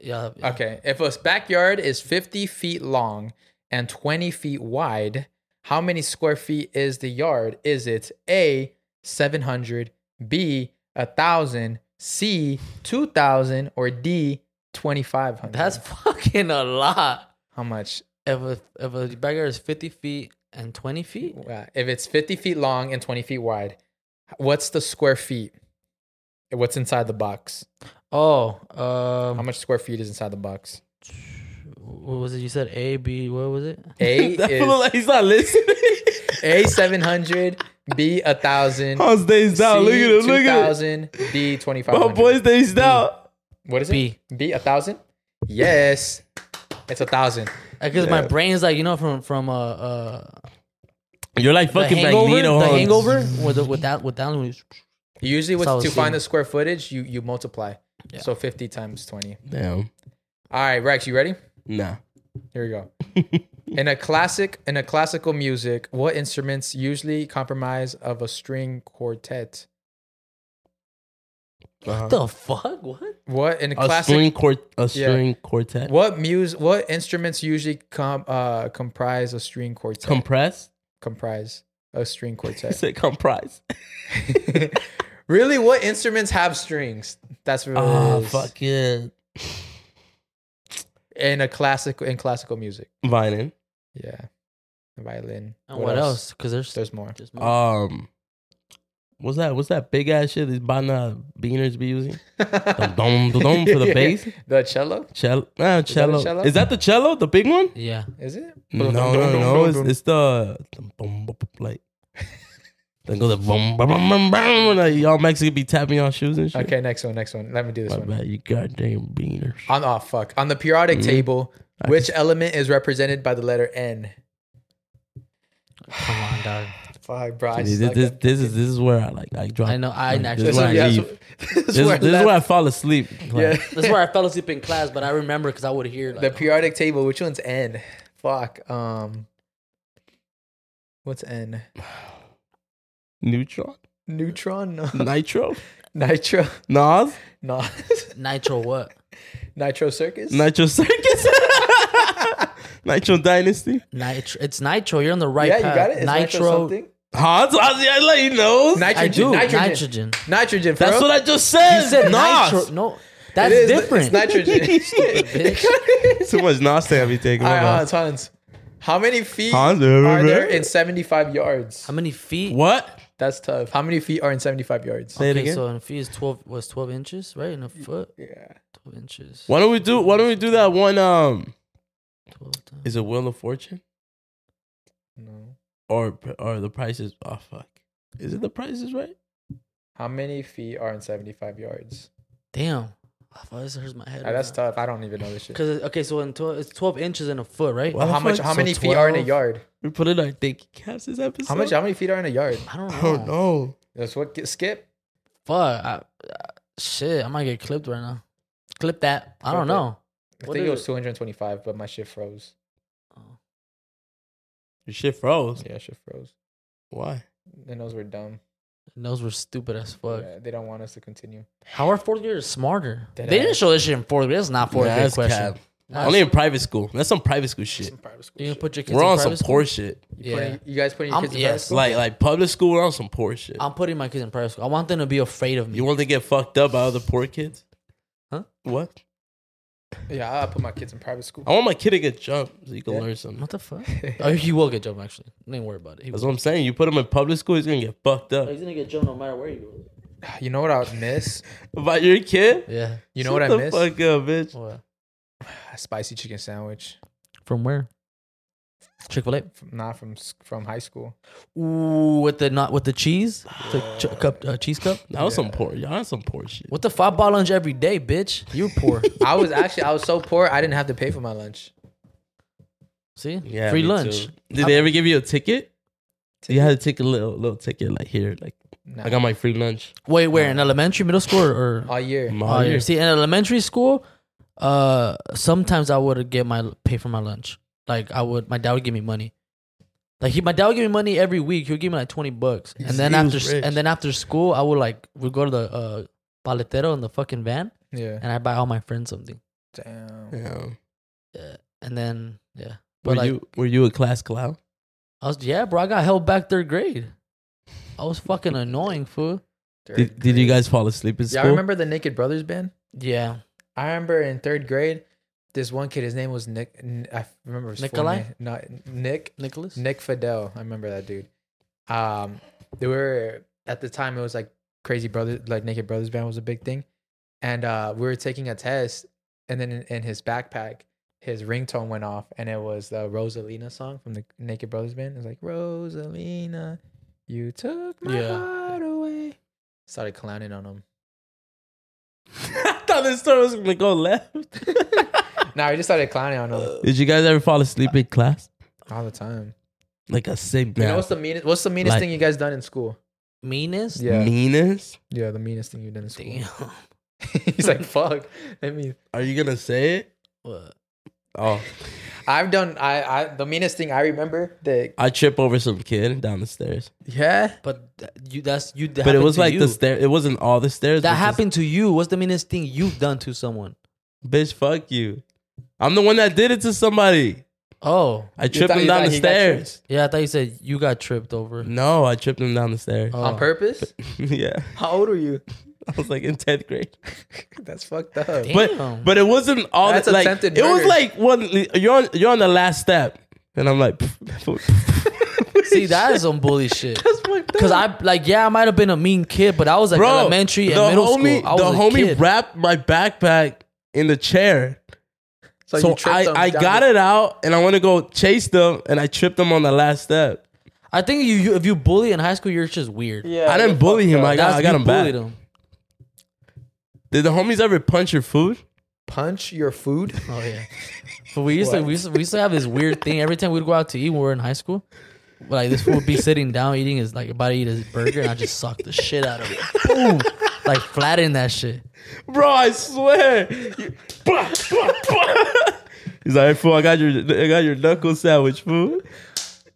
Speaker 2: yeah. yeah.
Speaker 1: Okay. If a backyard is 50 feet long and 20 feet wide, how many square feet is the yard? Is it A, 700, B, 1,000, C, 2,000, or D, 2,500?
Speaker 2: That's *laughs* fucking a lot.
Speaker 1: how much?
Speaker 2: If a, if a backyard is fifty feet and twenty feet,
Speaker 1: Uh, If it's 50 feet long and 20 feet wide, what's the square feet? What's inside the box?
Speaker 2: oh,
Speaker 1: How
Speaker 2: um,
Speaker 1: much square feet is inside the
Speaker 2: *laughs*
Speaker 1: box?
Speaker 2: what was it? You said A B. What was
Speaker 3: *laughs*
Speaker 2: it?
Speaker 1: A
Speaker 3: that feels
Speaker 1: is
Speaker 3: like he's not *laughs* listening.
Speaker 1: A 700, B 1,000,
Speaker 3: Hans days
Speaker 1: C,
Speaker 3: down. Look at him. Look at him.
Speaker 1: 2000, D, 2500.
Speaker 3: My boy's days down.
Speaker 1: What is
Speaker 2: B.
Speaker 1: it? B, 1000? Yes. It's a 1000.
Speaker 2: Because my brain's like you know from from uh, uh
Speaker 3: You're like
Speaker 2: the
Speaker 3: fucking
Speaker 2: hangover,
Speaker 3: Magneto.
Speaker 2: the
Speaker 3: Hans.
Speaker 2: hangover with the, with that with that one.
Speaker 1: Usually with,
Speaker 2: That's how
Speaker 1: to
Speaker 2: it's
Speaker 1: find
Speaker 2: seen.
Speaker 1: the square footage, you you multiply.
Speaker 2: Yeah.
Speaker 1: So 50 times 20.
Speaker 3: Damn.
Speaker 1: All right, Rex, you ready?
Speaker 3: Nah.
Speaker 1: Here we go.
Speaker 3: *laughs*
Speaker 1: in a classic in a classical music, what instruments usually comprise of a string quartet?
Speaker 3: Uh-huh.
Speaker 2: What the fuck? What?
Speaker 1: What in a
Speaker 3: a
Speaker 1: classic
Speaker 3: string quart a
Speaker 1: Yeah.
Speaker 3: string quartet.
Speaker 1: what muse what instruments usually com, uh, comprise a string quartet?
Speaker 3: *laughs* Compress?
Speaker 1: comprise a string
Speaker 3: I *laughs*
Speaker 1: quartet.
Speaker 3: said comprise.
Speaker 1: *laughs* really, what instruments have strings? That's what
Speaker 3: Ah,
Speaker 1: it is.
Speaker 3: fuck yeah.
Speaker 1: In a classical in classical music,
Speaker 3: Violin.
Speaker 1: yeah, violin.
Speaker 2: And what, else? Because there's
Speaker 1: There's
Speaker 3: *laughs*
Speaker 1: more.
Speaker 2: *laughs*
Speaker 1: *laughs*
Speaker 2: just more.
Speaker 3: Um What's that? What's that big ass shit these Bana beaners
Speaker 1: *laughs*
Speaker 3: be using? dum dum dum dum for the bass.
Speaker 1: The cello,
Speaker 3: Cello. Ah, cello.
Speaker 1: cello?
Speaker 3: Is that the cello? The big one?
Speaker 2: yeah.
Speaker 1: is it?
Speaker 3: No, no, no. It's, it's the dum, bum, bum, bum, like then go the boom boom boom boom. Like y'all Mexican be tapping y'all shoes and shit.
Speaker 1: Okay, next one, next one. Let me do this
Speaker 3: My
Speaker 1: one.
Speaker 3: bad, you goddamn beaners.
Speaker 1: On oh fuck on the periodic
Speaker 3: Mm-hmm.
Speaker 1: table,
Speaker 3: I
Speaker 1: which element is represented by the letter N?
Speaker 2: Come on, dog.
Speaker 1: Fuck, bro. I
Speaker 3: This,
Speaker 1: just
Speaker 3: this,
Speaker 1: like
Speaker 3: this,
Speaker 1: that.
Speaker 3: is this is where I like I drop.
Speaker 2: I know. I
Speaker 3: Like,
Speaker 2: actually.
Speaker 3: this
Speaker 1: That's
Speaker 3: is where I
Speaker 1: what- yeah, that's
Speaker 3: leave.
Speaker 1: what- *laughs* this is
Speaker 3: This,
Speaker 1: where I
Speaker 3: this is where I
Speaker 1: left.
Speaker 3: fall asleep. Like,
Speaker 1: Yeah.
Speaker 2: That's where I fell asleep in class, but I remember because I would hear like
Speaker 1: The periodic table, which one's N? Fuck. Um What's N? *laughs*
Speaker 3: Neutron,
Speaker 1: Neutron? *laughs* No.
Speaker 3: Nitro,
Speaker 1: Nitro. *laughs*
Speaker 3: Nas,
Speaker 1: No.
Speaker 2: nitro what?
Speaker 1: *laughs* Nitro Circus?
Speaker 3: Nitro Circus, *laughs* Nitro Dynasty.
Speaker 2: Nitro. It's nitro. You're on the right
Speaker 1: yeah, you
Speaker 2: path.
Speaker 1: got it. Is nitro. something?
Speaker 3: Hans, Ozzy, I let you know.
Speaker 2: I
Speaker 1: Nitrogen.
Speaker 2: do. Nitrogen.
Speaker 1: Nitrogen. Nitrogen.
Speaker 3: That's what I just said.
Speaker 2: You said
Speaker 3: Nas.
Speaker 2: nitro. No, that's different.
Speaker 1: It's nitrogen. *laughs*
Speaker 2: Bitch.
Speaker 3: Too much Nas to be taking.
Speaker 1: All right,
Speaker 3: Right,
Speaker 1: Hans, Hans. How many feet
Speaker 3: Hans,
Speaker 1: are there in 75 yards?
Speaker 2: How many feet?
Speaker 3: what?
Speaker 1: That's tough. How many feet are in 75 yards?
Speaker 3: Say it
Speaker 2: okay,
Speaker 3: again.
Speaker 2: so in feet is twelve was twelve inches, right? In a foot,
Speaker 1: Yeah.
Speaker 2: twelve inches.
Speaker 3: Why don't we do? Why don't we do that one? Um,
Speaker 2: 12 times.
Speaker 3: is it Wheel of Fortune
Speaker 1: No.
Speaker 3: or or the Price is? Oh fuck. Is it the prices right?
Speaker 1: How many feet are in 75 yards?
Speaker 2: Damn. Ah, fuck, this hurts my head.
Speaker 1: Ah, that's tough. I don't even know this shit.
Speaker 2: Because okay, so in 12, it's twelve inches in a foot, right?
Speaker 3: What?
Speaker 1: How much? How
Speaker 3: So
Speaker 1: many feet are in a
Speaker 3: 12?
Speaker 1: yard?
Speaker 3: We put in our thinking caps this episode.
Speaker 1: How much? How many feet are in a yard?
Speaker 2: I don't know.
Speaker 3: I don't know.
Speaker 1: That's what skip.
Speaker 2: Fuck. I, I, shit, I might get clipped right now. Clip that. I
Speaker 1: Clip it.
Speaker 2: don't know.
Speaker 1: I
Speaker 2: What
Speaker 1: think
Speaker 2: is
Speaker 1: it was
Speaker 2: it?
Speaker 1: 225, but my shit froze.
Speaker 3: Your shit froze.
Speaker 1: Yeah, shit froze.
Speaker 3: Why?
Speaker 1: And those were dumb.
Speaker 2: Those were stupid as fuck.
Speaker 1: Yeah, they don't want us to continue.
Speaker 2: How are fourth graders smarter?
Speaker 1: Dead
Speaker 2: they didn't
Speaker 1: ass.
Speaker 2: show this shit in fourth grade. That's not fourth
Speaker 3: Nah,
Speaker 2: grade
Speaker 3: that's
Speaker 2: question.
Speaker 3: cap.
Speaker 2: That's-
Speaker 3: Only in private school. That's some private school shit.
Speaker 1: private school.
Speaker 2: You gonna put your kids
Speaker 3: We're
Speaker 2: in
Speaker 3: on some
Speaker 2: private
Speaker 3: poor
Speaker 2: school?
Speaker 3: shit.
Speaker 1: You, putting,
Speaker 2: Yeah.
Speaker 1: you guys putting your
Speaker 2: I'm-
Speaker 1: kids in
Speaker 2: yes,
Speaker 1: private school?
Speaker 3: Like like public school, we're on some poor shit.
Speaker 1: Um,
Speaker 2: I'm putting my kids in private school. I want them to be afraid of me.
Speaker 3: You want to get fucked up by other poor kids?
Speaker 2: Huh?
Speaker 3: What?
Speaker 1: yeah, I put my kids in private school.
Speaker 3: I want my kid to get jumped so he can
Speaker 1: Yeah.
Speaker 3: learn something.
Speaker 2: what the fuck? oh, he will get jumped actually. Don't even worry about it. He
Speaker 3: That's
Speaker 2: will.
Speaker 3: what I'm saying. You put him in public school, he's gonna get fucked up. *laughs*
Speaker 2: He's gonna get jumped no matter where you go.
Speaker 1: *laughs* You know what I would miss?
Speaker 3: About your kid?
Speaker 2: Yeah.
Speaker 1: You know
Speaker 3: Shut
Speaker 1: what I
Speaker 3: the
Speaker 1: miss?
Speaker 3: Fuck up, bitch.
Speaker 2: What?
Speaker 1: A *sighs* spicy chicken sandwich.
Speaker 2: From where? Chick Fil A.
Speaker 1: From, not from s- from high school.
Speaker 2: Ooh, with the not with the cheese,
Speaker 3: *sighs*
Speaker 2: the ch- cup, uh, cheese cup.
Speaker 3: That was some poor. Y'all on some poor shit.
Speaker 2: What the fuck? I bought lunch every day, bitch. You
Speaker 3: *laughs*
Speaker 2: poor.
Speaker 1: I was actually I was so poor I didn't have to pay for my lunch.
Speaker 2: See, free
Speaker 3: me
Speaker 2: lunch.
Speaker 3: too. Did they ever give you a ticket? You had to take a little little ticket like here, like
Speaker 1: Nah. Oh,
Speaker 3: I got my free lunch.
Speaker 2: Wait, where in elementary, middle school, or?
Speaker 1: all year.
Speaker 2: Oh, yeah. See, in elementary school, uh, sometimes I would get my pay for my lunch. Like I would, my dad would give me money. Like he, my dad would give me money every week. He would give me like twenty bucks,
Speaker 3: He's-
Speaker 2: and then
Speaker 3: he was
Speaker 2: after, s-
Speaker 3: rich.
Speaker 2: and then after school, I would like would go to the uh paletero in the fucking van,
Speaker 1: Yeah.
Speaker 2: and I would buy all my friends something,
Speaker 1: Damn.
Speaker 3: Yeah.
Speaker 2: and then yeah. But
Speaker 3: Were
Speaker 2: like,
Speaker 3: you were you a class clown?
Speaker 2: I was yeah, bro. I got held back third grade. I was *laughs* fucking annoying, fool.
Speaker 3: Did, did you guys fall asleep in school?
Speaker 1: Yeah, I remember the Naked Brothers band.
Speaker 2: Yeah,
Speaker 1: I remember in third grade, this one kid. His name was Nick. N- I remember his full
Speaker 2: Nikolai?
Speaker 1: name. Not Nick.
Speaker 2: *laughs* Nicholas.
Speaker 1: Nick Fidel. I remember that dude. Um, they were at the time. It was like Crazy Brothers, like Naked Brothers band was a big thing, and uh, we were taking a test, and then in, in his backpack, his ringtone went off, and it was the Rosalina song from the Naked Brothers band. It was like Rosalina, you took my
Speaker 2: Yeah.
Speaker 1: heart away. Started clowning on him.
Speaker 3: I thought this story was gonna go left.
Speaker 1: Nah, I just started clowning on him
Speaker 3: Did you guys ever fall
Speaker 1: Uh,
Speaker 3: asleep in class?
Speaker 1: all the time.
Speaker 3: Like a sick
Speaker 1: You know
Speaker 3: man.
Speaker 1: what's the meanest? What's the meanest
Speaker 3: Like-
Speaker 1: thing you guys done in school?
Speaker 2: Meanest.
Speaker 3: Meanest?
Speaker 1: yeah, the meanest thing you've done in school.
Speaker 2: Damn.
Speaker 1: *laughs* He's like, fuck. I mean,
Speaker 3: Are you gonna say it?
Speaker 2: What?
Speaker 3: Oh,
Speaker 1: I've done. I, I the meanest thing I remember that.
Speaker 3: I trip over some kid down the stairs,
Speaker 1: Yeah.
Speaker 2: But th- you that's you. That
Speaker 3: but it
Speaker 2: happened
Speaker 3: was
Speaker 2: to
Speaker 3: like
Speaker 2: you.
Speaker 3: the stair. It wasn't all the stairs.
Speaker 2: That
Speaker 3: but just-
Speaker 2: happened to you. What's the meanest thing you've done to someone?
Speaker 3: bitch. Fuck you. I'm the one that did it to somebody.
Speaker 2: Oh,
Speaker 3: I tripped
Speaker 1: thought-
Speaker 3: him
Speaker 1: you
Speaker 3: down
Speaker 1: thought
Speaker 3: the
Speaker 1: he got tripped?
Speaker 3: stairs.
Speaker 2: yeah. I thought you said you got tripped *laughs* over.
Speaker 3: No, I tripped him down the stairs.
Speaker 2: Oh.
Speaker 1: On purpose?
Speaker 3: *laughs* yeah,
Speaker 1: How old are you?
Speaker 3: I was like in tenth grade.
Speaker 1: That's fucked up.
Speaker 2: Damn.
Speaker 3: But but it wasn't all
Speaker 1: That's
Speaker 3: that, like
Speaker 1: attempted
Speaker 3: it was
Speaker 1: murder.
Speaker 3: like one. You're on you're on the last step, and
Speaker 2: *laughs*
Speaker 3: I'm like, *laughs*
Speaker 2: See, that is some *laughs* bully shit. Because I like, yeah, I might have been a mean kid, but I was like
Speaker 3: bro,
Speaker 2: elementary and
Speaker 3: the
Speaker 2: middle
Speaker 3: homie,
Speaker 2: school. I was
Speaker 3: the
Speaker 2: a
Speaker 3: homie
Speaker 2: kid.
Speaker 3: wrapped my backpack in the chair. So, I, I got it out and I want to go chase them and I tripped them on the last step.
Speaker 2: I think you, you if you bully in high school, you're just weird.
Speaker 1: Yeah.
Speaker 3: I didn't bully him. I
Speaker 2: That's-
Speaker 3: got, I got
Speaker 2: you
Speaker 3: him back.
Speaker 2: bullied him.
Speaker 3: Did the homies ever punch your food?
Speaker 1: punch your food. *laughs*
Speaker 2: Oh yeah. *laughs* But we used to we used to, we used to have this weird thing every time we'd go out to eat when we were in high school. Like this fool would be sitting down eating his like about to eat his burger and I just suck the shit out of him. Boom. Like flatten that shit.
Speaker 3: Bro, I swear. You- *laughs* Blah, blah, blah. He's like, "Hey, fool, I got your I got your knuckle sandwich, fool.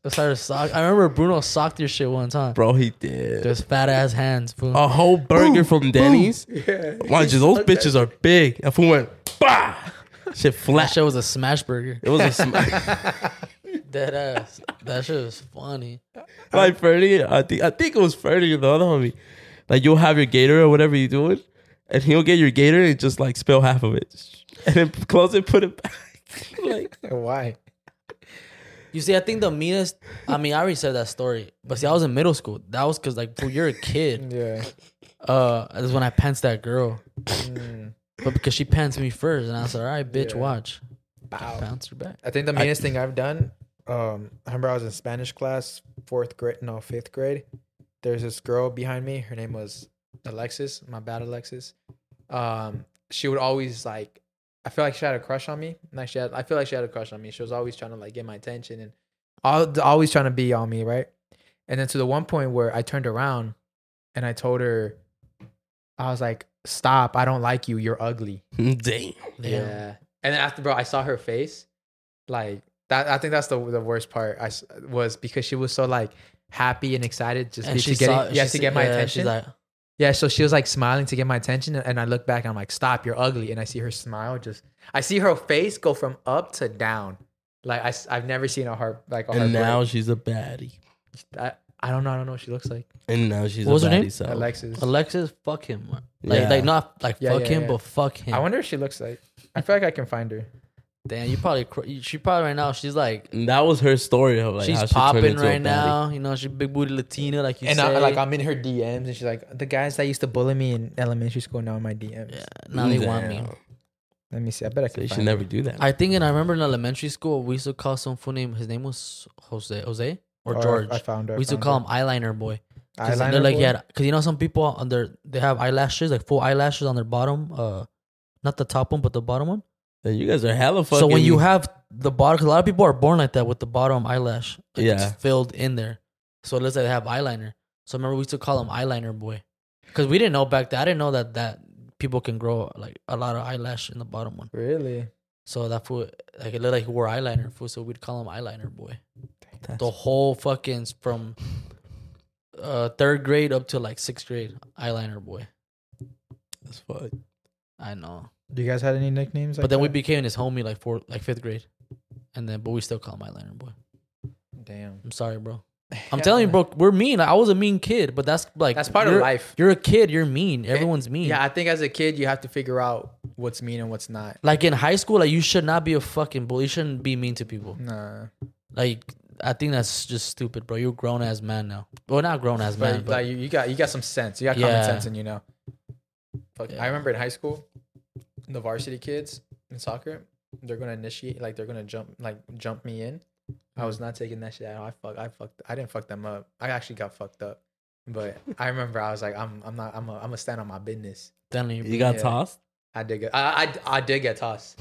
Speaker 2: I started sock. I remember Bruno socked your shit one time.
Speaker 3: Bro, he did.
Speaker 2: Those fat ass hands, fool.
Speaker 3: a whole burger from Denny's. Watch this, those bitches are big. That fool went, bah! Shit
Speaker 2: That
Speaker 3: flat.
Speaker 2: shit was a smash burger.
Speaker 3: It
Speaker 2: *laughs*
Speaker 3: was a sm-
Speaker 2: Dead ass. That shit was funny.
Speaker 3: like Fernie, I think I think it was Fernie, the other homie. Like you'll have your gator or whatever you're doing, and he'll get your gator and just like spill half of it, *laughs* and then close it, put it back. *laughs* like
Speaker 1: Why?
Speaker 2: You see, I think the meanest. I mean, I already said that story, but see, I was in middle school. That was because like, fool, you're a kid.
Speaker 1: Yeah.
Speaker 2: Uh, that's when I pants that girl,
Speaker 1: Mm.
Speaker 2: but because she pants me first, and I was like, all right, bitch,
Speaker 1: Yeah.
Speaker 2: watch.
Speaker 1: Bow.
Speaker 2: Bounce her back.
Speaker 1: I think the meanest thing I've done, um, I remember I was in Spanish class, fourth grade, no, fifth grade, there's this girl behind me. Her name was Alexis. My bad, Alexis. Um, she would always like. I feel like she had a crush on me. Like she had, I feel like she had a crush on me. She was always trying to like get my attention and al- always trying to be on me, right? And then to the one point where I turned around and I told her, I was like, "Stop! I don't like you. You're ugly."
Speaker 3: Damn.
Speaker 1: Yeah. And then after, bro, I saw her face, like that. I think that's the the worst part. I s- was because she was so like happy and excited just
Speaker 2: And
Speaker 1: to
Speaker 2: she
Speaker 1: get
Speaker 2: saw,
Speaker 1: it, yeah
Speaker 2: she
Speaker 1: to
Speaker 2: said-
Speaker 1: get my
Speaker 2: yeah,
Speaker 1: attention.
Speaker 2: She's like,
Speaker 1: yeah, so she was like smiling to get my attention, and, and I look back and I'm like, "Stop! You're ugly." And I see her smile. Just I see her face go from up to down. Like I, have never seen a heart like a
Speaker 3: And now
Speaker 1: heartbreak.
Speaker 3: she's a baddie.
Speaker 1: I, I don't know. I don't know what she looks like.
Speaker 3: And now she's
Speaker 2: What
Speaker 3: a
Speaker 2: was her
Speaker 3: baddie.
Speaker 2: name?
Speaker 3: So.
Speaker 1: Alexis.
Speaker 2: Alexis, fuck him. man. Like,
Speaker 3: Yeah.
Speaker 2: like not like
Speaker 1: Yeah,
Speaker 2: fuck
Speaker 1: yeah,
Speaker 2: him,
Speaker 1: yeah.
Speaker 2: but fuck him.
Speaker 1: I wonder if she looks like. I feel like I can find her.
Speaker 2: Damn, you probably cr- you- she probably right now she's like
Speaker 3: And that was her story of like how
Speaker 2: she's
Speaker 3: she turned
Speaker 2: popping
Speaker 3: into a
Speaker 2: right
Speaker 3: baddie.
Speaker 2: now. You know, she's big booty Latina, like you
Speaker 1: and
Speaker 2: say.
Speaker 1: I, like I'm in her DMs, and she's like, "The guys that used to bully me in elementary school now in my DMs."
Speaker 2: yeah, now they want me.
Speaker 3: Damn.
Speaker 1: Let me see. I bet I can.
Speaker 3: They should
Speaker 1: find
Speaker 3: never do that.
Speaker 2: I think, and I remember in elementary school, we used to call some fool name. His name was Jose, Jose
Speaker 1: her.
Speaker 2: or George.
Speaker 1: Oh, I, found her. I
Speaker 2: we used to
Speaker 1: found
Speaker 2: call
Speaker 1: her.
Speaker 2: him Eyeliner Boy. Cause
Speaker 1: Eyeliner
Speaker 2: they're like,
Speaker 1: boy?
Speaker 2: yeah, because you know some people on their they have eyelashes, like full eyelashes on their bottom, uh, not the top one, but the bottom one.
Speaker 3: Then you guys are hella fucking.
Speaker 2: so when you have the bottom, because a lot of people are born like that with the bottom eyelash, like
Speaker 3: Yeah.
Speaker 2: it's filled in there. So it looks like they have eyeliner. So I remember we used to call him Eyeliner Boy, because we didn't know back then. I didn't know that that people can grow like a lot of eyelash in the bottom one.
Speaker 1: Really?
Speaker 2: So that fool, like it looked like he wore eyeliner, fool. So we'd call him Eyeliner Boy.
Speaker 3: That's-
Speaker 2: the whole fucking from uh third grade up to like sixth grade, Eyeliner Boy.
Speaker 3: That's fuck.
Speaker 2: I know.
Speaker 1: Do you guys had any nicknames?
Speaker 2: But then we became his homie like four, like fifth grade, and then but we still call him Eyeliner Boy.
Speaker 1: damn.
Speaker 2: I'm sorry, bro. *laughs* I'm telling you, bro, we're mean. I was a mean kid, but that's like
Speaker 1: That's part of
Speaker 2: you're-
Speaker 1: life.
Speaker 2: You're a kid. You're mean. Everyone's mean.
Speaker 1: Yeah, I think as a kid you have to figure out what's mean and what's not.
Speaker 2: Like in high school, like you should not be a fucking bully. You shouldn't be mean to people.
Speaker 1: Nah,
Speaker 2: Like I think that's just stupid, bro. You're a grown ass man now. Well, not grown ass man,
Speaker 1: but
Speaker 2: but
Speaker 1: like you, you got you got some sense. You got
Speaker 2: Yeah.
Speaker 1: common sense, and you know. Fuck,
Speaker 2: Yeah.
Speaker 1: I remember in high school, the varsity kids in soccer, they're gonna initiate, like they're gonna jump, like jump me in. I
Speaker 2: Mm.
Speaker 1: was not taking that shit at all. I fuck, I fucked, I didn't fuck them up. I actually got fucked up,
Speaker 2: *laughs*
Speaker 1: but I remember I was like, I'm, I'm not, I'm, a, I'm gonna stand on my business.
Speaker 2: then you
Speaker 3: You got
Speaker 1: Yeah.
Speaker 3: tossed.
Speaker 1: I did get, I, I, I did get
Speaker 2: *laughs*
Speaker 1: tossed.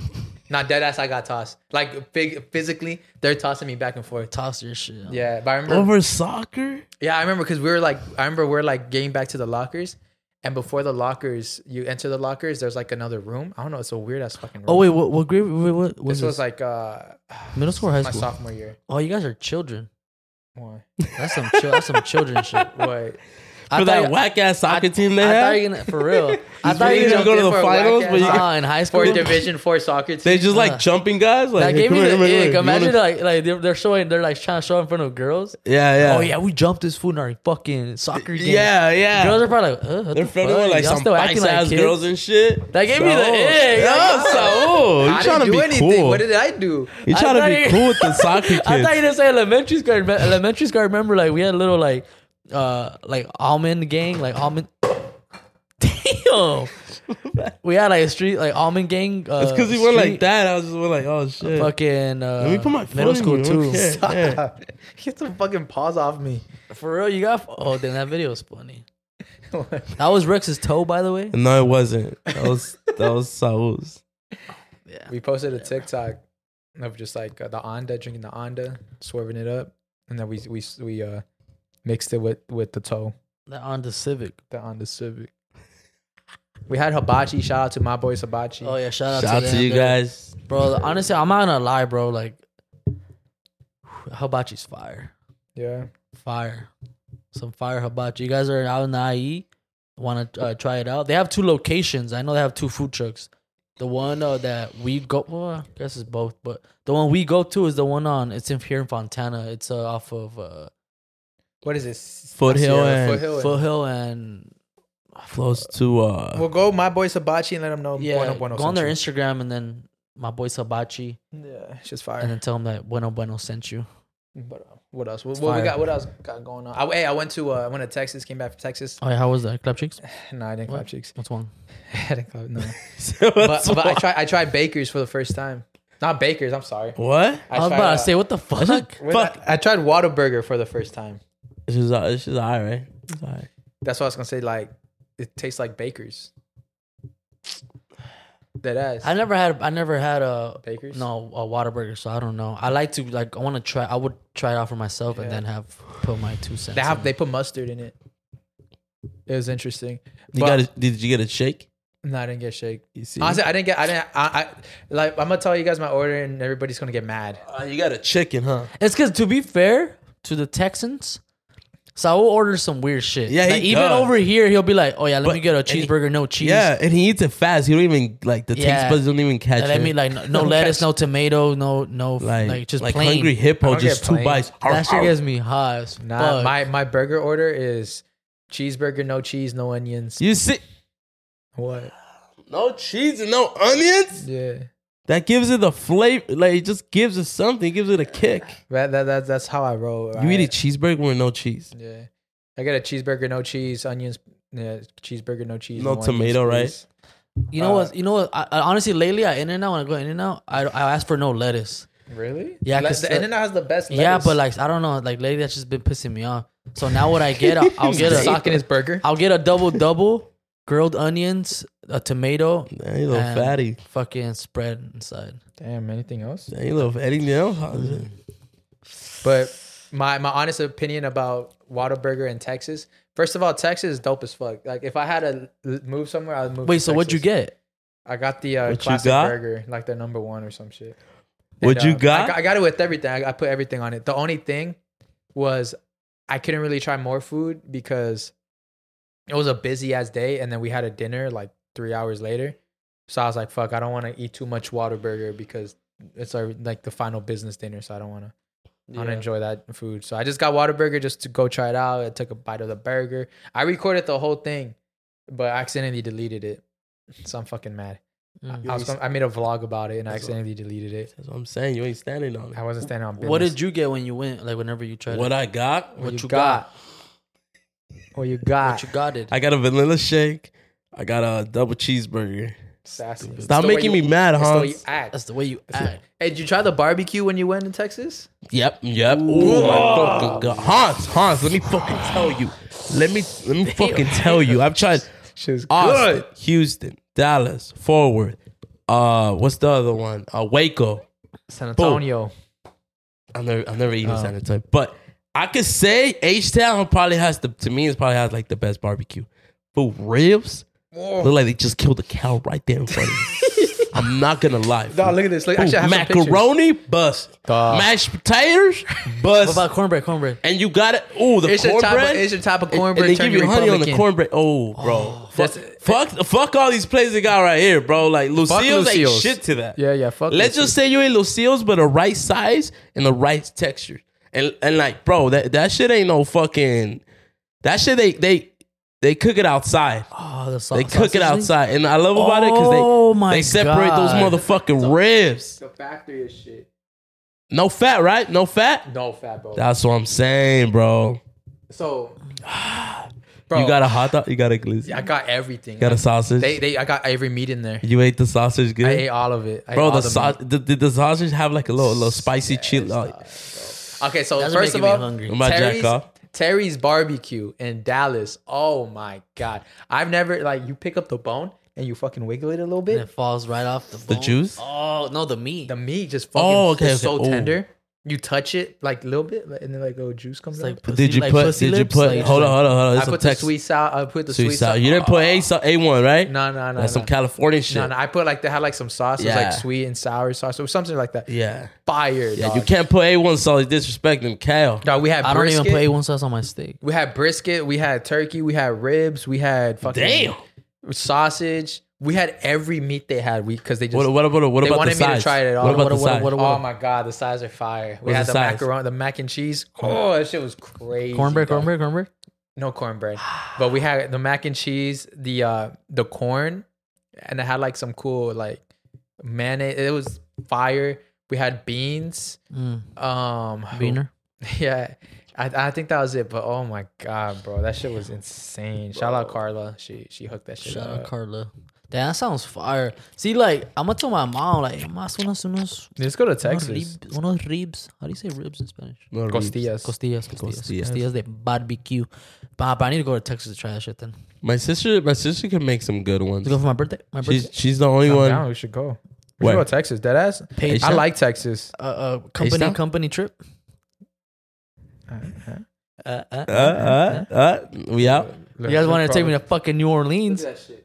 Speaker 1: Not dead ass, I got tossed. Like big, physically, they're tossing me back and forth.
Speaker 2: toss your shit. out.
Speaker 1: Yeah, but I remember
Speaker 3: Over soccer?
Speaker 1: yeah, I remember because we were like, I remember we're like getting back to the lockers, and before the lockers, you enter the lockers. There's like another room. I don't know. It's a weird ass fucking room.
Speaker 2: Oh wait, what, what grade? Wait, what
Speaker 1: this
Speaker 2: was this?
Speaker 1: was like uh,
Speaker 2: Middle school or high
Speaker 1: my
Speaker 2: school?
Speaker 1: sophomore year.
Speaker 2: oh, you guys are children.
Speaker 1: Why?
Speaker 2: That's some chil- that's some children
Speaker 3: *laughs*
Speaker 2: shit.
Speaker 1: What?
Speaker 2: I
Speaker 3: For that
Speaker 2: thought-
Speaker 3: whack ass
Speaker 2: I-
Speaker 3: soccer team they
Speaker 2: I
Speaker 3: had?
Speaker 2: thought you gonna for
Speaker 3: *laughs*
Speaker 2: real. I thought
Speaker 3: really
Speaker 2: you
Speaker 3: just
Speaker 2: gonna
Speaker 3: go to
Speaker 1: in
Speaker 3: the
Speaker 1: for a
Speaker 3: finals,
Speaker 1: whack-ass
Speaker 3: but you-
Speaker 1: soc-
Speaker 2: nah, in high school.
Speaker 3: *laughs*
Speaker 1: for Division Four soccer team.
Speaker 3: They just like
Speaker 2: Uh,
Speaker 3: jumping guys? Like,
Speaker 2: that gave me
Speaker 3: come
Speaker 2: the
Speaker 3: here, come here,
Speaker 2: ick.
Speaker 3: come here. You
Speaker 2: Imagine
Speaker 3: wanna-
Speaker 2: like like they're, they're showing they're like trying to show in front of girls.
Speaker 3: Yeah, yeah.
Speaker 2: Oh yeah, we jumped this food in our fucking soccer game.
Speaker 3: Yeah, yeah.
Speaker 2: Girls are probably like, uh, what
Speaker 3: They're
Speaker 2: the
Speaker 3: friendly
Speaker 2: fuck?
Speaker 3: with like
Speaker 2: Y'all
Speaker 3: some
Speaker 2: still
Speaker 3: nice
Speaker 2: acting like
Speaker 3: ass
Speaker 2: kids?
Speaker 3: girls and shit.
Speaker 2: That gave me the
Speaker 3: So-
Speaker 2: ick.
Speaker 3: Yeah, so
Speaker 1: I
Speaker 3: oh, you trying
Speaker 1: didn't
Speaker 3: to be
Speaker 1: do anything.
Speaker 3: cool?
Speaker 1: What did I do? *laughs*
Speaker 3: You *laughs*
Speaker 2: I
Speaker 3: trying
Speaker 2: thought
Speaker 3: to be
Speaker 2: you-
Speaker 3: cool with the soccer kids?
Speaker 2: *laughs* I thought you didn't say elementary school. I remem- Elementary school, I remember like we had a little like uh like almond gang, like almond. *laughs*
Speaker 3: *laughs*
Speaker 2: Damn, we had like a street like almond gang. Uh,
Speaker 3: it's because he went like
Speaker 2: street
Speaker 3: that. I was just went like, oh shit.
Speaker 2: Fucking uh,
Speaker 3: Let me put my phone
Speaker 2: middle
Speaker 3: in
Speaker 2: school
Speaker 3: you.
Speaker 2: too.
Speaker 3: Okay. Yeah.
Speaker 1: Get some fucking paws off me.
Speaker 2: *laughs*
Speaker 1: *laughs*
Speaker 2: For real, you got. Oh, damn, that video was funny. that was Rex's toe, by the way.
Speaker 3: No, it wasn't. That was that was Saul's.
Speaker 2: Yeah.
Speaker 1: We posted a TikTok of just like uh, the onda drinking the onda, swerving it up, and then we we we uh mixed it with with the toe.
Speaker 2: That on the Civic.
Speaker 1: the on the Civic. We had hibachi. Shout out to my boys hibachi.
Speaker 2: Oh yeah, shout out
Speaker 3: Shout out
Speaker 2: to,
Speaker 3: to
Speaker 2: them,
Speaker 3: you
Speaker 2: dude.
Speaker 3: guys.
Speaker 2: bro. Honestly, I'm not gonna lie, bro. Like, *sighs* hibachi's fire,
Speaker 1: yeah.
Speaker 2: fire, some fire hibachi. You guys are out in the IE, want to uh, try it out? They have two locations. I know they have two food trucks. The one uh, that we go, well, I guess it's both, but the one we go to is the one on. It's in here in Fontana. It's uh, off of uh,
Speaker 1: What is this?
Speaker 3: Foothill
Speaker 1: Sierra,
Speaker 3: and-
Speaker 1: Foothill. and-
Speaker 2: Foothill and
Speaker 3: Close to uh
Speaker 1: Well, go my boys hibachi and let them know.
Speaker 2: yeah.
Speaker 1: Bueno, bueno
Speaker 2: go on their
Speaker 1: sent
Speaker 2: Instagram and then my boy Sabachi,
Speaker 1: you. Yeah, it's just
Speaker 2: and
Speaker 1: fire.
Speaker 2: then tell them that Bueno Bueno sent you.
Speaker 1: But, uh, what else? What, what we
Speaker 2: Mm-hmm. fire.
Speaker 1: got? What else got going on? I, hey, I went to uh, I went to Texas. Came back from Texas.
Speaker 2: Oh yeah, how was that? Clap cheeks.
Speaker 1: No, I didn't
Speaker 2: What?
Speaker 1: clap cheeks. *laughs*
Speaker 2: What's wrong?
Speaker 1: I didn't clap.
Speaker 2: *laughs*
Speaker 1: No. but,
Speaker 3: *laughs* What's
Speaker 1: but I
Speaker 3: wrong?
Speaker 1: tried. I tried Baker's for the first time. Not Baker's. I'm sorry.
Speaker 3: What?
Speaker 2: I was
Speaker 1: tried,
Speaker 2: about
Speaker 1: uh, *laughs*
Speaker 2: to say, what the fuck?
Speaker 1: when I- I tried Whataburger for the first time.
Speaker 3: She's uh, she's alright. Sorry.
Speaker 1: That's what I was gonna say. Like, it tastes like Baker's. That ass.
Speaker 2: I never had I never had a
Speaker 1: Baker's?
Speaker 2: no a Whataburger, so I don't know. I like to like I want to try. I would try it out for myself and
Speaker 1: Yeah.
Speaker 2: then have put my two cents.
Speaker 1: They have
Speaker 2: in.
Speaker 1: they put mustard in it. It was interesting.
Speaker 3: You
Speaker 1: But-
Speaker 3: got? A, did you get a shake?
Speaker 1: No, I didn't get shake.
Speaker 3: You see?
Speaker 1: Honestly, I didn't get. I didn't. I, I like. I'm gonna tell you guys my order, and everybody's gonna get mad.
Speaker 3: Uh, you got a chicken, huh?
Speaker 2: It's because to be fair to the Texans, Saul orders some weird shit.
Speaker 3: Yeah, he
Speaker 2: Like, even
Speaker 3: does.
Speaker 2: over here, he'll be like, "Oh yeah, let
Speaker 3: But-
Speaker 2: me get a
Speaker 3: and he-
Speaker 2: cheeseburger, no cheese."
Speaker 3: Yeah, and he eats it fast. He don't even like the
Speaker 2: Yeah.
Speaker 3: taste buds don't even catch
Speaker 2: and let
Speaker 3: it.
Speaker 2: me like no, *laughs* no lettuce, no tomato, no no like, just
Speaker 3: like
Speaker 2: plain.
Speaker 3: hungry
Speaker 1: I
Speaker 3: hippo,
Speaker 1: don't
Speaker 3: just
Speaker 1: get
Speaker 3: two
Speaker 1: plain.
Speaker 3: bites.
Speaker 2: That shit gets me high. as
Speaker 1: Nah,
Speaker 2: fuck.
Speaker 1: my my burger order is cheeseburger, no cheese, no onions.
Speaker 3: You see,
Speaker 1: What?
Speaker 3: no cheese and no onions.
Speaker 1: Yeah.
Speaker 3: That gives it the flavor. Like it just gives it something. It gives it a kick.
Speaker 1: That, that, that that's how I roll.
Speaker 3: You eat a
Speaker 1: right?
Speaker 3: cheeseburger with no cheese,
Speaker 1: Yeah. I got a cheeseburger, no cheese, onions. Yeah, cheeseburger, no cheese,
Speaker 3: No tomato, right?
Speaker 2: you know
Speaker 1: uh,
Speaker 2: what? You know what? I, I, honestly, lately, I in and out when I go in and out, I I ask for no lettuce.
Speaker 1: right? Really?
Speaker 2: Yeah,
Speaker 1: Le-
Speaker 2: 'cause
Speaker 1: the
Speaker 2: the-
Speaker 1: in and out has the best.
Speaker 2: Yeah,
Speaker 1: lettuce.
Speaker 2: but like I don't know, like lately that's just been pissing me off. So now what I get, I'll, I'll get
Speaker 1: sock in
Speaker 2: a
Speaker 1: his
Speaker 2: *laughs*
Speaker 1: burger.
Speaker 2: I'll get a double double, grilled onions, a tomato,
Speaker 3: man. You little
Speaker 2: and
Speaker 3: fatty.
Speaker 2: fucking spread inside.
Speaker 1: Damn, anything else?
Speaker 3: Man, you little anything else?
Speaker 1: But my my honest opinion about Whataburger in Texas. First of all, Texas is dope as fuck. Like if I had to l- move somewhere, I'd move.
Speaker 2: Wait,
Speaker 1: to
Speaker 2: so what'd you
Speaker 1: Texas.
Speaker 2: get?
Speaker 1: I got the uh,
Speaker 3: What you
Speaker 1: classic
Speaker 3: got?
Speaker 1: burger, like the number one or some shit. um,
Speaker 3: What you
Speaker 1: I
Speaker 3: got?
Speaker 1: I, got it with everything. I, I put everything on it. The only thing was I couldn't really try more food because it was a busy ass day, and then we had a dinner like three hours later. So I was like, "Fuck, I don't want to eat too much Whataburger because it's our like the final business dinner, so I don't want to." I don't enjoy that food. So I just got Whataburger just to go try it out. I took a bite of the burger. I recorded the whole thing, but I accidentally deleted it. So I'm fucking mad. I,
Speaker 2: Mm.
Speaker 1: I was gonna- I made a vlog about it and I accidentally deleted it.
Speaker 3: That's what I'm saying. You ain't standing on
Speaker 1: I
Speaker 3: it.
Speaker 1: wasn't standing on business.
Speaker 2: What did you get when you went? Like whenever you tried
Speaker 3: What
Speaker 2: it?
Speaker 3: I got?
Speaker 2: what you
Speaker 1: What you got?
Speaker 2: What you got it?
Speaker 3: I got a vanilla shake. I got a double cheeseburger.
Speaker 1: Sassy. It's
Speaker 3: Stop
Speaker 1: the way
Speaker 3: making
Speaker 1: you-
Speaker 3: me mad,
Speaker 1: it's the way
Speaker 3: huh?
Speaker 1: you act.
Speaker 2: That's the way you act.
Speaker 1: Hey, did you try the barbecue when you went to Texas?
Speaker 3: Yep, yep. Oh my fucking god, Hans, Hans. Let me fucking tell you. Let me let me fucking tell you. I've tried
Speaker 1: She was
Speaker 3: Austin, Houston, Dallas, Forward. Uh, what's the other one? Uh, Waco.
Speaker 1: San Antonio.
Speaker 3: I've never I've never eaten San Antonio, but I could say H Town probably has the to me it probably has like the best barbecue. But ribs look like they just killed a cow right there in front of
Speaker 1: *laughs*
Speaker 3: me. I'm not gonna lie.
Speaker 1: Dog, look at this. Look, I
Speaker 3: Ooh,
Speaker 1: should have some pictures.
Speaker 3: macaroni bust,
Speaker 1: Dog.
Speaker 3: mashed potatoes
Speaker 2: What
Speaker 3: bust,
Speaker 2: about cornbread? Cornbread.
Speaker 3: and you got it. Oh, the
Speaker 1: It's your type.
Speaker 3: cornbread.
Speaker 1: Of, it's your type of
Speaker 3: And-
Speaker 1: cornbread.
Speaker 3: And, they
Speaker 1: turn
Speaker 3: give you honey on the
Speaker 1: Republican.
Speaker 3: cornbread. Oh, bro. fuck,
Speaker 1: that's-
Speaker 3: fuck, fuck all these places they got right here, bro. Like Lucille's ain't
Speaker 1: Lucille's.
Speaker 3: shit to that.
Speaker 1: Yeah, yeah. Fuck.
Speaker 3: Let's
Speaker 1: this.
Speaker 3: just say you ain't Lucille's, but the right size and the right texture. And and like, bro, that, that shit ain't no fucking. That shit they they they cook it outside.
Speaker 2: Oh, the sauce.
Speaker 3: They cook it outside, and I love about it
Speaker 2: Oh
Speaker 3: because they
Speaker 2: my
Speaker 3: they separate
Speaker 2: God.
Speaker 3: those motherfucking ribs.
Speaker 1: the factory is shit.
Speaker 3: No fat, right? No fat.
Speaker 1: No fat, bro.
Speaker 3: That's what I'm saying, bro.
Speaker 1: So, bro,
Speaker 3: You got a hot dog. You got a glizzy.
Speaker 1: I got everything.
Speaker 3: got a sausage.
Speaker 1: They, they, I got every meat in there.
Speaker 3: you ate the sausage good.
Speaker 1: I ate all of it, I ate
Speaker 3: Bro,
Speaker 1: all
Speaker 3: the,
Speaker 1: the
Speaker 3: sau-
Speaker 1: meat.
Speaker 3: did, did the sausage have like a little, little spicy chili? Like,
Speaker 1: Okay, so
Speaker 2: That's
Speaker 1: first
Speaker 2: making
Speaker 1: of
Speaker 2: me
Speaker 1: all,
Speaker 2: hungry.
Speaker 3: Am I jack
Speaker 1: Terry's,
Speaker 3: off?
Speaker 1: Terry's barbecue in Dallas. Oh my god, I've never like you pick up the bone and you fucking wiggle it a little
Speaker 2: And
Speaker 1: bit.
Speaker 2: it falls right off the
Speaker 3: the
Speaker 2: bone.
Speaker 3: juice?
Speaker 2: Oh no, the meat.
Speaker 1: The meat just fucking
Speaker 3: Oh, okay,
Speaker 1: is
Speaker 3: okay.
Speaker 1: so
Speaker 3: Ooh.
Speaker 1: tender. You touch it like a little bit, and then like oh juice comes
Speaker 2: It's
Speaker 1: out.
Speaker 2: like pussy,
Speaker 3: did you
Speaker 2: like
Speaker 3: put?
Speaker 2: pussy
Speaker 3: Did
Speaker 2: lips,
Speaker 3: you put?
Speaker 2: like-
Speaker 3: hold on, hold on, hold on.
Speaker 1: I
Speaker 3: This Oh, some
Speaker 1: put the
Speaker 3: Tex-
Speaker 1: sweet sour. I put the
Speaker 3: sweet
Speaker 1: sweet, Uh, Oh.
Speaker 3: sour. You didn't put a so- a one, right?
Speaker 1: No, no, no.
Speaker 3: that's
Speaker 1: no.
Speaker 3: some California shit.
Speaker 1: No, no, I put like they had like some sauce. It was
Speaker 3: Yeah.
Speaker 1: like sweet and sour sauce or something like that.
Speaker 3: Yeah,
Speaker 1: Fire.
Speaker 3: yeah.
Speaker 1: dog.
Speaker 3: You can't put a one sauce. Disrespecting Cal.
Speaker 1: No, we had
Speaker 2: I don't
Speaker 1: brisket.
Speaker 2: even put A1 sauce on my steak.
Speaker 1: We had brisket. We had turkey. We had ribs. We had fucking
Speaker 3: Damn.
Speaker 1: sausage. We had every meat they had. We because they just
Speaker 3: What, what about what
Speaker 1: They
Speaker 3: about the
Speaker 1: wanted me to
Speaker 3: sides?
Speaker 1: try it all.
Speaker 3: What about
Speaker 1: What-
Speaker 3: the
Speaker 2: what-
Speaker 3: sides?
Speaker 2: what-
Speaker 1: oh my god, the sides are fire. We
Speaker 3: What's
Speaker 1: had the,
Speaker 3: the size?
Speaker 1: macaroni, the mac and cheese. Oh, that shit was crazy.
Speaker 2: Cornbread,
Speaker 1: dog.
Speaker 2: cornbread, cornbread.
Speaker 1: No *sighs* cornbread, but we had the mac and cheese, the uh the corn, and it had like some cool like mayonnaise. It was fire. We had beans.
Speaker 2: Mm,
Speaker 1: Um,
Speaker 2: beaner.
Speaker 1: *laughs* Yeah, I, I think that was it. But oh my god, bro, that shit was insane. Shout out Carla, she she hooked that shit
Speaker 2: Shout
Speaker 1: up.
Speaker 2: out Carla. Damn, that sounds fire. See, like I'm gonna tell my mom, like más unos unos
Speaker 1: Let's go to
Speaker 2: unos
Speaker 1: Texas.
Speaker 2: ribs, unos ribs. How do you say ribs in Spanish?
Speaker 3: No ribs.
Speaker 1: Costillas.
Speaker 2: Costillas, costillas,
Speaker 3: Costillas.
Speaker 2: costillas, de barbecue. But, but I need to go to Texas to try that shit then.
Speaker 3: My sister, my sister can make some good ones.
Speaker 2: To go for my birthday, my birthday.
Speaker 3: She's she's the only
Speaker 1: I'm
Speaker 3: one.
Speaker 1: down. We should go. We
Speaker 3: Where?
Speaker 1: should go to Texas. Deadass.
Speaker 2: Paid
Speaker 1: I
Speaker 3: ASAP?
Speaker 1: like Texas.
Speaker 2: uh, uh, company
Speaker 3: ASAP?
Speaker 2: company trip.
Speaker 1: uh,
Speaker 2: Uh, uh,
Speaker 3: Uh, uh, uh, we out. *laughs*
Speaker 2: you guys wanted to take me to fucking New Orleans?
Speaker 1: that shit.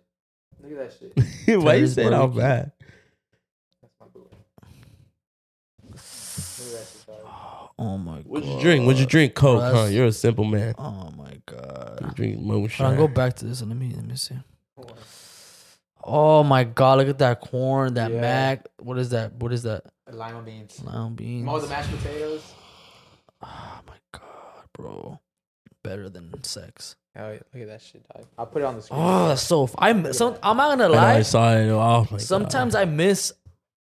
Speaker 1: Look at that
Speaker 2: *laughs*
Speaker 1: shit.
Speaker 3: Why you
Speaker 2: Terrorist
Speaker 3: say it all
Speaker 2: barbecue.
Speaker 3: bad?
Speaker 2: Oh my god!
Speaker 3: What'd you drink? What'd you drink? Coke,
Speaker 2: Bro,
Speaker 3: huh?
Speaker 2: that's-
Speaker 3: You're a simple man.
Speaker 2: Oh my god!
Speaker 3: You drink
Speaker 2: Hold on,
Speaker 3: moonshine.
Speaker 2: go back to this. and Let me let me see. Oh my god! Look at that corn, that
Speaker 1: Yeah.
Speaker 2: mac. What is that? What is that?
Speaker 1: Lima beans.
Speaker 2: Lime beans.
Speaker 1: mashed potatoes.
Speaker 2: Oh my god, bro! Better than sex.
Speaker 1: Oh, yeah. Look at that shit. dog. I'll put it on the screen.
Speaker 2: Oh, that's so. F- I'm. Some, I'm not gonna
Speaker 3: I, know, I
Speaker 2: lie.
Speaker 3: saw it. Oh my
Speaker 2: Sometimes I miss.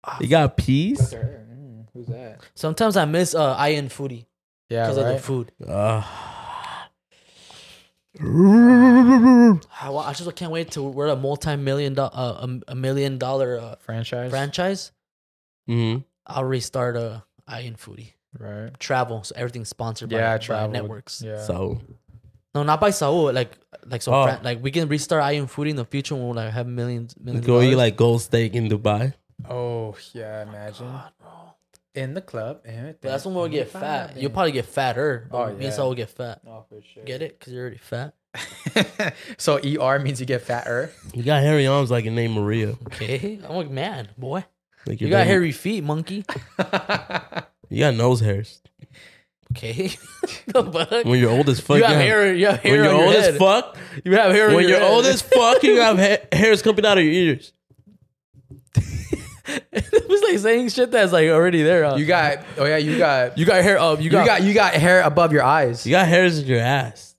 Speaker 2: ah,
Speaker 3: God. you got peas.
Speaker 1: Sure. Mm, who's that?
Speaker 2: Sometimes I miss uh Ian foodie
Speaker 1: Yeah,
Speaker 2: because
Speaker 1: right?
Speaker 2: of the food.
Speaker 3: Uh,
Speaker 2: I, wa- Ah, I just can't wait till we're a multi-million dollar, uh, a, a million dollar uh,
Speaker 1: franchise.
Speaker 2: franchise.
Speaker 3: mm,
Speaker 2: I'll restart uh Ian foodie.
Speaker 1: right.
Speaker 2: travel. So everything's sponsored by-
Speaker 1: Yeah, I
Speaker 2: by,
Speaker 1: traveled.
Speaker 2: networks.
Speaker 1: Yeah.
Speaker 3: So
Speaker 2: No, not by Saul. Like like so
Speaker 3: Oh.
Speaker 2: Fran- like we can restart IM Foodie in the future when we'll like have millions millions.
Speaker 3: go
Speaker 2: of
Speaker 3: eat
Speaker 2: dollars.
Speaker 3: like gold steak in Dubai.
Speaker 1: oh, yeah. Imagine. In the club. And
Speaker 2: But that's when we'll get fat. You'll
Speaker 1: probably.
Speaker 2: probably get fatter. But
Speaker 1: Oh,
Speaker 2: me
Speaker 1: yeah.
Speaker 2: and Saul will get fat.
Speaker 1: Oh, for sure.
Speaker 2: Get it? Cause you're already fat.
Speaker 1: it? *laughs* so ER means you get *laughs* fatter.
Speaker 3: You got hairy arms like your name Maria.
Speaker 1: *laughs*
Speaker 2: Okay, I'm like man, boy.
Speaker 3: Like
Speaker 2: You
Speaker 3: your
Speaker 2: got
Speaker 3: name-
Speaker 2: hairy feet, monkey.
Speaker 3: You got nose hairs.
Speaker 2: Okay, *laughs* the fuck.
Speaker 3: When you're old as fuck,
Speaker 2: you have hair. You have hair
Speaker 3: When
Speaker 2: on
Speaker 3: you're
Speaker 2: your
Speaker 3: old
Speaker 2: head.
Speaker 3: as fuck,
Speaker 2: You have hair. on
Speaker 3: when
Speaker 2: your
Speaker 3: you're
Speaker 2: head.
Speaker 3: old
Speaker 2: *laughs*
Speaker 3: as fuck, you have ha- hairs coming out of your ears.
Speaker 2: it was like saying shit that's like already there. huh?
Speaker 1: You got. Oh yeah. You got. You
Speaker 2: you got hair up. You got,
Speaker 1: got. You got hair above your eyes.
Speaker 3: You got hairs in your ass.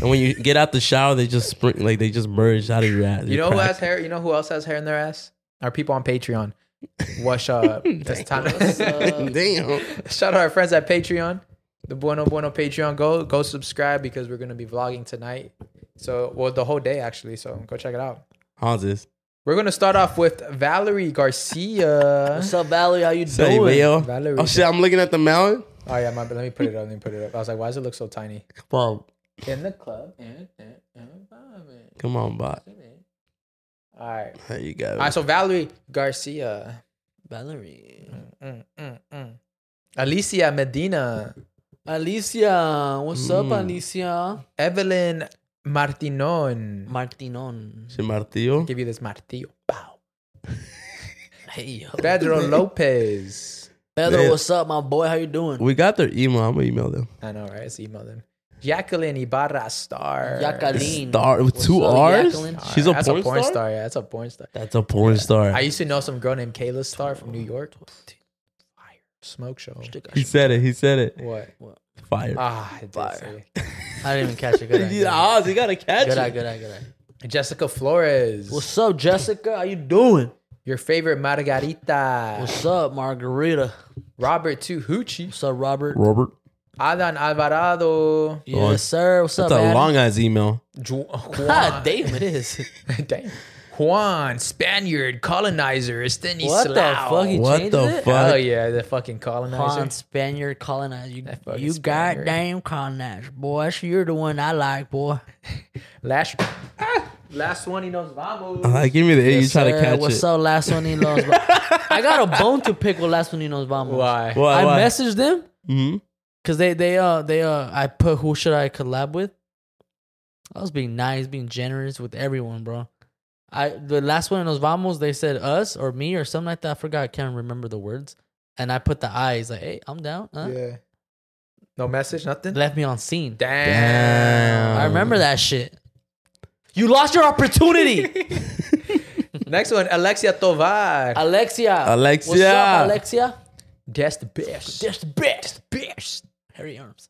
Speaker 3: And when you get out the shower, they just spring like they just merge out of your ass.
Speaker 1: You know who has hair? You know who else has hair in their ass? Our people on Patreon. What's
Speaker 2: *laughs*
Speaker 1: up? It's
Speaker 3: *laughs*
Speaker 1: time.
Speaker 2: uh,
Speaker 3: Damn.
Speaker 1: *laughs* Shout out our friends at Patreon, the Bueno Bueno Patreon. Go go subscribe because we're gonna be vlogging tonight. So well the whole day actually. So go check it out.
Speaker 3: How's this?
Speaker 1: We're gonna start off with Valerie Garcia.
Speaker 2: What's up, Valerie? How you
Speaker 3: Say,
Speaker 2: doing?
Speaker 3: yo.
Speaker 1: Valerie.
Speaker 3: Oh shit, I'm looking at the mountain.
Speaker 1: Oh yeah, my, let me put it up. Let me put it up. I was like, why does it look so tiny?
Speaker 3: Come on,
Speaker 1: In the club and and environment.
Speaker 3: come on, bot.
Speaker 1: All right.
Speaker 3: How you got it?
Speaker 1: All right. So Valerie Garcia,
Speaker 2: Valerie.
Speaker 1: Mm, mm, mm. Alicia Medina,
Speaker 2: Alicia, what's
Speaker 3: Mm.
Speaker 2: up, Alicia?
Speaker 1: Evelyn Martinon.
Speaker 2: Martinon.
Speaker 3: Shit, martillo.
Speaker 1: Give you this martillo. Bow.
Speaker 2: Hey, yo.
Speaker 1: *laughs* Pedro Lopez.
Speaker 2: Pedro,
Speaker 3: Man.
Speaker 2: what's up, my boy? How you doing?
Speaker 3: We got their email. I'm gonna email them.
Speaker 1: I know, right? Let's email them. Jacqueline Ibarra Star.
Speaker 2: Jacqueline.
Speaker 3: Star with
Speaker 2: What's
Speaker 3: two
Speaker 2: up,
Speaker 3: R's.
Speaker 2: Jacqueline?
Speaker 3: She's a
Speaker 1: That's
Speaker 3: porn,
Speaker 1: a porn
Speaker 3: star?
Speaker 1: star? Yeah, that's a porn star.
Speaker 3: That's a porn star.
Speaker 1: I used to know some girl named Kayla Star from New York. Fire. Smoke show.
Speaker 3: he said it. He said it.
Speaker 1: What?
Speaker 3: Fire.
Speaker 1: Ah, I did
Speaker 2: Fire.
Speaker 1: say
Speaker 2: I didn't even catch it. Good eye, good
Speaker 3: Yeah,
Speaker 2: eye.
Speaker 3: Oz, you gotta catch
Speaker 2: Good eye,
Speaker 3: it.
Speaker 2: good eye, good eye.
Speaker 1: it. Jessica Flores.
Speaker 2: What's up, Jessica? How you doing?
Speaker 1: Your favorite Margarita.
Speaker 2: What's up, Margarita?
Speaker 1: Robert Tuhuchi.
Speaker 2: What's up, Robert?
Speaker 3: Robert.
Speaker 1: Adan Alvarado.
Speaker 3: on.
Speaker 2: Yes, sir. What's up,
Speaker 3: That's a
Speaker 2: Adam?
Speaker 3: long ass email.
Speaker 1: Ju-
Speaker 2: God
Speaker 1: Juan.
Speaker 2: damn, it is. *laughs*
Speaker 1: *laughs* Damn. Ah, Juan, Spaniard, colonizer, Estanislao.
Speaker 2: What the fuck? He
Speaker 3: What
Speaker 2: changed
Speaker 3: the
Speaker 2: it?
Speaker 3: fuck?
Speaker 1: Hell yeah, the fucking colonizer.
Speaker 2: Con Spaniard colonizer. You,
Speaker 1: That fucking
Speaker 2: you
Speaker 1: Spaniard.
Speaker 2: goddamn colonizer, boy. So you're the one I like, boy.
Speaker 1: Last, last one, he knows vamos.
Speaker 3: *laughs*
Speaker 2: Uh-huh.
Speaker 3: Uh, give me the A. you
Speaker 2: Yes,
Speaker 3: try to
Speaker 2: sir.
Speaker 3: catch
Speaker 2: What's
Speaker 3: it.
Speaker 2: up, Last One in Los Ba- I got a bone to pick with Last One in Los Vamos.
Speaker 1: Why?
Speaker 3: Why,
Speaker 2: I
Speaker 3: why?
Speaker 2: messaged them
Speaker 3: hmm
Speaker 2: because they they uh they uh I put who should I collab with. I was being nice, being generous with everyone, bro. I the last one in Los Vamos, they said us or me or something like that. I forgot. I can't remember the words. And I put the eyes like, hey, I'm down. Huh?
Speaker 1: Yeah. No message, nothing.
Speaker 2: Left me on scene.
Speaker 1: Damn.
Speaker 2: I remember that shit. You lost your
Speaker 3: *laughs*
Speaker 2: opportunity,
Speaker 1: Next one, Alexia Tovar.
Speaker 2: Alexia. What's
Speaker 3: Alexia.
Speaker 2: up, Alexia?
Speaker 1: That's the best.
Speaker 2: That's the best. Best. Harry Arms.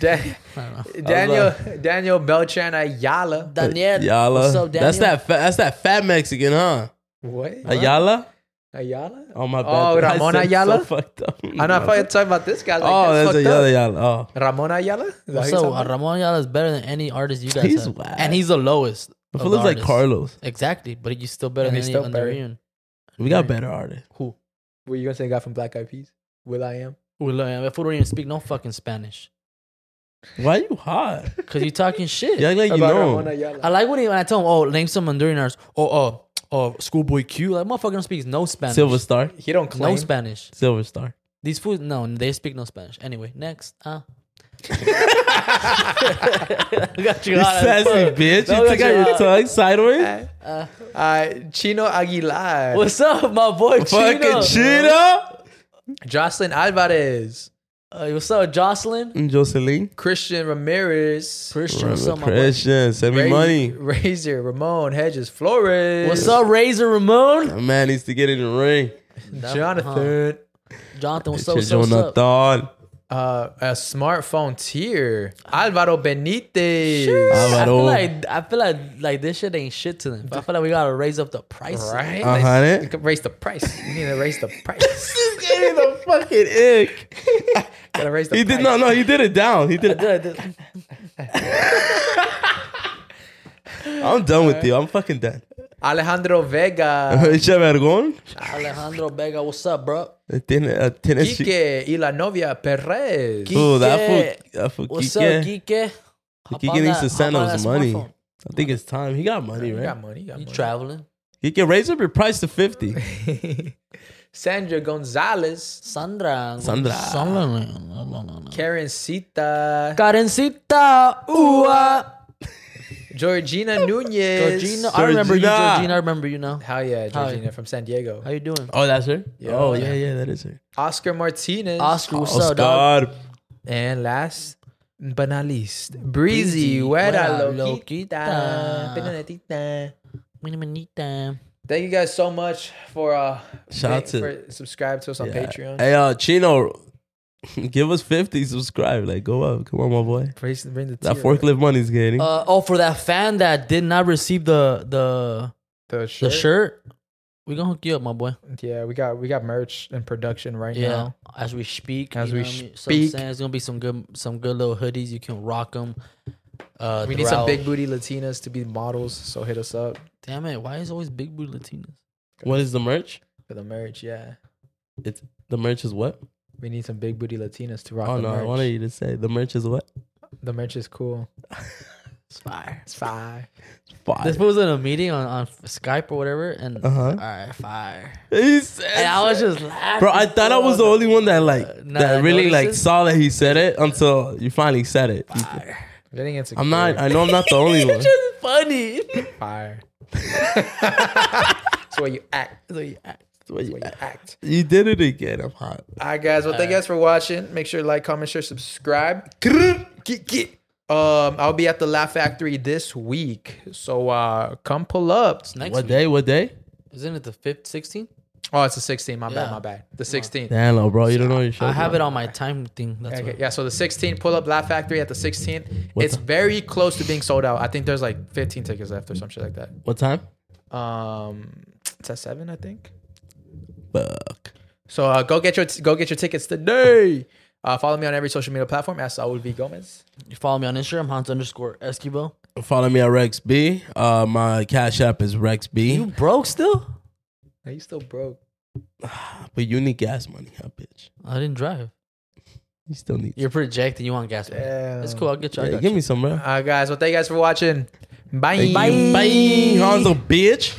Speaker 1: Da-
Speaker 2: *laughs* I
Speaker 3: *laughs*
Speaker 2: don't know.
Speaker 1: Daniel Daniel Beltran Ayala.
Speaker 2: Daniel.
Speaker 3: Ayala.
Speaker 2: What's up, Daniel?
Speaker 3: That's that. Fa- that's that fat Mexican, huh?
Speaker 1: What?
Speaker 3: Ayala.
Speaker 1: Ayala?
Speaker 3: Oh my bad.
Speaker 1: Oh,
Speaker 3: I said
Speaker 1: Ramon
Speaker 3: so
Speaker 1: Ayala?
Speaker 3: fucked up.
Speaker 1: I know if I talk about this guy. Like,
Speaker 3: oh, that's,
Speaker 1: that's fucked
Speaker 3: Ayala.
Speaker 1: up.
Speaker 3: Ayala. Oh.
Speaker 1: Ramon Ayala? Is that
Speaker 2: What's
Speaker 1: who you're
Speaker 2: up?
Speaker 1: talking about?
Speaker 2: Ramon Ayala is better than any artist you guys
Speaker 3: He's
Speaker 2: have.
Speaker 3: whack.
Speaker 2: And he's the lowest.
Speaker 3: But
Speaker 2: Of
Speaker 3: it looks like
Speaker 2: artists.
Speaker 3: Carlos.
Speaker 2: Exactly, but you're still better
Speaker 1: And
Speaker 2: than
Speaker 1: he's
Speaker 2: any
Speaker 1: still
Speaker 2: on
Speaker 1: better.
Speaker 2: the reunion.
Speaker 3: We got better artists.
Speaker 2: Who?
Speaker 1: Were you gonna say the guy from Black Eyed Peas? Will I am?
Speaker 2: Will I am. If we don't even speak no fucking Spanish,
Speaker 3: Why you hot?
Speaker 2: because you're
Speaker 3: *laughs*
Speaker 2: talking shit.
Speaker 3: You act like you
Speaker 1: About
Speaker 3: know.
Speaker 1: Ramon
Speaker 3: him.
Speaker 1: Ayala.
Speaker 2: I like when, he, when I tell him, oh, name some Honduran artists. Oh, oh, oh, Schoolboy Q. Like, motherfucker don't speak no Spanish.
Speaker 3: Silver Star.
Speaker 1: He don't
Speaker 2: no
Speaker 1: claim.
Speaker 2: Spanish.
Speaker 3: Silver Star.
Speaker 2: These fools, no, they speak no Spanish. Anyway, next.
Speaker 3: *laughs*
Speaker 2: *laughs* Ah. got you
Speaker 3: You
Speaker 2: hot as
Speaker 3: sassy
Speaker 2: fuck.
Speaker 3: bitch.
Speaker 2: No,
Speaker 3: You
Speaker 2: got
Speaker 3: took out
Speaker 2: you
Speaker 3: your
Speaker 2: hot.
Speaker 3: tongue sideways.
Speaker 1: Uh, Chino Aguilar,
Speaker 2: What's up, my boy?
Speaker 3: Fucking
Speaker 2: Chino?
Speaker 3: Cheetah.
Speaker 1: Jocelyn Alvarez,
Speaker 2: Uh, what's up, Jocelyn?
Speaker 3: And Jocelyn.
Speaker 1: Christian Ramirez,
Speaker 2: Christian, what's up, my boy?
Speaker 3: Christian. Send me
Speaker 1: Ray-
Speaker 3: money.
Speaker 1: Razor, Ramon, Hedges, Flores.
Speaker 2: What's up, Razor Ramon?
Speaker 3: That man needs to get in the ring.
Speaker 1: Jonathan?
Speaker 2: Jonathan, what's up?
Speaker 3: So,
Speaker 2: What's up, what's up?
Speaker 3: Jonathan.
Speaker 1: Uh, a smartphone tier. Alvaro Benitez.
Speaker 2: I
Speaker 3: Alvaro.
Speaker 2: feel like I feel like like this shit ain't shit to them. I feel like we gotta raise up the price.
Speaker 1: Right?
Speaker 3: Uh-huh,
Speaker 1: Let's-
Speaker 3: it.
Speaker 1: you could raise the price. You need to raise the price.
Speaker 3: Getting the fucking ick.
Speaker 1: Gotta raise the
Speaker 3: He
Speaker 1: price.
Speaker 3: did no, no. He did it down. He
Speaker 2: *laughs*
Speaker 3: did. it. I'm done with you. I'm fucking done. Uh,
Speaker 1: Alejandro Vega.
Speaker 3: Echa vergón.
Speaker 2: Alejandro Vega, what's up, bro?
Speaker 3: Tiene, uh, tiene chi-
Speaker 1: Quique y la novia Perez.
Speaker 3: Ooh,
Speaker 2: Quique.
Speaker 3: that fool. That fool.
Speaker 2: What's up,
Speaker 3: Kike.
Speaker 2: Kike? Hop
Speaker 3: Kike
Speaker 2: on that-
Speaker 3: needs to send
Speaker 2: hop on
Speaker 3: us
Speaker 2: that
Speaker 3: money.
Speaker 2: smartphone.
Speaker 3: I think it's time. He got money,
Speaker 1: You
Speaker 3: right?
Speaker 1: got money. You got
Speaker 2: You
Speaker 1: money.
Speaker 2: traveling?
Speaker 3: He can raise up your price to fifty.
Speaker 1: *laughs* Sandra Gonzalez.
Speaker 2: Sandra.
Speaker 3: Sandra.
Speaker 2: Sandra.
Speaker 1: Karen Sita.
Speaker 2: Karencita. Ooh. ah.
Speaker 1: Georgina Nunez.
Speaker 2: Georgina. I remember you,
Speaker 3: Georgina.
Speaker 2: Georgina. I remember you now.
Speaker 1: Hell yeah,
Speaker 2: Hi.
Speaker 1: Georgina from San Diego.
Speaker 2: How you doing?
Speaker 3: Oh, that's her.
Speaker 1: Yeah.
Speaker 3: oh, yeah, yeah, that is her.
Speaker 1: Oscar Martinez.
Speaker 2: Oscar, what's up, dog?
Speaker 3: Oscar.
Speaker 1: And last but not least, Breezy,
Speaker 2: Breezy,
Speaker 1: Huera,
Speaker 2: Huera,
Speaker 1: Loquita,
Speaker 2: Loquita.
Speaker 1: Pinonetita.
Speaker 2: Minimanita.
Speaker 1: Thank you guys so much for uh
Speaker 3: Shout out
Speaker 1: being-
Speaker 3: to-
Speaker 1: for subscribe to us on
Speaker 3: Yeah.
Speaker 1: Patreon.
Speaker 3: Hey, uh, Chino, *laughs* give us fifty. Subscribe. Like, go up. Come on, my boy.
Speaker 1: Praise bring the
Speaker 3: That
Speaker 1: tier,
Speaker 3: forklift money's getting.
Speaker 2: Uh, oh, for that fan that did not receive the the
Speaker 1: the
Speaker 2: the
Speaker 1: shirt.
Speaker 2: shirt, we gonna hook you up, my boy.
Speaker 1: Yeah, we got we got merch in production right
Speaker 2: Yeah,
Speaker 1: now.
Speaker 2: as we speak,
Speaker 1: As
Speaker 2: you
Speaker 1: we
Speaker 2: know what I mean? So
Speaker 1: speak.
Speaker 2: saying, it's gonna be some good, some good little hoodies. You can rock them. Uh,
Speaker 1: We need some
Speaker 2: throughout-
Speaker 1: big booty Latinas to be models, so hit us up
Speaker 2: Damn it! Why is always big booty Latinas?
Speaker 3: what is the merch?
Speaker 1: for the merch. Yeah,
Speaker 3: It's the merch is what?
Speaker 1: we need some big booty Latinas to rock
Speaker 3: Oh
Speaker 1: the
Speaker 3: no, I
Speaker 1: merch.
Speaker 3: wanted you to say the merch is what?
Speaker 1: The merch is cool.
Speaker 2: It's fire.
Speaker 1: It's fire.
Speaker 3: Fire.
Speaker 2: This was in a meeting on, on Skype or whatever, and
Speaker 3: Uh-huh.
Speaker 2: all right, fire.
Speaker 3: He said-
Speaker 2: And I was just laughing.
Speaker 3: Bro, I thought I was the only one that like
Speaker 2: Nah,
Speaker 3: that really
Speaker 2: notices.
Speaker 3: like saw that he said it until you finally said it.
Speaker 1: Getting into
Speaker 3: I'm not. I know I'm not
Speaker 2: *laughs*
Speaker 3: the only one.
Speaker 2: It's funny.
Speaker 3: *laughs*
Speaker 1: fire. *laughs* That's why you act.
Speaker 2: So, yeah.
Speaker 1: That's why you act.
Speaker 3: You did it again. I'm hot.
Speaker 1: All right, guys. Well, thank you guys for watching. Make sure to like, comment, share, subscribe. Get, get. Um, I'll be at the Laugh Factory this week, so uh, come pull up.
Speaker 2: Next
Speaker 3: What
Speaker 2: week.
Speaker 3: day? What day?
Speaker 2: Isn't it the fifth, sixteenth?
Speaker 1: Oh, it's the 16th. My bad,
Speaker 2: Yeah.
Speaker 1: my bad. The 16th.
Speaker 3: Damn, no, bro. You don't know your show.
Speaker 2: I have it on my time thing. That's
Speaker 1: Okay,
Speaker 2: right.
Speaker 1: yeah. So the 16th, pull up Laugh Factory at the 16th.
Speaker 3: What
Speaker 1: it's
Speaker 3: ti-
Speaker 1: very close to being sold out. I think there's like 15 tickets left or some shit like that.
Speaker 3: What time?
Speaker 1: Um, it's at seven, I think.
Speaker 3: Fuck.
Speaker 1: So uh, go get your go get your tickets today. Uh, follow me on every social media platform at Saul V Gomez.
Speaker 2: You follow me on Instagram, Hans underscore Esquivel.
Speaker 3: Follow me at Rex B. Uh, my cash app is Rex B.
Speaker 2: You broke still?
Speaker 1: Are you still broke?
Speaker 3: but you need gas money, huh, bitch?
Speaker 2: I didn't drive.
Speaker 3: You still need.
Speaker 2: You're projecting. You want gas? money.
Speaker 1: Damn.
Speaker 2: That's cool. I'll get you. I
Speaker 3: Yeah,
Speaker 2: got
Speaker 3: give
Speaker 2: you.
Speaker 3: me some, bro.
Speaker 1: All right, guys. Well, thank you guys for watching. Bye.
Speaker 3: Bye. Bye. Hanzo, bitch.